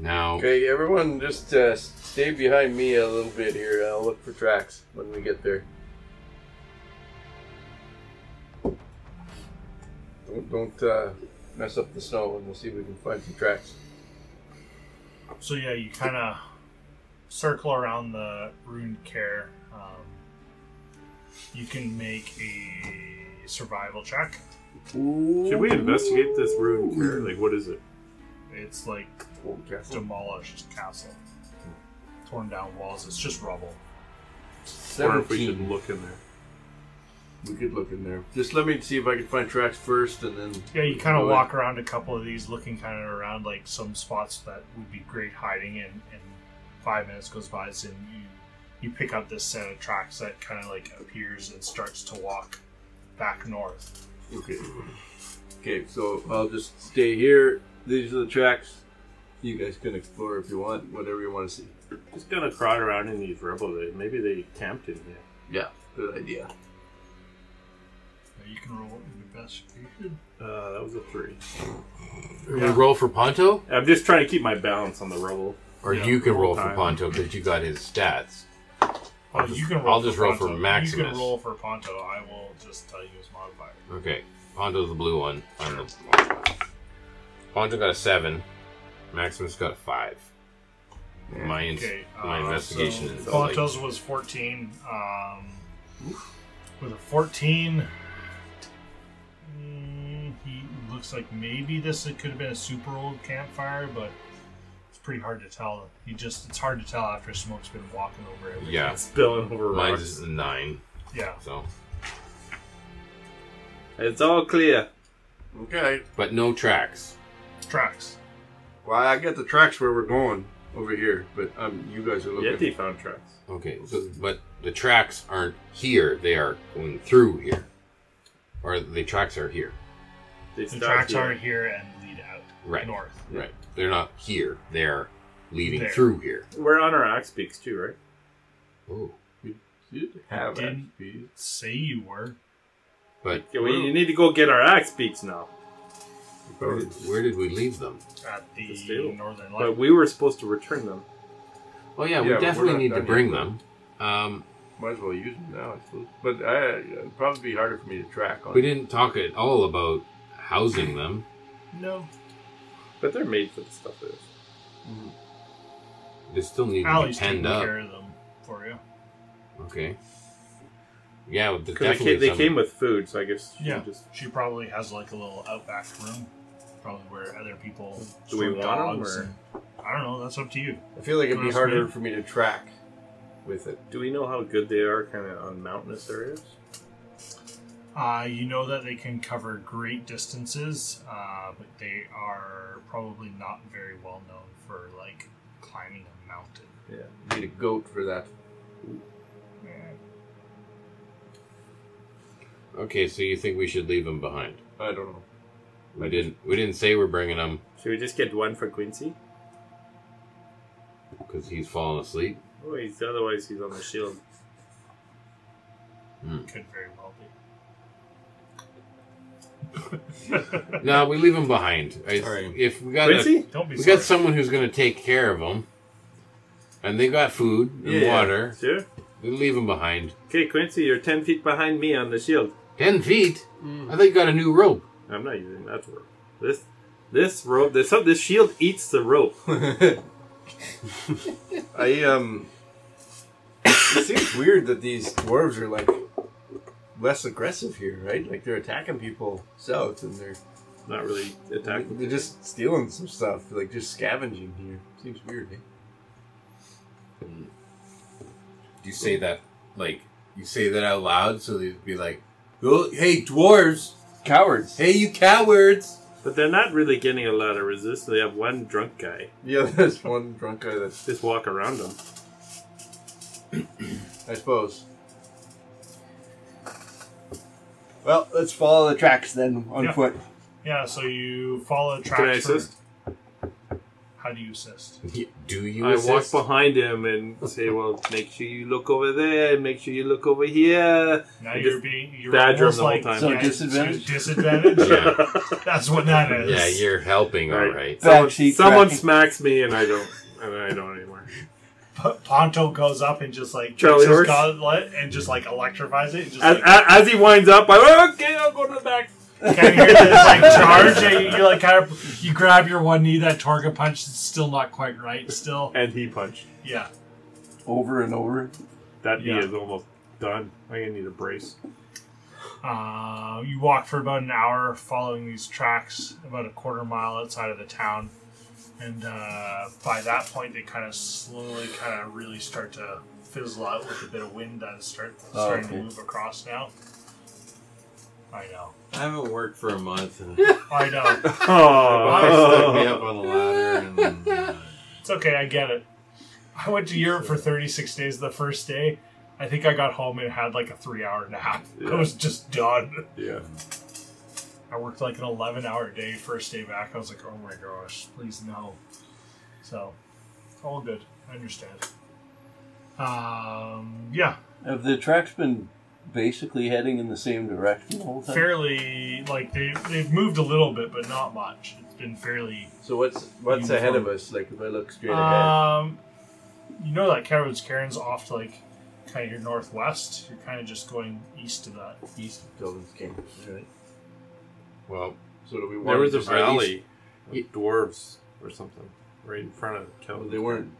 Speaker 5: Now,
Speaker 3: Okay, everyone, just uh, stay behind me a little bit here. I'll look for tracks when we get there. Don't, don't uh, mess up the snow, and we'll see if we can find some tracks.
Speaker 4: So yeah, you kind of circle around the ruined care. Um, you can make a survival check.
Speaker 2: Should we investigate this ruined carrier? Like, what is it?
Speaker 4: It's like demolished castle,
Speaker 5: Hmm.
Speaker 4: torn down walls. It's just rubble.
Speaker 2: Or if we should look in there.
Speaker 3: We could look in there. Just let me see if I can find tracks first, and then
Speaker 4: Yeah, you kind of
Speaker 3: Really?
Speaker 4: walk around a couple of these, looking kind of around like some spots that would be great hiding in. And five minutes goes by, and you you pick up this set of tracks that kind of like appears and starts to walk back north.
Speaker 3: Okay. Okay, so I'll just stay here. These are the tracks. You guys can explore if you want, whatever you want to see.
Speaker 2: Just gonna crowd around in these rubble. They- Maybe they camped in here.
Speaker 3: Yeah, good idea.
Speaker 4: You can roll an investigation.
Speaker 2: Uh, that was a three.
Speaker 5: we roll for Ponto,
Speaker 2: I'm just trying to keep my balance on the rubble.
Speaker 5: or
Speaker 4: Yeah,
Speaker 5: you can roll for
Speaker 2: time.
Speaker 5: Ponto because you got his stats.
Speaker 4: Oh, you can roll
Speaker 5: I'll just roll for
Speaker 4: Ponto. You
Speaker 5: Maximus.
Speaker 4: can roll for Ponto. I will just tell you his modifier.
Speaker 5: Okay, Ponto's the blue one. I'm the Ponto got a seven. Maximus got a five. My ins-
Speaker 4: Okay.
Speaker 5: my
Speaker 4: uh,
Speaker 5: investigation
Speaker 4: so
Speaker 5: is
Speaker 4: Ponto's was 14. Um, With a 14, mm, he looks like maybe this could have been a super old campfire, but it's pretty hard to tell. He just, it's hard to tell after smoke's been walking over everything.
Speaker 5: Yeah.
Speaker 2: Spilling over
Speaker 5: Mine's
Speaker 2: rocks.
Speaker 5: is a nine.
Speaker 4: Yeah.
Speaker 5: So,
Speaker 18: It's all clear.
Speaker 8: Okay.
Speaker 5: but no tracks.
Speaker 4: Tracks.
Speaker 8: Well, I got the tracks where we're going over here, but um, you guys are looking.
Speaker 2: Yeti found tracks.
Speaker 5: Okay. So, but the tracks aren't here. They are going through here, or the tracks are here.
Speaker 2: They
Speaker 4: The
Speaker 2: stopped
Speaker 4: tracks
Speaker 2: here.
Speaker 4: are here and lead out
Speaker 5: Right.
Speaker 4: north.
Speaker 5: Right. They're not here. They're leading
Speaker 4: There.
Speaker 5: through here.
Speaker 2: We're on our ox peaks too, right?
Speaker 5: Oh.
Speaker 8: You have
Speaker 4: Didn't-
Speaker 8: XP.
Speaker 4: Say you were.
Speaker 5: But
Speaker 2: Okay, we you need to go get our axe peaks now.
Speaker 5: where did, where did we leave them?
Speaker 4: at the
Speaker 2: Just do.
Speaker 4: northern
Speaker 2: But
Speaker 4: light.
Speaker 2: we were supposed to return them.
Speaker 5: Oh yeah,
Speaker 8: Yeah,
Speaker 5: we
Speaker 8: we're
Speaker 5: definitely
Speaker 8: not
Speaker 5: need to
Speaker 8: done
Speaker 5: bring
Speaker 8: yet.
Speaker 5: them. Um,
Speaker 8: Might as well use them now, I suppose. But I, it'd probably be harder for me to track on.
Speaker 5: we didn't talk at all about housing them.
Speaker 4: No.
Speaker 2: But they're made for the stuff that is.
Speaker 5: They still need to be
Speaker 4: Allie's taking
Speaker 5: penned up.
Speaker 4: care of them for you.
Speaker 5: Okay. Yeah, but
Speaker 2: Because they,
Speaker 5: definitely
Speaker 2: came, they
Speaker 5: some-
Speaker 2: came with food, so I guess you
Speaker 4: Yeah.
Speaker 2: just
Speaker 4: She probably has like a little outback room, probably where other people
Speaker 2: Do we
Speaker 4: store
Speaker 2: want 'em,
Speaker 4: dogs
Speaker 2: or-
Speaker 4: and- I don't know. That's up to you.
Speaker 3: I feel like it'd be
Speaker 4: Last
Speaker 3: harder
Speaker 4: minute.
Speaker 3: for me to track with it.
Speaker 2: Do we know how good they are kind of on mountainous areas?
Speaker 4: Uh, you know that they can cover great distances, uh, but they are probably not very well known for like climbing a mountain.
Speaker 3: Need a goat for that.
Speaker 5: Okay, so you think we should leave them behind?
Speaker 8: I don't know.
Speaker 5: We didn't. We didn't say we're bringing them
Speaker 2: Should we just get one for Quincy?
Speaker 5: because he's fallen asleep.
Speaker 2: Oh, he's otherwise he's on the shield.
Speaker 4: Could very well be.
Speaker 5: no, we leave them behind. I-
Speaker 16: Alright.
Speaker 5: If we got a,
Speaker 2: Quincy?
Speaker 4: Don't be.
Speaker 5: we got
Speaker 4: sorry.
Speaker 5: someone who's going to take care of them, and they got food and
Speaker 2: Yeah, yeah.
Speaker 5: water,
Speaker 2: Sure.
Speaker 5: we leave them behind.
Speaker 2: Okay, Quincy, you're ten feet behind me on the shield.
Speaker 5: Ten feet.
Speaker 8: Mm.
Speaker 5: I thought you got a new rope.
Speaker 2: I'm not using that rope. This this rope this this shield eats the rope.
Speaker 3: I um. it seems weird that these dwarves are like less aggressive here, right? Like they're attacking people south, and they're
Speaker 2: not really attacking.
Speaker 3: they're just stealing some stuff, like just scavenging here. Seems weird. Eh?
Speaker 5: Do you say that like you say that out loud so they'd be like, oh, "Hey dwarves!
Speaker 3: Cowards.
Speaker 5: Hey you cowards!"
Speaker 2: But they're not really getting a lot of resistance. They have one drunk guy.
Speaker 3: Yeah, there's one drunk guy that
Speaker 2: Just walk around them.
Speaker 3: I suppose. Well, let's follow the tracks then on
Speaker 4: Yeah.
Speaker 3: foot.
Speaker 4: Yeah. So you follow tracks.
Speaker 2: Can I
Speaker 4: for-
Speaker 2: assist?
Speaker 4: How do you assist?
Speaker 5: Do you?
Speaker 2: I
Speaker 5: assist?
Speaker 2: walk behind him and say, "Well, make sure you look over there. Make sure you look over here."
Speaker 4: Now
Speaker 2: I
Speaker 4: you're
Speaker 2: just
Speaker 4: being you're
Speaker 2: badger
Speaker 4: almost
Speaker 2: him the whole
Speaker 4: like
Speaker 2: time.
Speaker 3: So
Speaker 4: yeah,
Speaker 3: disadvantage?
Speaker 4: so disadvantage.
Speaker 5: Yeah.
Speaker 4: That's what that is.
Speaker 5: Yeah, you're helping, all
Speaker 2: Right.
Speaker 5: right.
Speaker 2: Someone,
Speaker 3: Backseat
Speaker 2: someone
Speaker 3: tracking.
Speaker 2: smacks me, and I don't. And I don't anymore.
Speaker 4: P- Ponto goes up and just like
Speaker 2: Charlie
Speaker 4: takes his
Speaker 2: horse?
Speaker 4: gauntlet and just like electrifies it. And just
Speaker 2: As,
Speaker 4: like,
Speaker 2: as, as he winds up, I'm okay. I'll go to the back.
Speaker 4: kind of hear this like charge. And you, you like kind of you grab your one knee that Torga punched. It's still not quite right. Still,
Speaker 2: And he punched.
Speaker 4: yeah.
Speaker 3: Over and over.
Speaker 2: That knee
Speaker 4: Yeah.
Speaker 2: is almost done. I'm gonna need a brace.
Speaker 4: Uh, you walk for about an hour following these tracks about a quarter mile outside of the town. And uh, by that point, they kind of slowly, kind of really start to fizzle out with a bit of wind that is start, starting
Speaker 3: okay.
Speaker 4: to move across now. I know.
Speaker 16: I haven't worked for a month. And
Speaker 4: I know.
Speaker 16: I stuck me
Speaker 2: Oh,
Speaker 16: up on the ladder. And, uh,
Speaker 4: it's okay. I get it. I went to Europe for 36 days the first day. I think I got home and had like a three hour nap. I was just done.
Speaker 2: yeah.
Speaker 4: I worked like an 11 hour day first day back. I was like, oh my gosh, please no. So, all good. I understand. Um, yeah,
Speaker 18: Have the tracks been basically heading in the same direction the whole time?
Speaker 4: fairly, like, they, they've moved a little bit, but not much. It's been fairly.
Speaker 3: So what's what's ahead of us? Like if I look straight ahead.
Speaker 4: Um, you know that Carolin's Karen's off to, like, kind of your northwest. You're kind of just going east of that.
Speaker 3: East of Kelvin's King. Alright.
Speaker 5: Well,
Speaker 3: So do we want
Speaker 2: There was a
Speaker 3: to-
Speaker 2: valley of dwarves or something right in front of
Speaker 3: Well,
Speaker 2: Kelvin.
Speaker 3: they weren't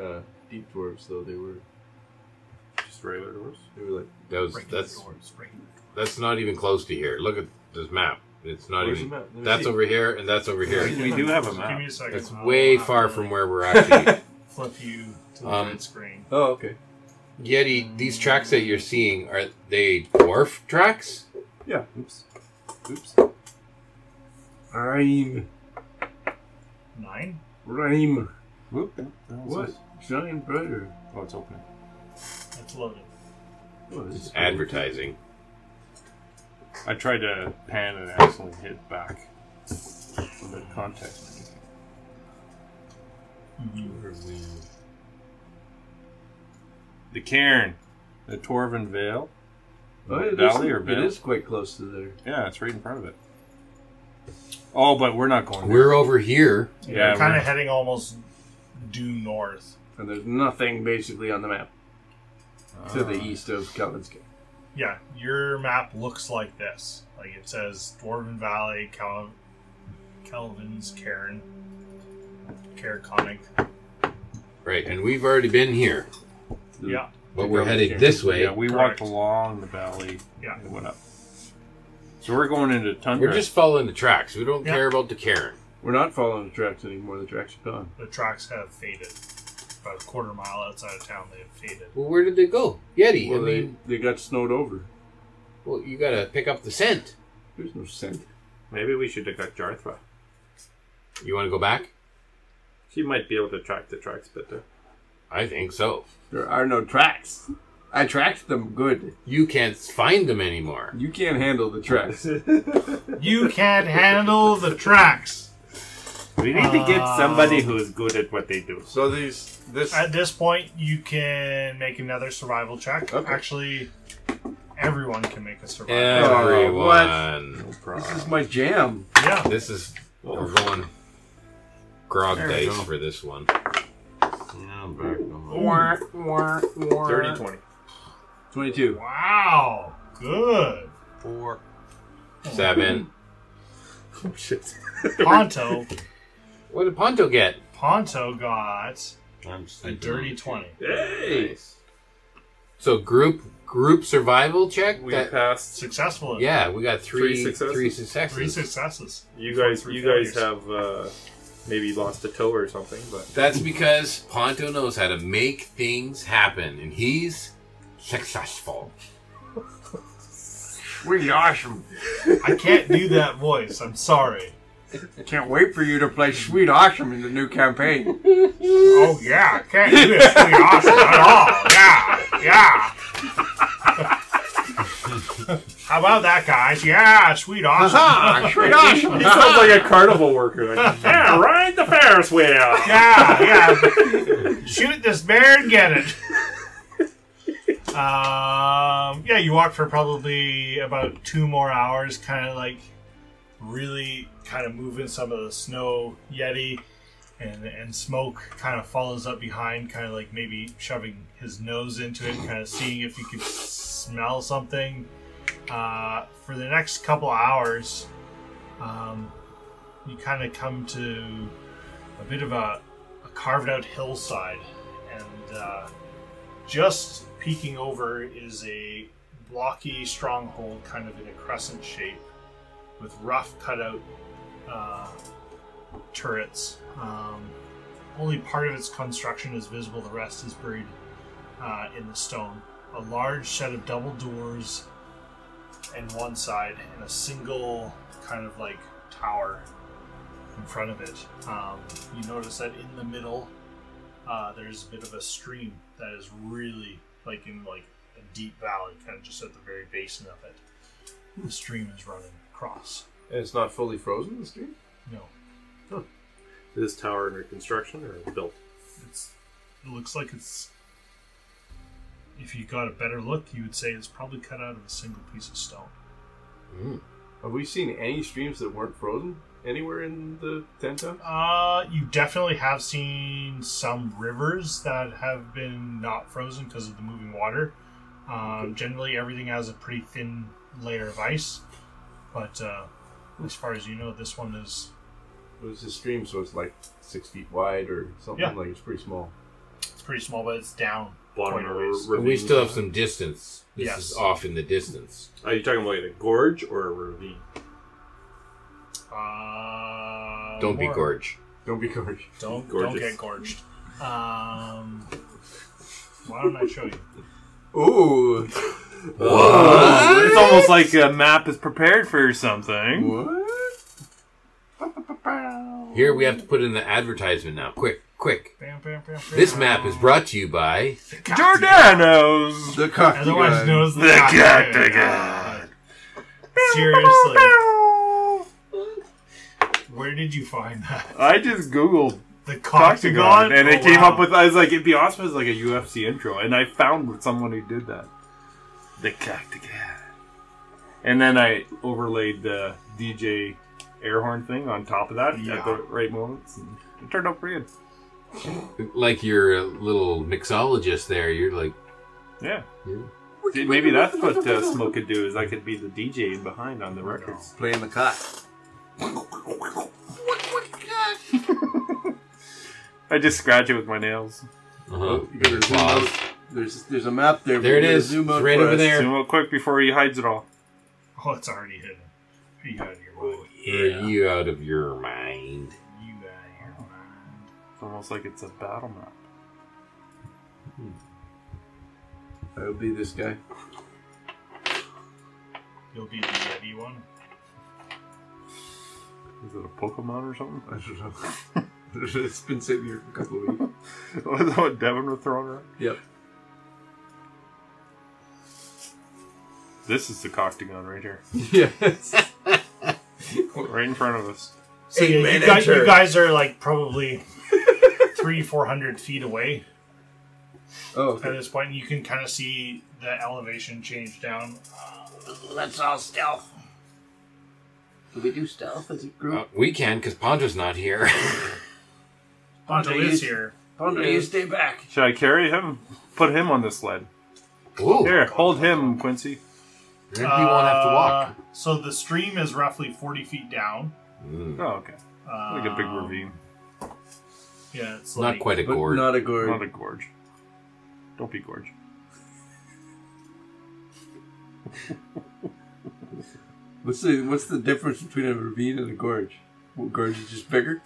Speaker 3: uh, deep dwarves though. They were
Speaker 8: regular doors.
Speaker 3: They were like,
Speaker 5: That was,
Speaker 4: Breaking
Speaker 5: that's
Speaker 4: the doors, breaking the
Speaker 5: that's not even close to here. Look at this map. It's not
Speaker 3: Where's
Speaker 5: even.
Speaker 3: the map? Let me
Speaker 5: That's
Speaker 3: see.
Speaker 5: over here and that's over here.
Speaker 7: We do have a
Speaker 4: doors. Give me
Speaker 7: map.
Speaker 4: a second.
Speaker 5: It's
Speaker 4: I'll
Speaker 5: way
Speaker 4: have
Speaker 5: far
Speaker 4: to
Speaker 5: from where we're actually.
Speaker 4: Um, Flip you to the
Speaker 5: Um,
Speaker 4: right screen.
Speaker 3: oh, okay.
Speaker 5: Yeti, these tracks that you're seeing are they dwarf tracks?
Speaker 3: Yeah. Oops. Oops. I'm.
Speaker 4: Nine.
Speaker 3: I'm.
Speaker 8: Whoop. That was
Speaker 3: What?
Speaker 8: us.
Speaker 3: Giant brother.
Speaker 8: Oh, it's opening.
Speaker 4: That's loaded.
Speaker 3: Oh, this is-
Speaker 5: Advertising.
Speaker 8: I tried to pan and accidentally hit back. A bit of context.
Speaker 5: Mm-hmm.
Speaker 8: The cairn. The Torvin Vale.
Speaker 3: Oh, it
Speaker 8: Valley
Speaker 3: is-
Speaker 8: or
Speaker 3: It
Speaker 8: Vale?
Speaker 3: is quite close to there.
Speaker 8: Yeah, it's right in front of it. Oh, but we're not going there.
Speaker 5: We're over here.
Speaker 8: Yeah,
Speaker 4: You're kind
Speaker 8: we're-
Speaker 4: of heading almost due north.
Speaker 3: And there's nothing basically on the map to
Speaker 8: Ah.
Speaker 3: the east of Calvin's Cave.
Speaker 4: Yeah, your map looks like this. Like it says Dwarven Valley, Cal- Calvin's Cairn, Caraconic.
Speaker 5: Right, and we've already been here.
Speaker 4: Yeah,
Speaker 5: But we're headed this way.
Speaker 8: Yeah, we
Speaker 4: Correct.
Speaker 8: walked along the valley
Speaker 4: yeah.
Speaker 8: and went up. So we're going into tundra.
Speaker 5: We're just following the tracks. We don't
Speaker 4: Yeah.
Speaker 5: care about the Karen.
Speaker 3: We're not following the tracks anymore. The tracks are gone.
Speaker 4: The tracks have faded. About a quarter mile outside of town, they have faded.
Speaker 5: Well, where did they go? Yeti.
Speaker 3: Well,
Speaker 5: I
Speaker 3: they,
Speaker 5: mean,
Speaker 3: they got snowed over.
Speaker 5: well, you gotta pick up the scent.
Speaker 3: There's no scent.
Speaker 2: Maybe we should have got Jarthra.
Speaker 5: You want to go back?
Speaker 2: She might be able to track the tracks better.
Speaker 5: I think so.
Speaker 3: There are no tracks. I tracked them good.
Speaker 5: You can't find them anymore.
Speaker 3: You can't handle the tracks.
Speaker 4: You can't handle the tracks.
Speaker 2: We need to
Speaker 8: Ah.
Speaker 2: get somebody who is good at what they do.
Speaker 3: so these this
Speaker 4: At this point, you can make another survival check.
Speaker 3: Okay.
Speaker 4: Actually, everyone can make a survival.
Speaker 5: Everyone.
Speaker 3: this is my jam.
Speaker 4: Yeah.
Speaker 5: This is we're going grog dice for this one.
Speaker 2: Thirty twenty.
Speaker 3: Twenty two.
Speaker 4: Wow. Good.
Speaker 5: Four, seven.
Speaker 3: Oh,
Speaker 4: Ponto.
Speaker 5: What did Ponto get?
Speaker 4: Ponto got a dirty twenty.
Speaker 2: Hey!
Speaker 5: So group group survival check.
Speaker 2: We
Speaker 5: That-
Speaker 2: passed.
Speaker 4: Successful.
Speaker 5: yeah, we got three
Speaker 2: Three successes.
Speaker 5: three successes.
Speaker 4: Three successes.
Speaker 2: You guys,
Speaker 4: Three
Speaker 2: you guys
Speaker 4: failures.
Speaker 2: have uh, maybe lost a toe or something, but
Speaker 5: That's because Ponto knows how to make things happen, and he's successful.
Speaker 3: We awesome.
Speaker 4: I can't do that voice. I'm sorry.
Speaker 3: I can't wait for you to play Sweet Awesome in the new campaign.
Speaker 4: Oh yeah, I can't do this. We awesome at all. Yeah, yeah. How about that, guys? Yeah, sweet
Speaker 8: Uh-huh.
Speaker 4: awesome.
Speaker 3: sweet Awesome.
Speaker 2: he sounds like a carnival worker. Like, yeah, ride the Ferris wheel.
Speaker 4: yeah, yeah. Shoot this bear and get it. Um, yeah, you walk for probably about two more hours, kind of like really kind of moving some of the snow yeti, and and smoke kind of follows up behind, kind of like maybe shoving his nose into it, kind of seeing if he could smell something. Uh, for the next couple hours, um, you kind of come to a bit of a, a carved out hillside, and uh, just peeking over is a blocky stronghold kind of in a crescent shape with rough cutout uh, turrets. Um, only part of its construction is visible, the rest is buried uh, in the stone. A large set of double doors in one side, and a single kind of like tower in front of it. Um, you notice that in the middle, uh, there's a bit of a stream that is really like in like a deep valley, kind of just at the very basin of it. The stream is running across.
Speaker 3: And it's not fully frozen, the stream?
Speaker 4: No,
Speaker 2: Is this tower under construction or built?
Speaker 4: it's it looks like it's. If you got a better look, you would say it's probably cut out of a single piece of stone.
Speaker 3: Have we seen any streams that weren't frozen anywhere in the tent town?
Speaker 4: Uh, you definitely have seen some rivers that have been not frozen because of the moving water. Um, generally, everything has a pretty thin layer of ice, but uh, as far as you know, this one is
Speaker 3: It was a stream, so it's like six feet wide or something.
Speaker 4: Yeah.
Speaker 3: Like it's pretty small.
Speaker 4: it's pretty small, but it's down
Speaker 25: bottom of the
Speaker 4: Pointers.
Speaker 25: ravine.
Speaker 5: we still have some distance. This
Speaker 4: Yes.
Speaker 5: is off in the distance.
Speaker 25: Are you talking about like a gorge or a ravine?
Speaker 4: Uh,
Speaker 5: Don't be
Speaker 4: more-
Speaker 5: gorge.
Speaker 8: Don't be gorgeous.
Speaker 4: Don't, don't
Speaker 25: Gorgeous.
Speaker 4: get gorged. Um, why don't I show you?
Speaker 8: Ooh.
Speaker 25: It's almost like a map is prepared for something.
Speaker 5: Here we have to put in the advertisement now. Quick, quick.
Speaker 4: Bam, bam, bam, bam.
Speaker 5: This map is brought to you by
Speaker 25: Giordano's!
Speaker 8: The cocky
Speaker 4: Otherwise
Speaker 8: guy.
Speaker 4: known as the,
Speaker 25: The
Speaker 4: cock
Speaker 25: cat,
Speaker 4: guy.
Speaker 25: the cat.
Speaker 4: Seriously, where did you find that?
Speaker 2: I just googled
Speaker 4: The
Speaker 2: Octagon,
Speaker 4: Coctagon,
Speaker 2: and
Speaker 4: Oh,
Speaker 2: it came
Speaker 4: wow.
Speaker 2: up with. I was like, it'd be awesome as like a UFC intro, and I found someone who did that. The Octagon. And then I overlaid the DJ air horn thing on top of that
Speaker 4: Yeah.
Speaker 2: at the right moments. And it turned out pretty good.
Speaker 5: like your uh, little mixologist there. You're like
Speaker 2: Yeah.
Speaker 5: Yeah.
Speaker 2: See, maybe that's what uh, Smoke could do. Is I could be the DJ behind on the records.
Speaker 8: Playing the cock.
Speaker 2: I just scratch it with my nails.
Speaker 5: uh-huh.
Speaker 8: You better zoom
Speaker 5: Claws.
Speaker 8: out. There's there's a map there.
Speaker 5: There it
Speaker 8: You better
Speaker 5: is.
Speaker 8: Zoom
Speaker 5: It's
Speaker 8: out
Speaker 5: right
Speaker 8: for
Speaker 5: over
Speaker 8: us.
Speaker 5: there.
Speaker 2: Zoom out quick before he hides it all.
Speaker 4: Oh, it's already hidden. You got your mind.
Speaker 5: Are you out of your mind?
Speaker 4: You got your mind.
Speaker 2: It's almost like it's a battle map.
Speaker 8: I'll be this guy.
Speaker 4: You'll be the Yeti one.
Speaker 2: Is it a Pokemon or something?
Speaker 8: I don't know. it's been sitting here for a couple of weeks.
Speaker 2: Was that what Devin was throwing around?
Speaker 8: Yep.
Speaker 2: This is the Coctagon right here.
Speaker 8: Yes. Oh.
Speaker 2: Right in front of us.
Speaker 4: So yeah, you, guys, you guys are like probably three, four hundred feet away
Speaker 8: Oh,
Speaker 4: at
Speaker 8: okay.
Speaker 4: this point, and you can kind of see the elevation change down.
Speaker 26: Let's all stealth. Do we do stealth as a group?
Speaker 5: Uh, we can because Pondra's not here.
Speaker 26: Ponto,
Speaker 4: Ponto is
Speaker 26: you-
Speaker 4: here.
Speaker 26: Ponder, you stay back.
Speaker 2: Should I carry him? Put him on the sled.
Speaker 5: Ooh,
Speaker 2: Here, hold him, Quincy.
Speaker 5: Then we won't have to walk.
Speaker 4: Uh, So the stream is roughly forty feet down.
Speaker 5: Mm.
Speaker 2: Oh, okay. Like a big
Speaker 4: Um,
Speaker 2: ravine,
Speaker 4: Yeah, it's like,
Speaker 5: Not quite a
Speaker 8: But
Speaker 5: gourd.
Speaker 8: not a
Speaker 2: not
Speaker 8: gourd.
Speaker 2: a gorge. Don't be gorge.
Speaker 8: What's the what's the difference between a ravine and a gorge? Well, gorge is just bigger.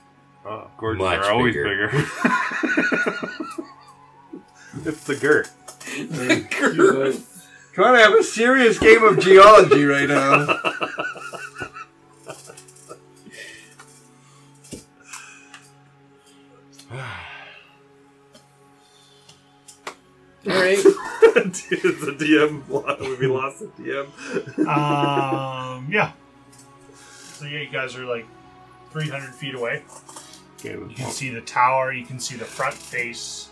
Speaker 2: Oh, gorges
Speaker 5: Much
Speaker 2: are always
Speaker 5: bigger.
Speaker 2: bigger. it's the girth.
Speaker 8: Trying to have a serious game of geology right now.
Speaker 5: All right.
Speaker 25: the DM lo- we lost the DM.
Speaker 4: um, yeah. So yeah, you guys are like three hundred feet away.
Speaker 2: Okay,
Speaker 4: You can see the tower. You can see the front face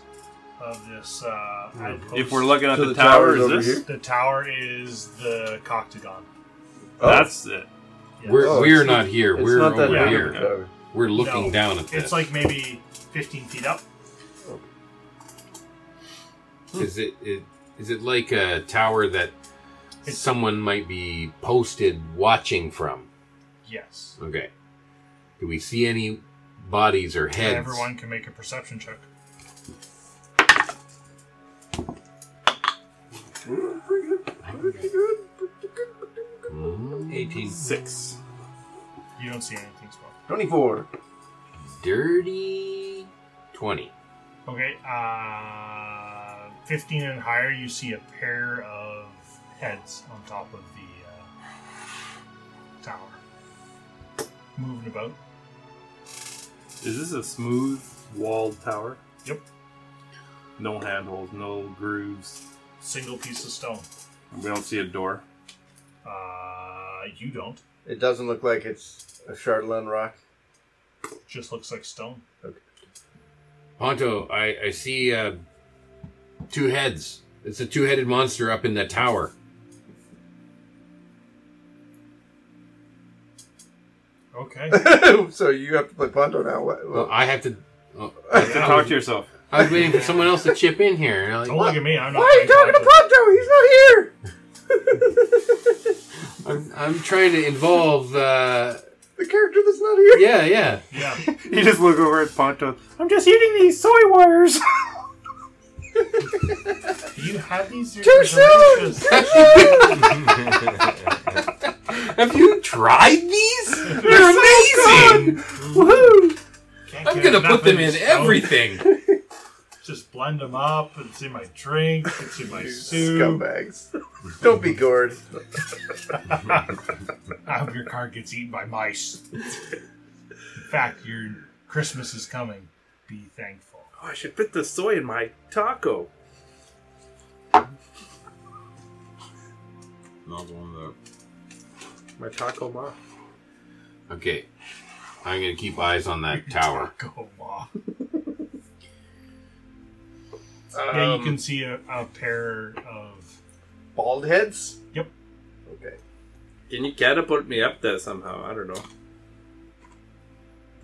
Speaker 4: of this. Uh, outpost.
Speaker 2: if we're looking at
Speaker 8: So
Speaker 2: the,
Speaker 8: the
Speaker 2: tower,
Speaker 8: tower's
Speaker 2: is
Speaker 8: over
Speaker 2: this?
Speaker 8: here?
Speaker 4: the tower is the Coctagon.
Speaker 2: That's it.
Speaker 4: Yes.
Speaker 5: We're
Speaker 8: Oh,
Speaker 5: we're
Speaker 8: it's-
Speaker 5: not here.
Speaker 8: It's
Speaker 5: We're
Speaker 8: not that
Speaker 5: over
Speaker 4: big of a
Speaker 5: here.
Speaker 8: tower.
Speaker 5: We're looking
Speaker 4: No,
Speaker 5: down at this.
Speaker 4: It's like maybe fifteen feet up.
Speaker 5: is it, it is it like a tower that
Speaker 4: It's-
Speaker 5: someone might be posted watching from?
Speaker 4: Yes.
Speaker 5: Okay. Do we see any bodies or heads?
Speaker 4: Everyone can make a perception check.
Speaker 5: Mm,
Speaker 26: 18.
Speaker 2: Six.
Speaker 4: You don't see anything small.
Speaker 8: Twenty-four.
Speaker 5: dirty twenty.
Speaker 4: Okay, uh, 15 and higher, you see a pair of heads on top of the uh, tower. Moving about.
Speaker 2: Is this a smooth walled tower?
Speaker 4: Yep.
Speaker 2: No handholds, no grooves.
Speaker 4: Single piece of stone.
Speaker 2: We don't see a door.
Speaker 4: Uh, you don't.
Speaker 8: It doesn't look like it's a Chartland rock.
Speaker 4: Just looks like stone.
Speaker 5: Ponto, I I see uh, two heads. It's a two-headed monster up in the tower.
Speaker 4: Okay.
Speaker 8: so you have to play Ponto now. What?
Speaker 5: Well, I have to. oh,
Speaker 2: Just talk to yourself.
Speaker 5: I was waiting for someone else to chip in here. and I'm like,
Speaker 4: don't look at me. I'm not.
Speaker 8: Why are you talking to Ponto? He's not here.
Speaker 5: I'm, I'm trying to involve. Uh,
Speaker 8: The character that's not here.
Speaker 5: yeah, yeah.
Speaker 4: Yeah.
Speaker 2: You just look over at Ponto. I'm just eating these soy wires.
Speaker 4: You had these
Speaker 5: Too soon!
Speaker 4: delicious.
Speaker 5: Have you tried these? They're amazing!
Speaker 4: Can't
Speaker 5: I'm
Speaker 4: get
Speaker 5: gonna
Speaker 4: enough
Speaker 5: put them
Speaker 4: of
Speaker 5: in
Speaker 4: this.
Speaker 5: everything.
Speaker 4: Just blend them up. It's in my drink. It's in my soup.
Speaker 3: Scumbags. Don't be gored.
Speaker 4: I hope your card gets eaten by mice. In fact, your Christmas is coming. Be thankful.
Speaker 2: Oh, I should put the soy in my taco.
Speaker 16: Not one of
Speaker 2: My taco ma.
Speaker 5: Okay. I'm gonna keep eyes on that tower.
Speaker 4: Go, Ma. yeah,
Speaker 5: Um,
Speaker 4: you can see a, a pair of.
Speaker 3: Bald heads?
Speaker 4: Yep.
Speaker 3: Okay.
Speaker 2: Can you catapult me up there somehow? I don't know.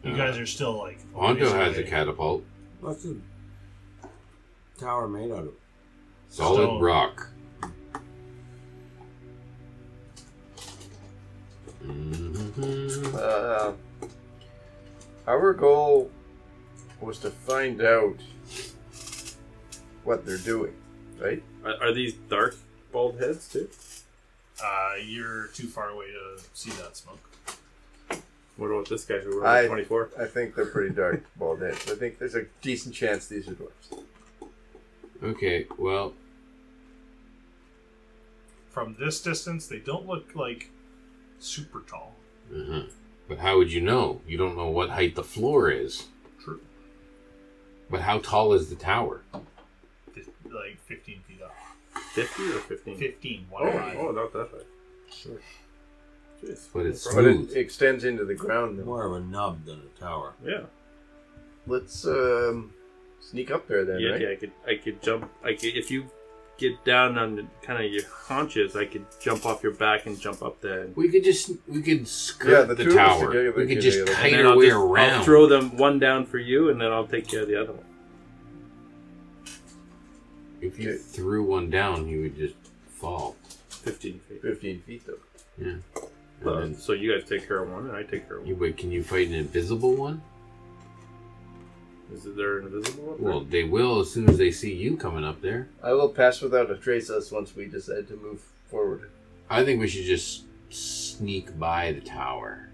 Speaker 4: You
Speaker 5: Uh,
Speaker 4: guys are still like.
Speaker 5: Hondo
Speaker 4: always
Speaker 5: has a
Speaker 4: away.
Speaker 5: catapult.
Speaker 16: What's the tower made out of?
Speaker 5: Solid
Speaker 4: Stone.
Speaker 5: rock. Mhm.
Speaker 3: Uh, our goal was to find out what they're doing, right?
Speaker 2: Are, are these dark bald heads too?
Speaker 4: Uh, you're too far away to see that smoke.
Speaker 2: What about this guy who rolled
Speaker 3: I-
Speaker 2: a 24?
Speaker 3: I think they're pretty dark bald heads. I think there's a decent chance these are dwarves.
Speaker 5: Okay, well,
Speaker 4: From this distance, they don't look like super tall.
Speaker 5: uh-huh. but how would you know? You don't know what height the floor is.
Speaker 4: True.
Speaker 5: But how tall is the tower?
Speaker 4: Fif- Like 15 feet up.
Speaker 2: 50 or 15?
Speaker 4: 15, one
Speaker 2: Oh,
Speaker 4: high.
Speaker 2: oh, not that high.
Speaker 5: But it's
Speaker 3: But
Speaker 5: smooth.
Speaker 3: it extends into the ground. Though.
Speaker 16: More of a nub than a tower.
Speaker 2: Yeah.
Speaker 3: Let's um, sneak up there then,
Speaker 2: yeah,
Speaker 3: right?
Speaker 2: yeah, I could, I could jump. I could, if you get down on kind of your haunches, I could jump off your back and jump up there. And,
Speaker 5: We could just we could skirt
Speaker 3: Yeah,
Speaker 5: the,
Speaker 3: the two of us
Speaker 5: tower.
Speaker 3: together
Speaker 5: We could
Speaker 3: could
Speaker 5: just
Speaker 3: do that.
Speaker 5: kite
Speaker 2: then
Speaker 5: our way
Speaker 2: just-
Speaker 5: around.
Speaker 2: I'll throw them one down for you, and then I'll take care of the other one.
Speaker 5: If you
Speaker 3: Okay.
Speaker 5: threw one down, you would just fall.
Speaker 2: Fifteen feet.
Speaker 3: Fifteen feet though.
Speaker 5: Yeah. And
Speaker 2: Uh,
Speaker 5: then
Speaker 2: so you guys take care of one, and I take care of
Speaker 5: you,
Speaker 2: one.
Speaker 5: wait, can you fight an invisible one?
Speaker 2: Is it there an invisible one?
Speaker 5: Well, they will as soon as they see you coming up there.
Speaker 3: I will pass without a trace us once we decide to move forward.
Speaker 5: I think we should just sneak by the tower.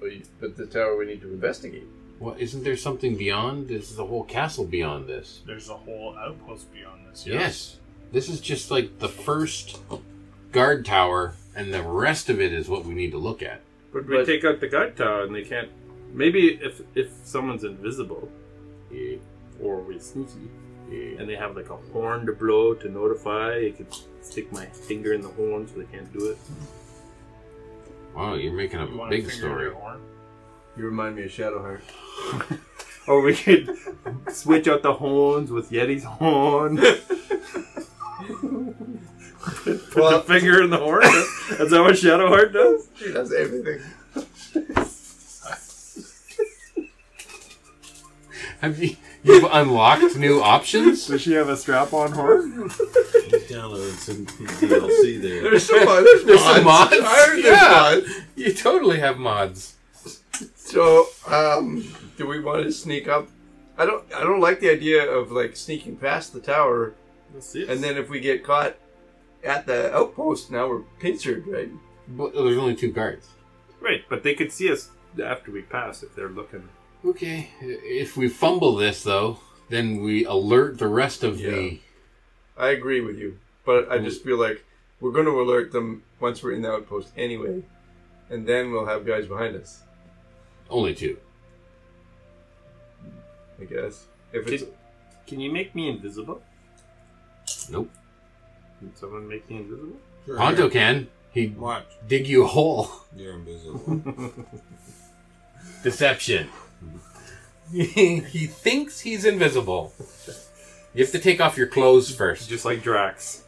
Speaker 3: But, you, but the tower we need to investigate.
Speaker 5: Well, isn't there something beyond? This is a whole castle beyond this.
Speaker 4: There's a whole outpost beyond this.
Speaker 5: Yes. This is just like the first guard tower, and the rest of it is what we need to look at.
Speaker 2: But we
Speaker 3: But-
Speaker 2: take out the guard tower, and they can't. Maybe if if someone's invisible
Speaker 5: Yeah,
Speaker 2: or we sneaky,
Speaker 5: yeah.
Speaker 2: and they have like a horn to blow to notify, I could stick my finger in the horn so they can't do it.
Speaker 5: Wow, you're making
Speaker 4: You
Speaker 5: a
Speaker 4: want to
Speaker 5: big
Speaker 4: finger
Speaker 5: story.
Speaker 4: your horn?
Speaker 3: You remind me of Shadowheart.
Speaker 2: Or we could switch out the horns with Yeti's horn. Put
Speaker 3: Well-
Speaker 2: the finger in the horn. That's that what Shadowheart does?
Speaker 3: She does everything.
Speaker 5: Have you? You've unlocked new options.
Speaker 2: Does she have a strap-on horn?
Speaker 16: He's downloaded some DLC there.
Speaker 3: There's some mods. There's,
Speaker 5: There's some mods.
Speaker 3: I heard there's
Speaker 5: Yeah.
Speaker 3: mods.
Speaker 5: You totally have mods.
Speaker 3: So, um, do we want to sneak up? I don't. I don't like the idea of like sneaking past the tower, and then if we get caught at the outpost, now we're pincered, right?
Speaker 5: But there's only two guards.
Speaker 2: Right, but they could see us after we pass if they're looking.
Speaker 5: Okay. If we fumble this though, then we alert the rest of the.
Speaker 3: I agree with you, but I just feel like we're going to alert them once we're in the outpost anyway, and then we'll have guys behind us.
Speaker 5: Only two.
Speaker 3: I guess if it's
Speaker 2: Can you make me invisible?
Speaker 5: Nope.
Speaker 2: Can someone make me invisible?
Speaker 16: Sure,
Speaker 5: Ponto
Speaker 16: here.
Speaker 5: can. He
Speaker 16: Watch.
Speaker 5: dig you a hole.
Speaker 16: You're invisible.
Speaker 5: Deception. he thinks he's invisible. You have to take off your clothes first.
Speaker 2: Just like Drax.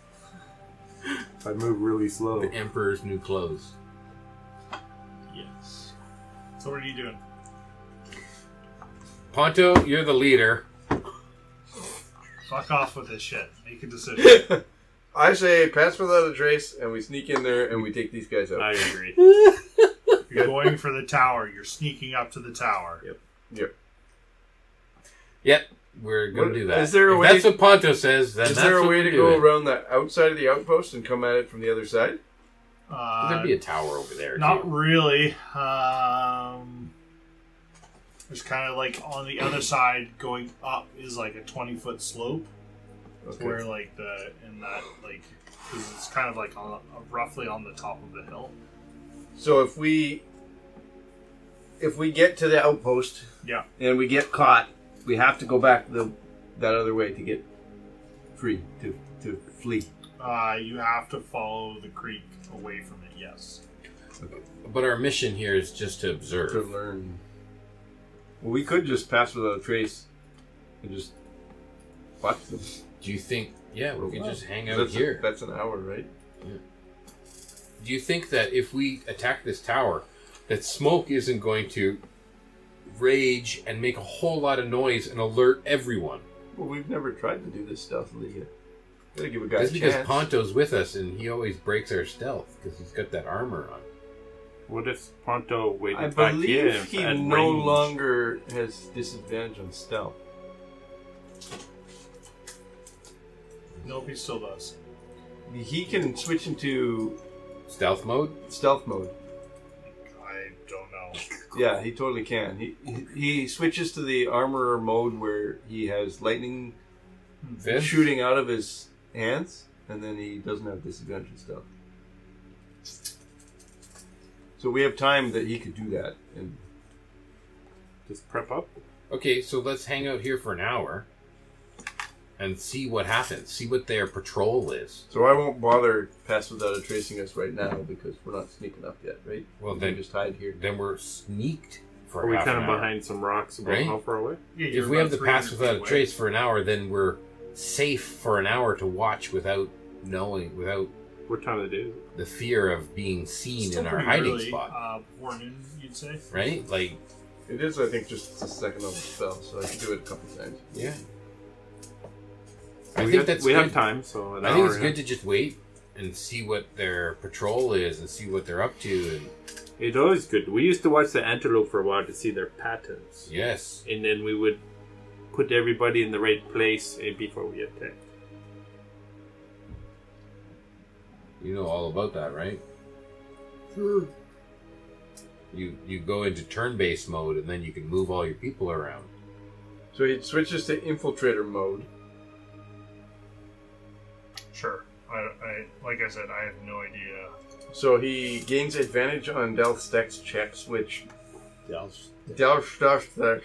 Speaker 2: I move really slow.
Speaker 5: the Emperor's new clothes.
Speaker 4: Yes. So what are you doing?
Speaker 5: Ponto, you're the leader.
Speaker 4: Fuck off with this shit. Make a decision.
Speaker 3: I say pass without a trace, and we sneak in there and we take these guys out.
Speaker 2: I agree.
Speaker 4: You're going for the tower. You're sneaking up to the tower.
Speaker 3: Yep.
Speaker 5: Yep, we're going
Speaker 8: What-
Speaker 5: to do that.
Speaker 8: is there a
Speaker 5: If
Speaker 8: way-
Speaker 5: that's what Ponto says. Then
Speaker 8: Is
Speaker 5: that's
Speaker 8: there a
Speaker 5: what
Speaker 8: way
Speaker 5: we're
Speaker 8: to go
Speaker 5: doing.
Speaker 8: around the outside of the outpost and come at it from the other side?
Speaker 4: Uh,
Speaker 5: There'd be a tower over there.
Speaker 4: Not
Speaker 5: too.
Speaker 4: really. Um, there's kind of like on the other side, going up is like a 20 foot slope,
Speaker 8: Okay.
Speaker 4: where like the in that like 'cause it's kind of like on, uh, roughly on the top of the hill.
Speaker 8: So if we if we get to the outpost
Speaker 4: Yeah.
Speaker 8: and we get caught, we have to go back the that other way to get free to to flee.
Speaker 4: Uh, you have to follow the creek away from it. Yes.
Speaker 5: But our mission here is just to observe.
Speaker 8: to learn. Well, we could just pass without a trace and just watch them.
Speaker 5: Do you think? Yeah, we could just hang out
Speaker 8: that's a-
Speaker 5: here.
Speaker 8: that's an hour, right?
Speaker 5: Do you think that if we attack this tower, that smoke isn't going to rage and make a whole lot of noise and alert everyone?
Speaker 8: Well, we've never tried to do this stealthily yet. Gotta give a guy
Speaker 5: That's
Speaker 8: a
Speaker 5: because
Speaker 8: chance.
Speaker 5: Ponto's with us and he always breaks our stealth because he's got that armor on.
Speaker 2: What if Ponto waited
Speaker 8: I
Speaker 2: back here
Speaker 8: believe he
Speaker 2: at
Speaker 8: no
Speaker 2: range?
Speaker 8: longer has disadvantage on stealth.
Speaker 4: Nope, he still does.
Speaker 8: He can switch into
Speaker 5: Stealth mode?
Speaker 8: stealth mode.
Speaker 4: I don't know.
Speaker 8: Yeah, he totally can. He he switches to the armorer mode where he has lightning
Speaker 5: Fist?
Speaker 8: Hmm. shooting out of his hands, and then he doesn't have disadvantage on stealth. So we have time that he could do that. And
Speaker 2: Just prep up.
Speaker 5: Okay, so let's hang out here for an hour and see what happens. See what their patrol is.
Speaker 8: so I won't bother pass without a tracing us right now because we're not sneaking up yet, right?
Speaker 5: Well,
Speaker 8: we
Speaker 5: then-
Speaker 8: can just hide here.
Speaker 5: Then we're sneaked for
Speaker 2: Are we
Speaker 5: half
Speaker 2: kind
Speaker 5: an
Speaker 2: of
Speaker 5: hour.
Speaker 2: behind some rocks? About
Speaker 5: Right?
Speaker 2: How far away?
Speaker 4: Yeah, you're
Speaker 5: If we
Speaker 4: about
Speaker 5: have the
Speaker 4: 300
Speaker 5: pass without
Speaker 4: feet
Speaker 5: a
Speaker 4: away.
Speaker 5: trace for an hour, then we're safe for an hour to watch without knowing, without
Speaker 2: What time of the day? is it?
Speaker 5: the fear of being seen
Speaker 4: Still
Speaker 5: in our
Speaker 4: pretty
Speaker 5: hiding
Speaker 4: early,
Speaker 5: spot,
Speaker 4: Uh, before noon, you'd say.
Speaker 5: right? Like,
Speaker 8: It is, I think, just a second level spell, so I can do it a couple times.
Speaker 5: yeah. I
Speaker 2: we
Speaker 5: think
Speaker 2: have,
Speaker 5: that's
Speaker 2: we
Speaker 5: good.
Speaker 2: have time, so an
Speaker 5: I think
Speaker 2: hour
Speaker 5: it's
Speaker 2: and a
Speaker 5: good to just wait and see what their patrol is and see what they're up to. And
Speaker 2: It's always good. We used to watch the antelope for a while to see their patterns,
Speaker 5: yes,
Speaker 2: and then we would put everybody in the right place eh, before we attack.
Speaker 5: you know all about that, right? Sure. You you go into turn-based mode and then you can move all your people around.
Speaker 8: So he switches to infiltrator mode.
Speaker 4: Sure. I, I, like I said, I have no idea.
Speaker 8: So he gains advantage on Delth Stex checks, which
Speaker 27: Delft.
Speaker 8: Delth Stex Stex-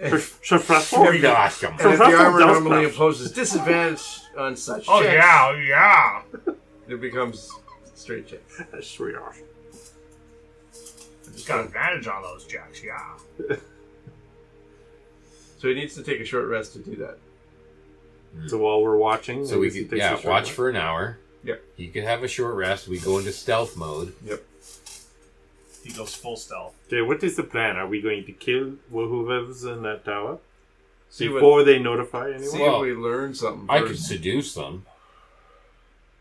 Speaker 8: and if
Speaker 5: Or you ask 'em.
Speaker 8: the
Speaker 2: Delft
Speaker 8: armor
Speaker 2: Stex.
Speaker 8: normally imposes disadvantage on such
Speaker 4: Oh
Speaker 8: checks,
Speaker 4: yeah, oh, yeah.
Speaker 8: it becomes straight check.
Speaker 2: That's really awesome.
Speaker 4: It's got advantage on those jacks. Yeah.
Speaker 8: So he needs to take a short rest to do that.
Speaker 2: So while we're watching,
Speaker 5: Mm. So
Speaker 2: I
Speaker 5: we
Speaker 2: guess it
Speaker 5: could
Speaker 2: takes a
Speaker 5: yeah
Speaker 2: short
Speaker 5: watch
Speaker 2: rest.
Speaker 5: for an hour.
Speaker 8: Yep.
Speaker 5: You could have a short rest. We go into stealth mode.
Speaker 4: He goes full stealth.
Speaker 2: Okay, what is the plan? Are we going to kill whoever's in that tower
Speaker 8: See what-
Speaker 2: before they notify anyone?
Speaker 8: See
Speaker 5: Well,
Speaker 8: if we learn something.
Speaker 5: I could
Speaker 8: first.
Speaker 5: seduce them.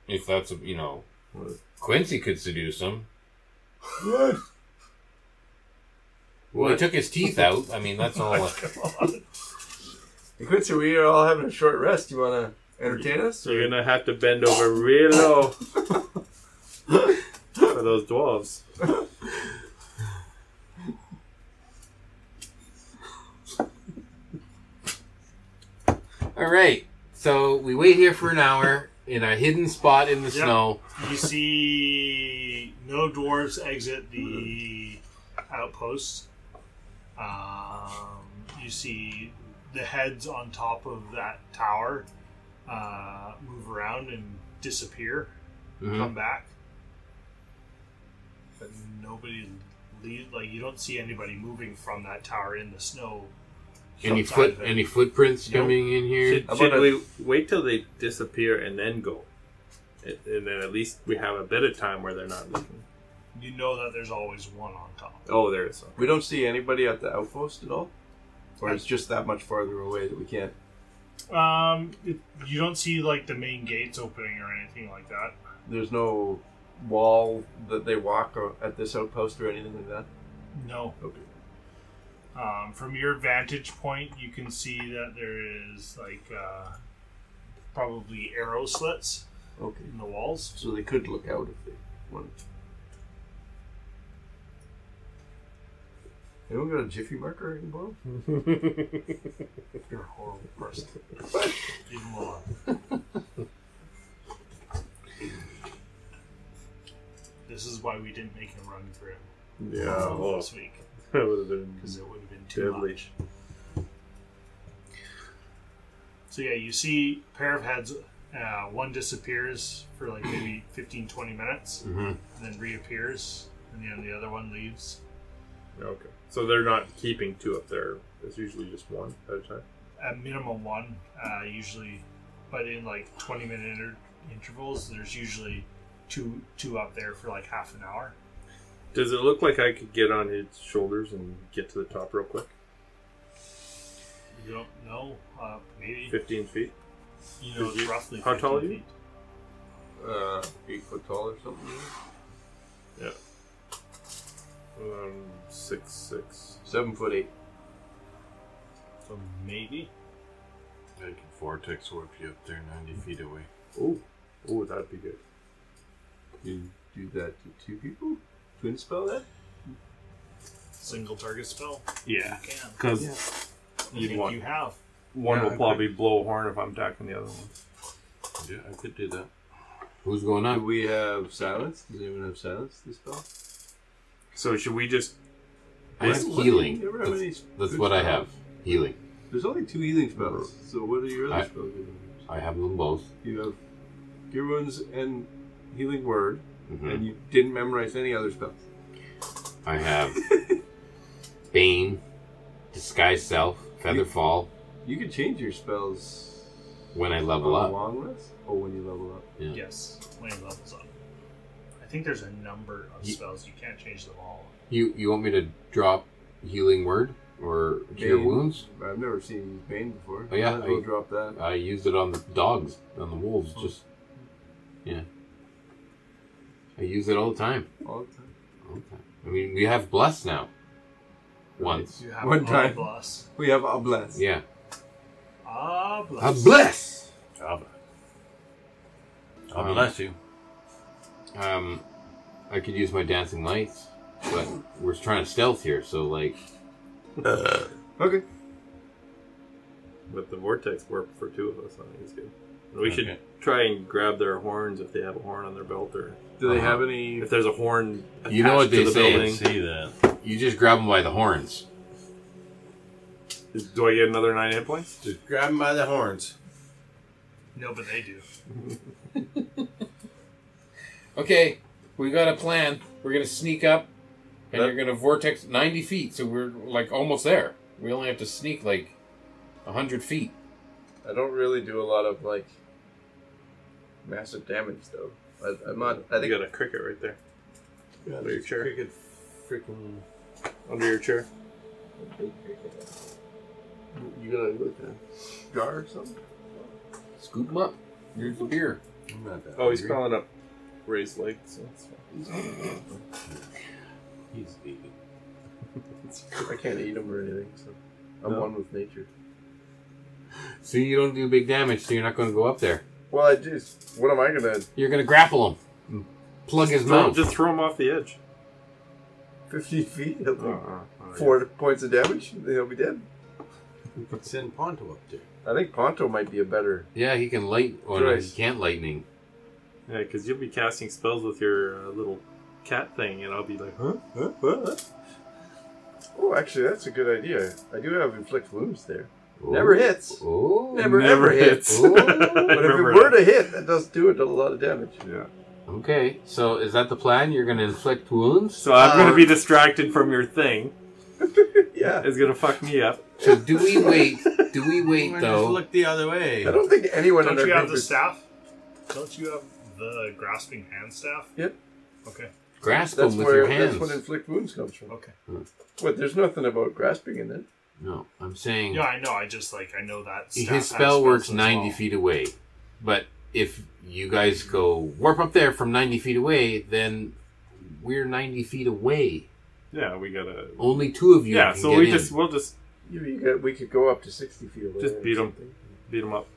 Speaker 5: If that's a, you know, Quincy could seduce them.
Speaker 28: What?
Speaker 5: Well, he took his teeth out. I mean, that's all.
Speaker 8: Hey, Quincy, we are all having a short rest. You want to entertain us?
Speaker 2: So you're gonna have to bend over real low for those dwarves.
Speaker 5: all right. So we wait here for an hour in a hidden spot in the
Speaker 4: Yep.
Speaker 5: snow.
Speaker 4: You see no dwarves exit the outpost. Um, you see the heads on top of that tower uh, move around and disappear,
Speaker 5: Mhm.
Speaker 4: come back, but nobody leave. Like you don't see anybody moving from that tower in the snow.
Speaker 5: Any
Speaker 4: outside
Speaker 5: foot,
Speaker 4: of it.
Speaker 5: any footprints
Speaker 4: Yep.
Speaker 5: coming in here?
Speaker 2: Should,
Speaker 8: How
Speaker 2: should
Speaker 8: about
Speaker 2: we wait till they disappear and then go? And and then at least we have a bit of time where they're not looking.
Speaker 4: You know that there's always one on top.
Speaker 2: Oh, there is one.
Speaker 8: We don't see anybody at the outpost at all? Or it's just that much farther away that we can't.
Speaker 4: Um, it, you don't see like the main gates opening or anything like that.
Speaker 8: There's no wall that they walk or at this outpost or anything like that?
Speaker 4: No.
Speaker 8: Okay.
Speaker 4: Um, from your vantage point, you can see that there is like uh, probably arrow slits
Speaker 3: Okay.
Speaker 4: in the walls.
Speaker 3: So they could look out if they wanted to. Anyone got a jiffy marker involved?
Speaker 4: You're a horrible person. Leave them alone. this is why we didn't make him run through
Speaker 2: Yeah,
Speaker 4: this week
Speaker 2: that would have been
Speaker 4: because it would have been too
Speaker 2: Deadly.
Speaker 4: much. So yeah, you see a pair of heads. Uh, one disappears for like maybe 15, 20 minutes,
Speaker 2: Mm-hmm.
Speaker 5: Mhm.
Speaker 4: and then reappears, and then the other one leaves.
Speaker 2: okay. So they're not keeping two up there. It's usually just one at a time.
Speaker 4: at minimum one, uh, usually, but in like twenty minute inter- intervals, there's usually two two up there for like half an hour.
Speaker 2: Does it look like I could get on his shoulders and get to the top real quick?
Speaker 4: You don't know, uh, maybe
Speaker 2: Fifteen feet.
Speaker 4: you know
Speaker 2: is
Speaker 4: it's
Speaker 2: you-
Speaker 4: roughly.
Speaker 2: how tall
Speaker 4: 15
Speaker 2: are you?
Speaker 4: feet.
Speaker 3: Uh, eight foot tall or something?
Speaker 2: Um, six six.
Speaker 3: Seven foot eight.
Speaker 4: So maybe
Speaker 16: I can vortex warp you up there 90 feet away.
Speaker 2: Oh, oh, that'd be good.
Speaker 3: You do that to two people? Twin spell that?
Speaker 4: single target spell.
Speaker 7: Yeah,
Speaker 4: You can.
Speaker 7: because
Speaker 4: I
Speaker 7: You'd
Speaker 4: think
Speaker 7: want-
Speaker 4: you have.
Speaker 7: one
Speaker 2: Yeah,
Speaker 7: will
Speaker 2: I
Speaker 7: probably blow a horn if I'm attacking the other one.
Speaker 16: Yeah, I could do that.
Speaker 5: Who's going
Speaker 3: Do
Speaker 5: on?
Speaker 3: we have silence? Does anyone have silence this spell?
Speaker 2: So should we just?
Speaker 5: I have
Speaker 3: What do you
Speaker 5: healing.
Speaker 3: ever have any
Speaker 5: That's, that's
Speaker 3: good
Speaker 5: what I have.
Speaker 3: spells?
Speaker 5: Healing.
Speaker 3: There's only two healing spells. So what are your other
Speaker 5: I-
Speaker 3: spells? you have?
Speaker 5: I have them both.
Speaker 3: You have Cure Wounds and Healing Word,
Speaker 5: Mhm.
Speaker 3: and you didn't memorize any other spells.
Speaker 5: I have Bane, Disguise Self, Feather Fall
Speaker 3: You can change your spells
Speaker 5: when I
Speaker 3: on a
Speaker 5: level up.
Speaker 3: long rest, or when you level up.
Speaker 5: Yeah.
Speaker 4: Yes, when it levels up. I think there's a number of
Speaker 5: Ye-
Speaker 4: spells you can't change them all.
Speaker 5: You you want me to drop Healing Word or Cure
Speaker 3: Bane.
Speaker 5: Wounds?
Speaker 3: I've never seen Bane before.
Speaker 5: Oh, yeah,
Speaker 3: Might as well
Speaker 5: I-
Speaker 3: drop that.
Speaker 5: I used it on the dogs, on the wolves.
Speaker 3: Oh.
Speaker 5: Just yeah. I use it all the time.
Speaker 3: all the time.
Speaker 5: All the time. I mean, we have Bless now. Once.
Speaker 4: You have
Speaker 3: One
Speaker 4: a
Speaker 3: time.
Speaker 4: bless.
Speaker 3: We have a bless.
Speaker 5: Yeah.
Speaker 4: Ah,
Speaker 5: A
Speaker 4: bless.
Speaker 5: Bless.
Speaker 16: Abba. I
Speaker 5: Um,
Speaker 16: bless you.
Speaker 5: Um, I could use my dancing lights, but we're trying to stealth here, so like,
Speaker 3: Okay.
Speaker 2: But the vortex warp for two of us, I think is good. We should
Speaker 16: Okay.
Speaker 2: try and grab their horns if they have a horn on their belt, or
Speaker 3: Do they
Speaker 5: Uh-huh.
Speaker 3: have any?
Speaker 2: if there's a horn. Attached
Speaker 5: You know what
Speaker 2: to
Speaker 5: they
Speaker 2: the
Speaker 5: say,
Speaker 16: I
Speaker 2: Building.
Speaker 16: see that.
Speaker 5: you just grab them by the horns.
Speaker 2: Is- Do I get another nine hit points?
Speaker 16: Just grab him by the horns.
Speaker 4: No, but they do.
Speaker 5: Okay, we got a plan. We're gonna sneak up, and
Speaker 2: That-
Speaker 5: you're gonna vortex ninety feet, so we're like almost there. We only have to sneak like hundred feet.
Speaker 3: I don't really do a lot of like massive damage though. I, I'm not. I
Speaker 2: You
Speaker 3: think
Speaker 2: got a cricket right there
Speaker 16: Yeah,
Speaker 2: Under your
Speaker 16: this
Speaker 2: chair.
Speaker 16: Cricket freaking.
Speaker 2: under your chair.
Speaker 3: you gotta look at jar or something.
Speaker 5: Scoop them up. Here's the beer.
Speaker 16: I'm not that
Speaker 2: Oh, he's
Speaker 16: hungry.
Speaker 2: calling up raised leg. So
Speaker 3: Oh.
Speaker 2: that's fine.
Speaker 16: He's vegan.
Speaker 3: I can't eat them or anything. So I'm one with nature.
Speaker 5: See, you don't do big damage, so you're not gonna go up there.
Speaker 3: Well, I just. What am I gonna?
Speaker 5: You're gonna grapple him, and plug his
Speaker 2: Throw-
Speaker 5: mouth.
Speaker 2: just throw him off the edge.
Speaker 3: Fifty feet. He'll take
Speaker 2: Uh,
Speaker 3: Four points of damage. He'll be dead.
Speaker 16: Send Ponto up there.
Speaker 3: I think Ponto might be a better.
Speaker 5: Yeah, he can light. Oh no, he
Speaker 3: Christ.
Speaker 5: can't lightning.
Speaker 2: Yeah, because you'll be casting spells with your uh, little cat thing, and I'll be like, huh?
Speaker 3: Oh, actually, that's a good idea. I do have inflict wounds there. Never hits.
Speaker 5: Oh.
Speaker 3: Never, ever hits.
Speaker 5: Oh.
Speaker 3: But if it
Speaker 2: Remember
Speaker 3: were to hit, that does do it a lot of damage.
Speaker 5: Okay, so is that the plan? You're going to inflict wounds?
Speaker 2: So I'm gonna be distracted from your thing.
Speaker 3: Yeah.
Speaker 2: It's gonna fuck me up.
Speaker 5: So do we wait? Do we wait
Speaker 16: Just
Speaker 5: though?
Speaker 16: look the other way.
Speaker 3: I don't think anyone
Speaker 4: Don't
Speaker 3: in
Speaker 4: you
Speaker 3: our
Speaker 4: have
Speaker 3: group
Speaker 4: the
Speaker 3: is
Speaker 4: staff? Don't you have the grasping hand staff?
Speaker 3: Yep.
Speaker 4: Okay.
Speaker 5: Grasp
Speaker 3: That's
Speaker 5: them with your
Speaker 3: where that's
Speaker 5: hands.
Speaker 3: what inflict wounds comes from.
Speaker 4: Okay.
Speaker 3: What? There's nothing about grasping in it.
Speaker 5: No, I'm saying
Speaker 4: Yeah, I know. I just like I know that staff
Speaker 5: Mm. his
Speaker 4: has
Speaker 5: spell
Speaker 4: spells
Speaker 5: works
Speaker 4: as
Speaker 5: 90
Speaker 4: well.
Speaker 5: feet away. But if you guys go warp up there from 90 feet away, then we're 90 feet away.
Speaker 2: Yeah, we gotta.
Speaker 5: Only two of you.
Speaker 2: Yeah,
Speaker 5: can
Speaker 2: so
Speaker 5: get
Speaker 2: we
Speaker 5: in.
Speaker 2: just we'll just
Speaker 3: You, you could, we could go up to 60 feet away.
Speaker 2: Just
Speaker 3: or
Speaker 2: beat 'em.
Speaker 3: something.
Speaker 2: beat them up.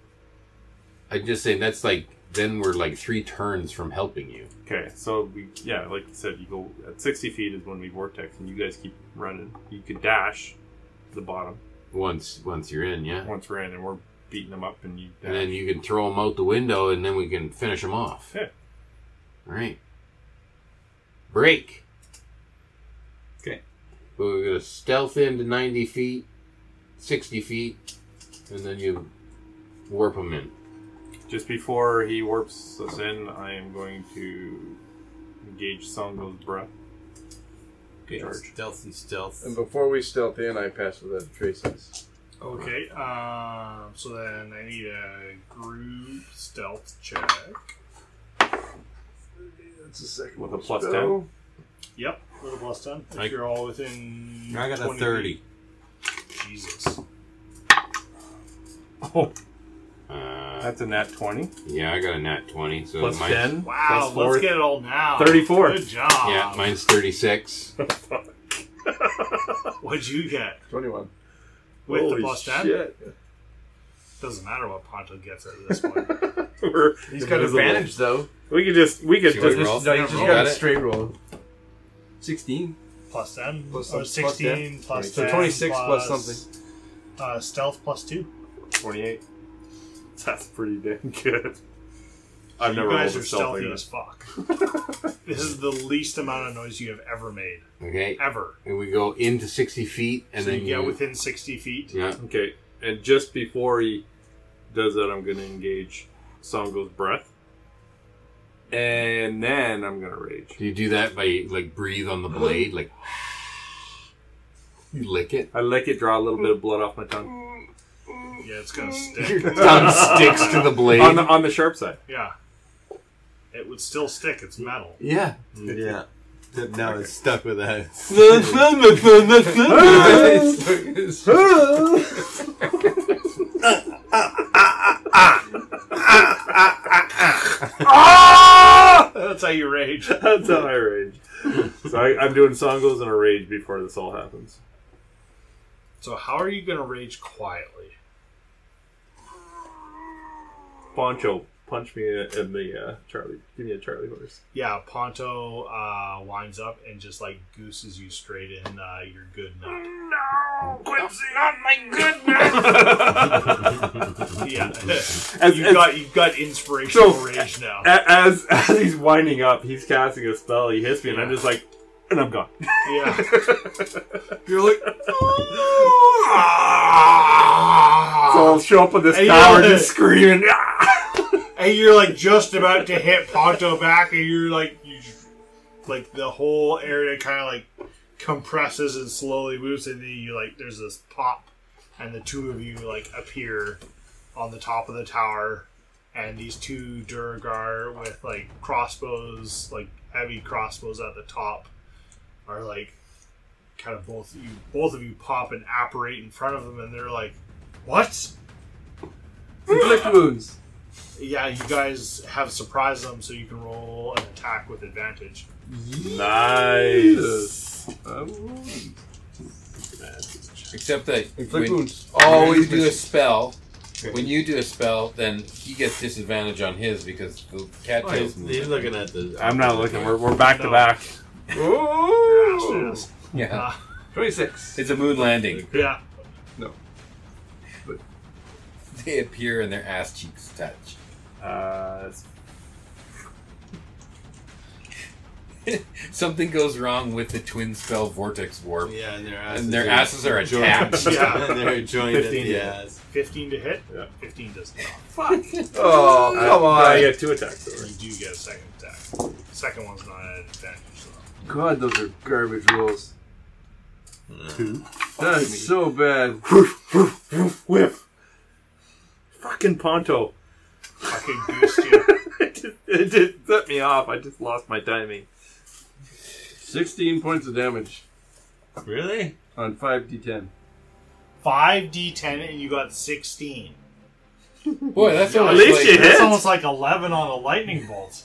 Speaker 5: I'm just saying that's like then we're like three turns from helping you.
Speaker 2: Okay, so we yeah, like you said, you go at sixty feet is when we vortex, and you guys keep running. You can dash to the bottom
Speaker 5: Once once you're in, yeah.
Speaker 2: once we're in, and we're beating them up, and you dash.
Speaker 5: And then you can throw them out the window, and then we can finish them off.
Speaker 2: Yeah.
Speaker 5: All right. Break.
Speaker 2: Okay.
Speaker 5: We're gonna stealth into ninety feet, sixty feet, and then you warp them in.
Speaker 2: Just before he warps us in, I am going to engage Songo's breath.
Speaker 16: Okay,
Speaker 2: Charge.
Speaker 16: stealthy stealth.
Speaker 3: And before we stealth in, I pass without traces.
Speaker 4: Okay, um, so then I need a group stealth check.
Speaker 3: That's the second
Speaker 2: With
Speaker 3: one.
Speaker 2: a plus
Speaker 3: So,
Speaker 4: Yep, with a plus 10. If
Speaker 5: I-
Speaker 4: you're all within.
Speaker 16: I got a
Speaker 4: 20
Speaker 16: 30.
Speaker 4: feet. Jesus.
Speaker 2: Oh,
Speaker 5: Uh,
Speaker 2: that's a nat twenty
Speaker 5: yeah, I got a nat twenty, so
Speaker 2: plus
Speaker 5: mine's,
Speaker 2: ten. Ah.
Speaker 4: Wow,
Speaker 2: plus
Speaker 4: let's get it all now.
Speaker 2: 34.
Speaker 4: Good job.
Speaker 5: Yeah, mine's thirty six.
Speaker 4: What'd you get
Speaker 3: 21.
Speaker 4: with
Speaker 3: Holy
Speaker 4: the plus 10?
Speaker 3: shit.
Speaker 4: Doesn't matter what Ponto gets at this point.
Speaker 2: We're-
Speaker 3: He's got
Speaker 2: Invisible.
Speaker 3: advantage, though.
Speaker 2: we could just we could
Speaker 5: Should we
Speaker 2: just
Speaker 5: roll?
Speaker 3: No, you
Speaker 4: Yeah,
Speaker 3: just
Speaker 4: roll.
Speaker 3: got
Speaker 5: Got
Speaker 3: a
Speaker 5: it.
Speaker 3: straight roll. 16.
Speaker 4: plus 10
Speaker 3: Plus
Speaker 4: or
Speaker 3: some- plus
Speaker 4: 16 plus, 10.
Speaker 3: So 26 plus
Speaker 4: uh, stealth plus 2
Speaker 2: twenty-eight. That's pretty damn good. I've never
Speaker 4: you guys
Speaker 2: rolled
Speaker 4: are
Speaker 2: a stealth
Speaker 4: stealthy
Speaker 2: like
Speaker 4: as
Speaker 2: this.
Speaker 4: fuck this is the least amount of noise you have ever made
Speaker 5: Okay,
Speaker 4: ever
Speaker 5: and we go into sixty feet, and
Speaker 4: so
Speaker 5: then
Speaker 4: you get within 60 feet
Speaker 5: yeah.
Speaker 2: Okay, and just before he does that, I'm going to engage Songo's breath, and then I'm going to rage.
Speaker 5: Do you do that by like breathe on the blade, like you lick it?
Speaker 2: I lick it, draw a little bit of blood off my tongue
Speaker 4: yeah it's gonna stick
Speaker 5: Tongue sticks to the blade.
Speaker 2: on the on the sharp side.
Speaker 4: yeah it would still stick it's metal
Speaker 16: Yeah. Yeah. Now it's stuck with that.
Speaker 4: Ah! that's how you rage
Speaker 2: That's how I rage. So I, I'm doing Songo's and a rage before this all happens.
Speaker 4: so how are you gonna rage quietly
Speaker 2: Poncho, punch me in the uh, Charlie. Give me a Charlie horse.
Speaker 4: yeah ponto uh, winds up and just like gooses you straight in uh, your good nut yeah
Speaker 2: As-
Speaker 4: you
Speaker 2: as-
Speaker 4: got you got inspirational
Speaker 2: So-
Speaker 4: rage now
Speaker 2: A- As as he's winding up, he's casting a spell. He hits me, and I'm just like, and I'm gone.
Speaker 4: yeah
Speaker 2: You're like, so I'll show up with this
Speaker 4: Hey,
Speaker 2: tower
Speaker 4: yeah.
Speaker 2: just screaming. "Ah!"
Speaker 4: and you're like just about to hit Ponto back, and you're like, you just, like the whole area kind of like compresses and slowly moves, and then you like there's this pop, and the two of you like appear on the top of the tower, and these two Durgar with like crossbows, like heavy crossbows at the top, are like kind of both you both of you pop and apparate in front of them, and they're like, what?
Speaker 3: Inflict wounds.
Speaker 4: Yeah, you guys have surprised them, so you can roll an attack with advantage.
Speaker 2: nice.
Speaker 5: Except that
Speaker 3: Inflict
Speaker 5: when
Speaker 3: wounds.
Speaker 5: always do a spell. When you do a spell, then he gets disadvantage on his because the cattails.
Speaker 16: He's he's looking at the.
Speaker 2: I'm not looking. We're, we're back to
Speaker 4: No.
Speaker 2: back.
Speaker 3: Ooh.
Speaker 4: Yes.
Speaker 5: Yeah,
Speaker 3: 26.
Speaker 5: it's a moon landing.
Speaker 4: Yeah.
Speaker 5: They appear and their ass cheeks touch.
Speaker 2: Uh,
Speaker 5: Something goes wrong with the twin spell vortex warp,
Speaker 16: Yeah, and their asses.
Speaker 5: and their
Speaker 16: are-
Speaker 5: asses are attached.
Speaker 4: Yeah.
Speaker 16: and they're joined at
Speaker 2: 15.
Speaker 16: the ass.
Speaker 4: 15 to hit?
Speaker 2: Yeah.
Speaker 4: 15 does not.
Speaker 3: Oh, come
Speaker 2: I
Speaker 3: on.
Speaker 2: get two attacks. though,
Speaker 4: You
Speaker 2: right?
Speaker 4: do get a second attack. Second one's not an advantage, though.
Speaker 3: God, those are garbage rolls.
Speaker 2: Two.
Speaker 3: That's so bad.
Speaker 2: Woof, woof, woof, whiff. Fucking Ponto.
Speaker 4: Fucking goose you.
Speaker 2: it, just, it just set me off. I just lost my timing.
Speaker 3: 16 points of damage
Speaker 16: Really?
Speaker 3: on 5d10.
Speaker 4: 5d10 and you got 16.
Speaker 5: Boy, that's
Speaker 2: At
Speaker 5: almost
Speaker 2: least
Speaker 5: like-
Speaker 2: you
Speaker 4: That's
Speaker 2: hit.
Speaker 4: almost like 11 on a lightning bolt.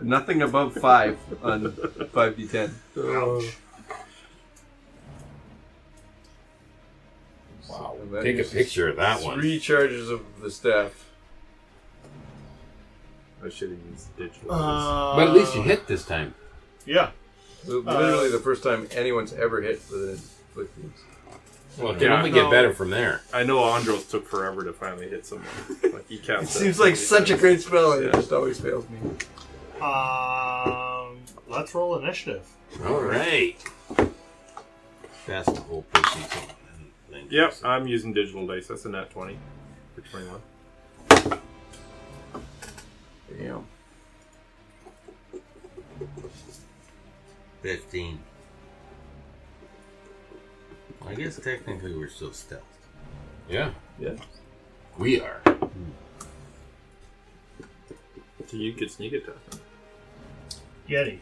Speaker 3: Nothing above 5 on 5d10.
Speaker 2: Ouch.
Speaker 3: That
Speaker 16: Take a
Speaker 3: uses
Speaker 16: picture of that one.
Speaker 3: Three charges of the staff.
Speaker 2: I should have used digital.
Speaker 4: Uh,
Speaker 5: but at least you hit this time.
Speaker 4: Yeah.
Speaker 3: So Literally the first time anyone's ever hit with an inflicted.
Speaker 5: Well, it
Speaker 2: Yeah,
Speaker 5: can only get
Speaker 2: no.
Speaker 5: better from there.
Speaker 2: I know Andros took forever to finally hit someone. Like he capped
Speaker 3: It
Speaker 2: out
Speaker 3: seems like
Speaker 2: so
Speaker 3: such a
Speaker 2: many
Speaker 3: great spell, and it just always fails me.
Speaker 4: Um, let's roll initiative.
Speaker 5: All right.
Speaker 16: That's the whole pussy thing.
Speaker 2: times. Yep, I'm using digital dice. That's a nat twenty for twenty-one.
Speaker 3: Damn.
Speaker 16: 15. I guess technically we're still stealth.
Speaker 5: Yeah.
Speaker 2: Yeah.
Speaker 5: We are.
Speaker 2: So you could sneak attack.
Speaker 4: Yeti.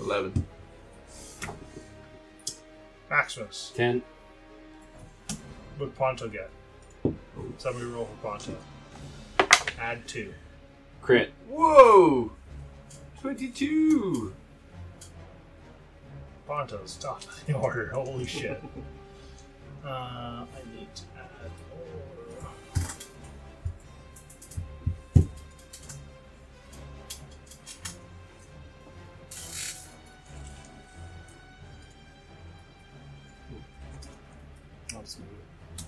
Speaker 3: 11.
Speaker 4: Maximus.
Speaker 5: 10.
Speaker 4: Would Ponto get? Somebody roll for Ponto. Add two.
Speaker 5: Crit.
Speaker 3: Whoa! 22!
Speaker 4: Ponto's top of the order. Holy shit. Uh, I need to add more. I'll just move it.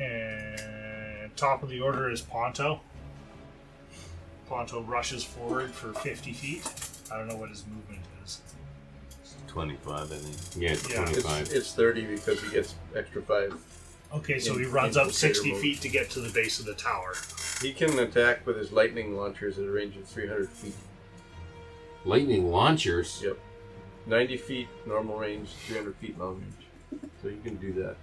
Speaker 4: And top of the order is Ponto. Ponto rushes forward for 50 feet. I don't know what his movement is.
Speaker 16: 25, I think. Yeah,
Speaker 4: Yeah.
Speaker 16: 25.
Speaker 3: It's, it's 30 because he gets extra 5.
Speaker 4: Okay, so
Speaker 3: In-
Speaker 4: he runs up
Speaker 3: infiltrator
Speaker 4: 60
Speaker 3: mode.
Speaker 4: feet to get to the base of the tower.
Speaker 3: He can attack with his lightning launchers at a range of 300 feet.
Speaker 5: Lightning launchers.
Speaker 3: Yep. 90 feet normal range, 300 feet long range. So you can do that.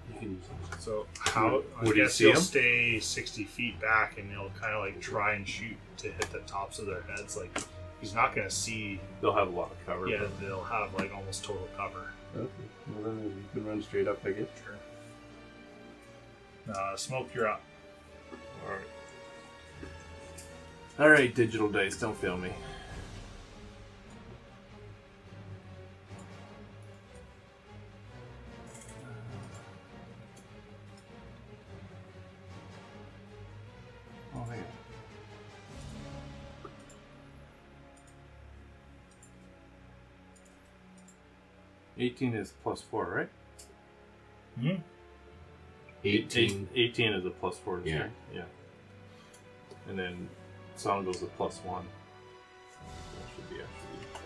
Speaker 4: So how? I
Speaker 2: Would he
Speaker 4: guess
Speaker 2: see
Speaker 4: he'll
Speaker 2: him?
Speaker 4: stay 60 feet back and he'll kind of like try and shoot to hit the tops of their heads. Like he's not going to see.
Speaker 2: They'll have a lot of cover.
Speaker 4: Yeah, they'll have like almost total cover.
Speaker 3: Okay. Well, then you can run straight up, I guess.
Speaker 4: Uh, smoke, you're up.
Speaker 2: All right. All right, digital dice, don't fail me. Oh man. Eighteen is plus four, right?
Speaker 4: Mm-hmm.
Speaker 5: 18.
Speaker 2: Eight- 18 is a plus four.
Speaker 5: Yeah.
Speaker 2: Yeah. Yeah. And then song goes a plus one. That should be actually a plus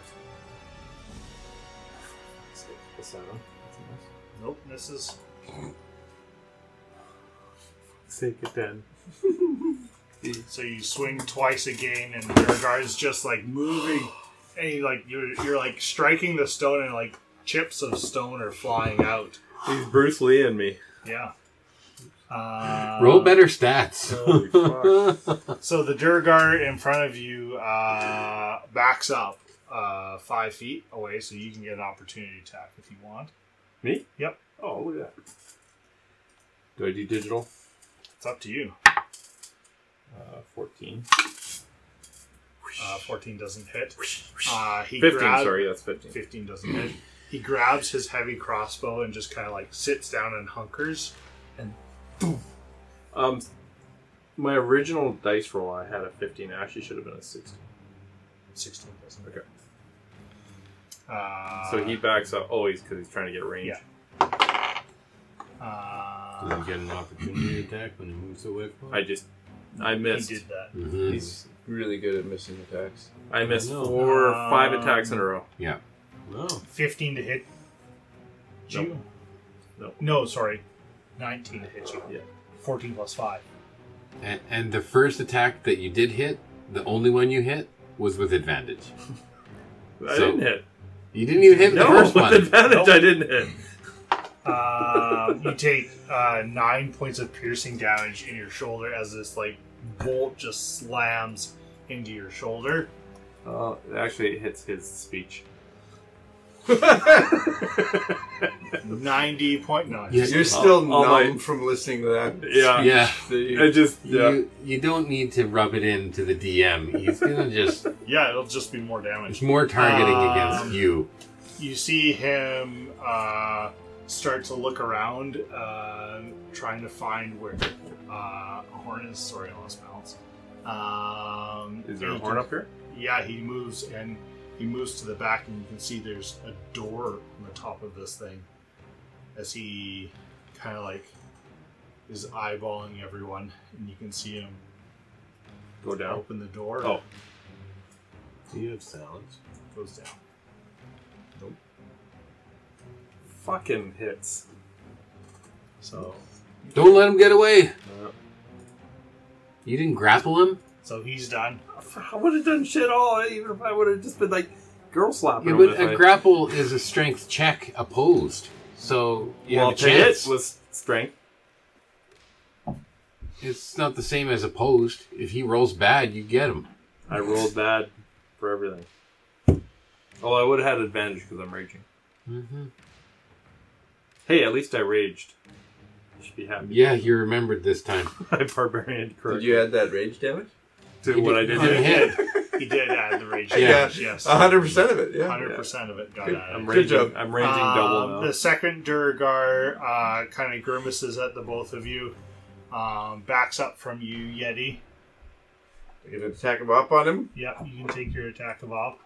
Speaker 2: one. Six, a seven. That's a
Speaker 4: Nope, misses.
Speaker 2: nice. Take a ten.
Speaker 4: So you swing twice again, and your guard's just like moving, and you like you're you're like striking the stone, and like chips of stone are flying out.
Speaker 2: He's Bruce Lee and me.
Speaker 4: Yeah. Uh,
Speaker 5: Roll better stats.
Speaker 2: Holy fuck.
Speaker 4: So the Durgar in front of you uh, backs up uh, five feet away, so you can get an opportunity attack if you want.
Speaker 2: me?
Speaker 4: Yep,
Speaker 2: Oh, look at that. Do I do digital?
Speaker 4: it's up to you.
Speaker 2: Uh, 14.
Speaker 4: Uh, Fourteen doesn't hit. Uh, he
Speaker 2: 15,
Speaker 4: grab-
Speaker 2: sorry, that's 15.
Speaker 4: 15 doesn't hit. He grabs his heavy crossbow and just kind of like sits down and hunkers.
Speaker 2: Um, my original dice roll, I had a 15. It actually should have been a 16.
Speaker 4: 16 doesn't hit.
Speaker 2: Okay.
Speaker 4: Uh,
Speaker 2: So he backs up always because he's trying to get range.
Speaker 4: Yeah.
Speaker 16: Does
Speaker 4: Uh,
Speaker 16: he get an opportunity attack when he moves away from
Speaker 2: I
Speaker 16: it?
Speaker 2: just, I
Speaker 4: he
Speaker 2: missed.
Speaker 4: did that.
Speaker 5: Mhm.
Speaker 2: He's,
Speaker 3: Really good at missing attacks.
Speaker 2: I missed
Speaker 16: I know.
Speaker 2: four, or five
Speaker 4: Um,
Speaker 2: attacks in a row.
Speaker 5: Yeah.
Speaker 16: No.
Speaker 4: 15 to hit you?
Speaker 2: Nope.
Speaker 4: No, sorry. 19 to hit you.
Speaker 2: Yeah.
Speaker 4: 14 plus 5.
Speaker 5: And, and the first attack that you did hit, the only one you hit, was with advantage.
Speaker 2: I
Speaker 5: So-
Speaker 2: didn't hit.
Speaker 5: You didn't even hit
Speaker 2: No,
Speaker 5: the first
Speaker 2: with
Speaker 5: one.
Speaker 2: advantage,
Speaker 4: Nope.
Speaker 2: I didn't hit.
Speaker 4: Uh, you take uh, 9 points of piercing damage in your shoulder as this like bolt just slams into your shoulder.
Speaker 2: Uh, actually, it hits his speech.
Speaker 4: Ninety point nine.
Speaker 5: Yeah.
Speaker 3: You're still
Speaker 7: all my-
Speaker 3: numb from listening to that.
Speaker 7: Yeah.
Speaker 5: Yeah.
Speaker 3: The-
Speaker 7: I just yeah.
Speaker 5: You, you don't need to rub it into the DM. He's gonna just
Speaker 4: Yeah, it'll just be more damage.
Speaker 5: it's more targeting
Speaker 2: Ah.
Speaker 4: Um,
Speaker 5: against you.
Speaker 4: You see him uh, start to look around, uh, trying to find where uh, a horn is. Sorry, I lost balance. Um,
Speaker 7: Is there a
Speaker 4: he-
Speaker 7: horn up here?
Speaker 4: Yeah, he moves and he moves to the back, and you can see there's a door on the top of this thing. As he kind of like is eyeballing everyone, and you can see him
Speaker 7: Go down.
Speaker 4: open the door.
Speaker 7: Oh.
Speaker 2: Do you have silence?
Speaker 4: goes down.
Speaker 2: Fucking hits.
Speaker 4: So,
Speaker 5: Don't let him get away. You didn't grapple him.
Speaker 4: so he's done.
Speaker 2: I would have done shit all, even if I would have just been like girl slapping.
Speaker 5: Yeah,
Speaker 2: him
Speaker 5: but
Speaker 2: if
Speaker 5: a
Speaker 2: I-
Speaker 5: grapple is a strength check opposed, so you
Speaker 2: well,
Speaker 5: have a
Speaker 2: to hit
Speaker 5: chance.
Speaker 2: was strength.
Speaker 5: It's not the same as opposed. If he rolls bad, you get him.
Speaker 2: I rolled bad for everything. Oh, I would have had advantage because I'm raging.
Speaker 5: Mm-hmm.
Speaker 2: Hey, at least I raged. I should be happy.
Speaker 5: Yeah, you remembered this time.
Speaker 2: I barbarian
Speaker 3: Did
Speaker 2: correct
Speaker 3: you add that rage damage?
Speaker 2: to what I did.
Speaker 5: You
Speaker 2: there.
Speaker 5: hit.
Speaker 4: He did add the rage.
Speaker 5: Yeah.
Speaker 4: damage, yes.
Speaker 3: hundred percent of it. Yeah.
Speaker 4: hundred percent of it got
Speaker 3: Good.
Speaker 4: added.
Speaker 2: I'm
Speaker 3: Good
Speaker 2: raging.
Speaker 3: job.
Speaker 2: I'm raging
Speaker 4: Um,
Speaker 2: double now.
Speaker 4: The second Durgar uh, kind of grimaces at the both of you, um, backs up from you, Yeti.
Speaker 3: You're gonna attack him up on him.
Speaker 4: Yep, you can take your attack of op.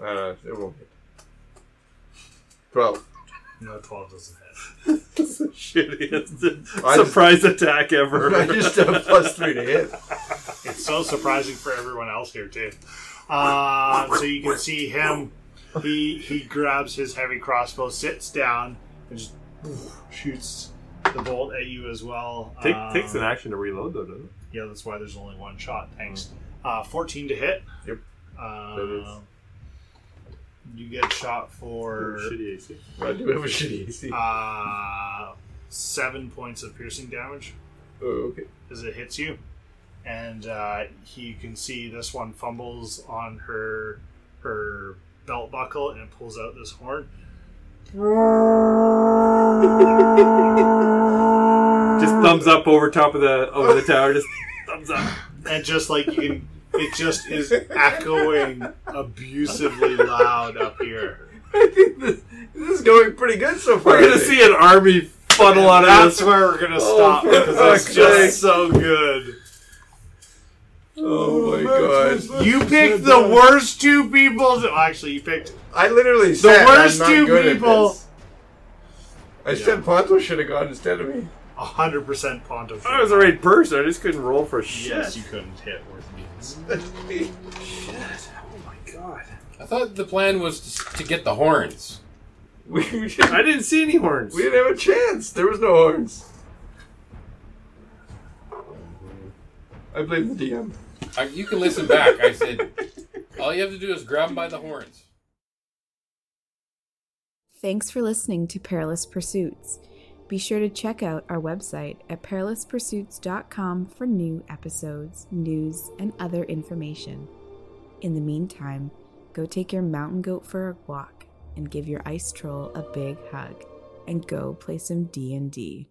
Speaker 3: Uh, it won't hit. Twelve.
Speaker 4: No, 12 doesn't hit.
Speaker 2: That's the shittiest
Speaker 3: I just-
Speaker 2: surprise attack ever.
Speaker 3: I just have plus three to hit.
Speaker 4: It's so surprising for everyone else here, too. Uh, so you can see him. He he grabs his heavy crossbow, sits down, and just shoots the bolt at you as well.
Speaker 2: Take,
Speaker 4: Um,
Speaker 2: takes an action Mm-hmm. to reload though, doesn't it?
Speaker 4: Yeah, that's why there's only one shot. Thanks. Uh, 14 to hit.
Speaker 3: Yep. That
Speaker 4: Um,
Speaker 3: is-
Speaker 4: you get shot for
Speaker 2: Shitty AC.
Speaker 3: I do have a shitty AC.
Speaker 4: uh, seven points of piercing damage
Speaker 3: Oh, okay.
Speaker 4: as it hits you. And uh, you can see this one fumbles on her her belt buckle and pulls out this horn.
Speaker 2: Just thumbs up over top of the over the tower. Just thumbs up.
Speaker 4: And just like you can, it just is echoing abusively loud up here.
Speaker 3: I think this, this is going pretty good so far.
Speaker 2: We're
Speaker 3: I
Speaker 2: gonna
Speaker 3: think.
Speaker 2: see an army funnel out of
Speaker 4: That's
Speaker 2: this.
Speaker 4: where we're gonna stop
Speaker 2: for
Speaker 4: because
Speaker 2: fuck's
Speaker 4: it's just so good.
Speaker 3: Oh my god!
Speaker 4: You picked the worst two people. To, actually, you picked
Speaker 3: I literally said
Speaker 4: worst
Speaker 3: I'm not
Speaker 4: two
Speaker 3: good at
Speaker 4: people-
Speaker 3: this. I said Ponto should have gone instead of me.
Speaker 4: hundred percent Ponto.
Speaker 2: I was the right person. I just couldn't roll for shit.
Speaker 4: Yes, you couldn't hit worth means.
Speaker 2: Oh my god.
Speaker 5: I thought the plan was to, s- to get the horns.
Speaker 3: we, we, didn't,
Speaker 2: I didn't see any horns.
Speaker 3: we didn't have a chance. There was no horns. I blame the DM.
Speaker 5: I, you can listen back. I said, all you have to do is grab him by the horns.
Speaker 1: Thanks for listening to Perilous Pursuits. Be sure to check out our website at perilouspursuits.com for new episodes, news, and other information. In the meantime, go take your mountain goat for a walk and give your ice troll a big hug and go play some D&D.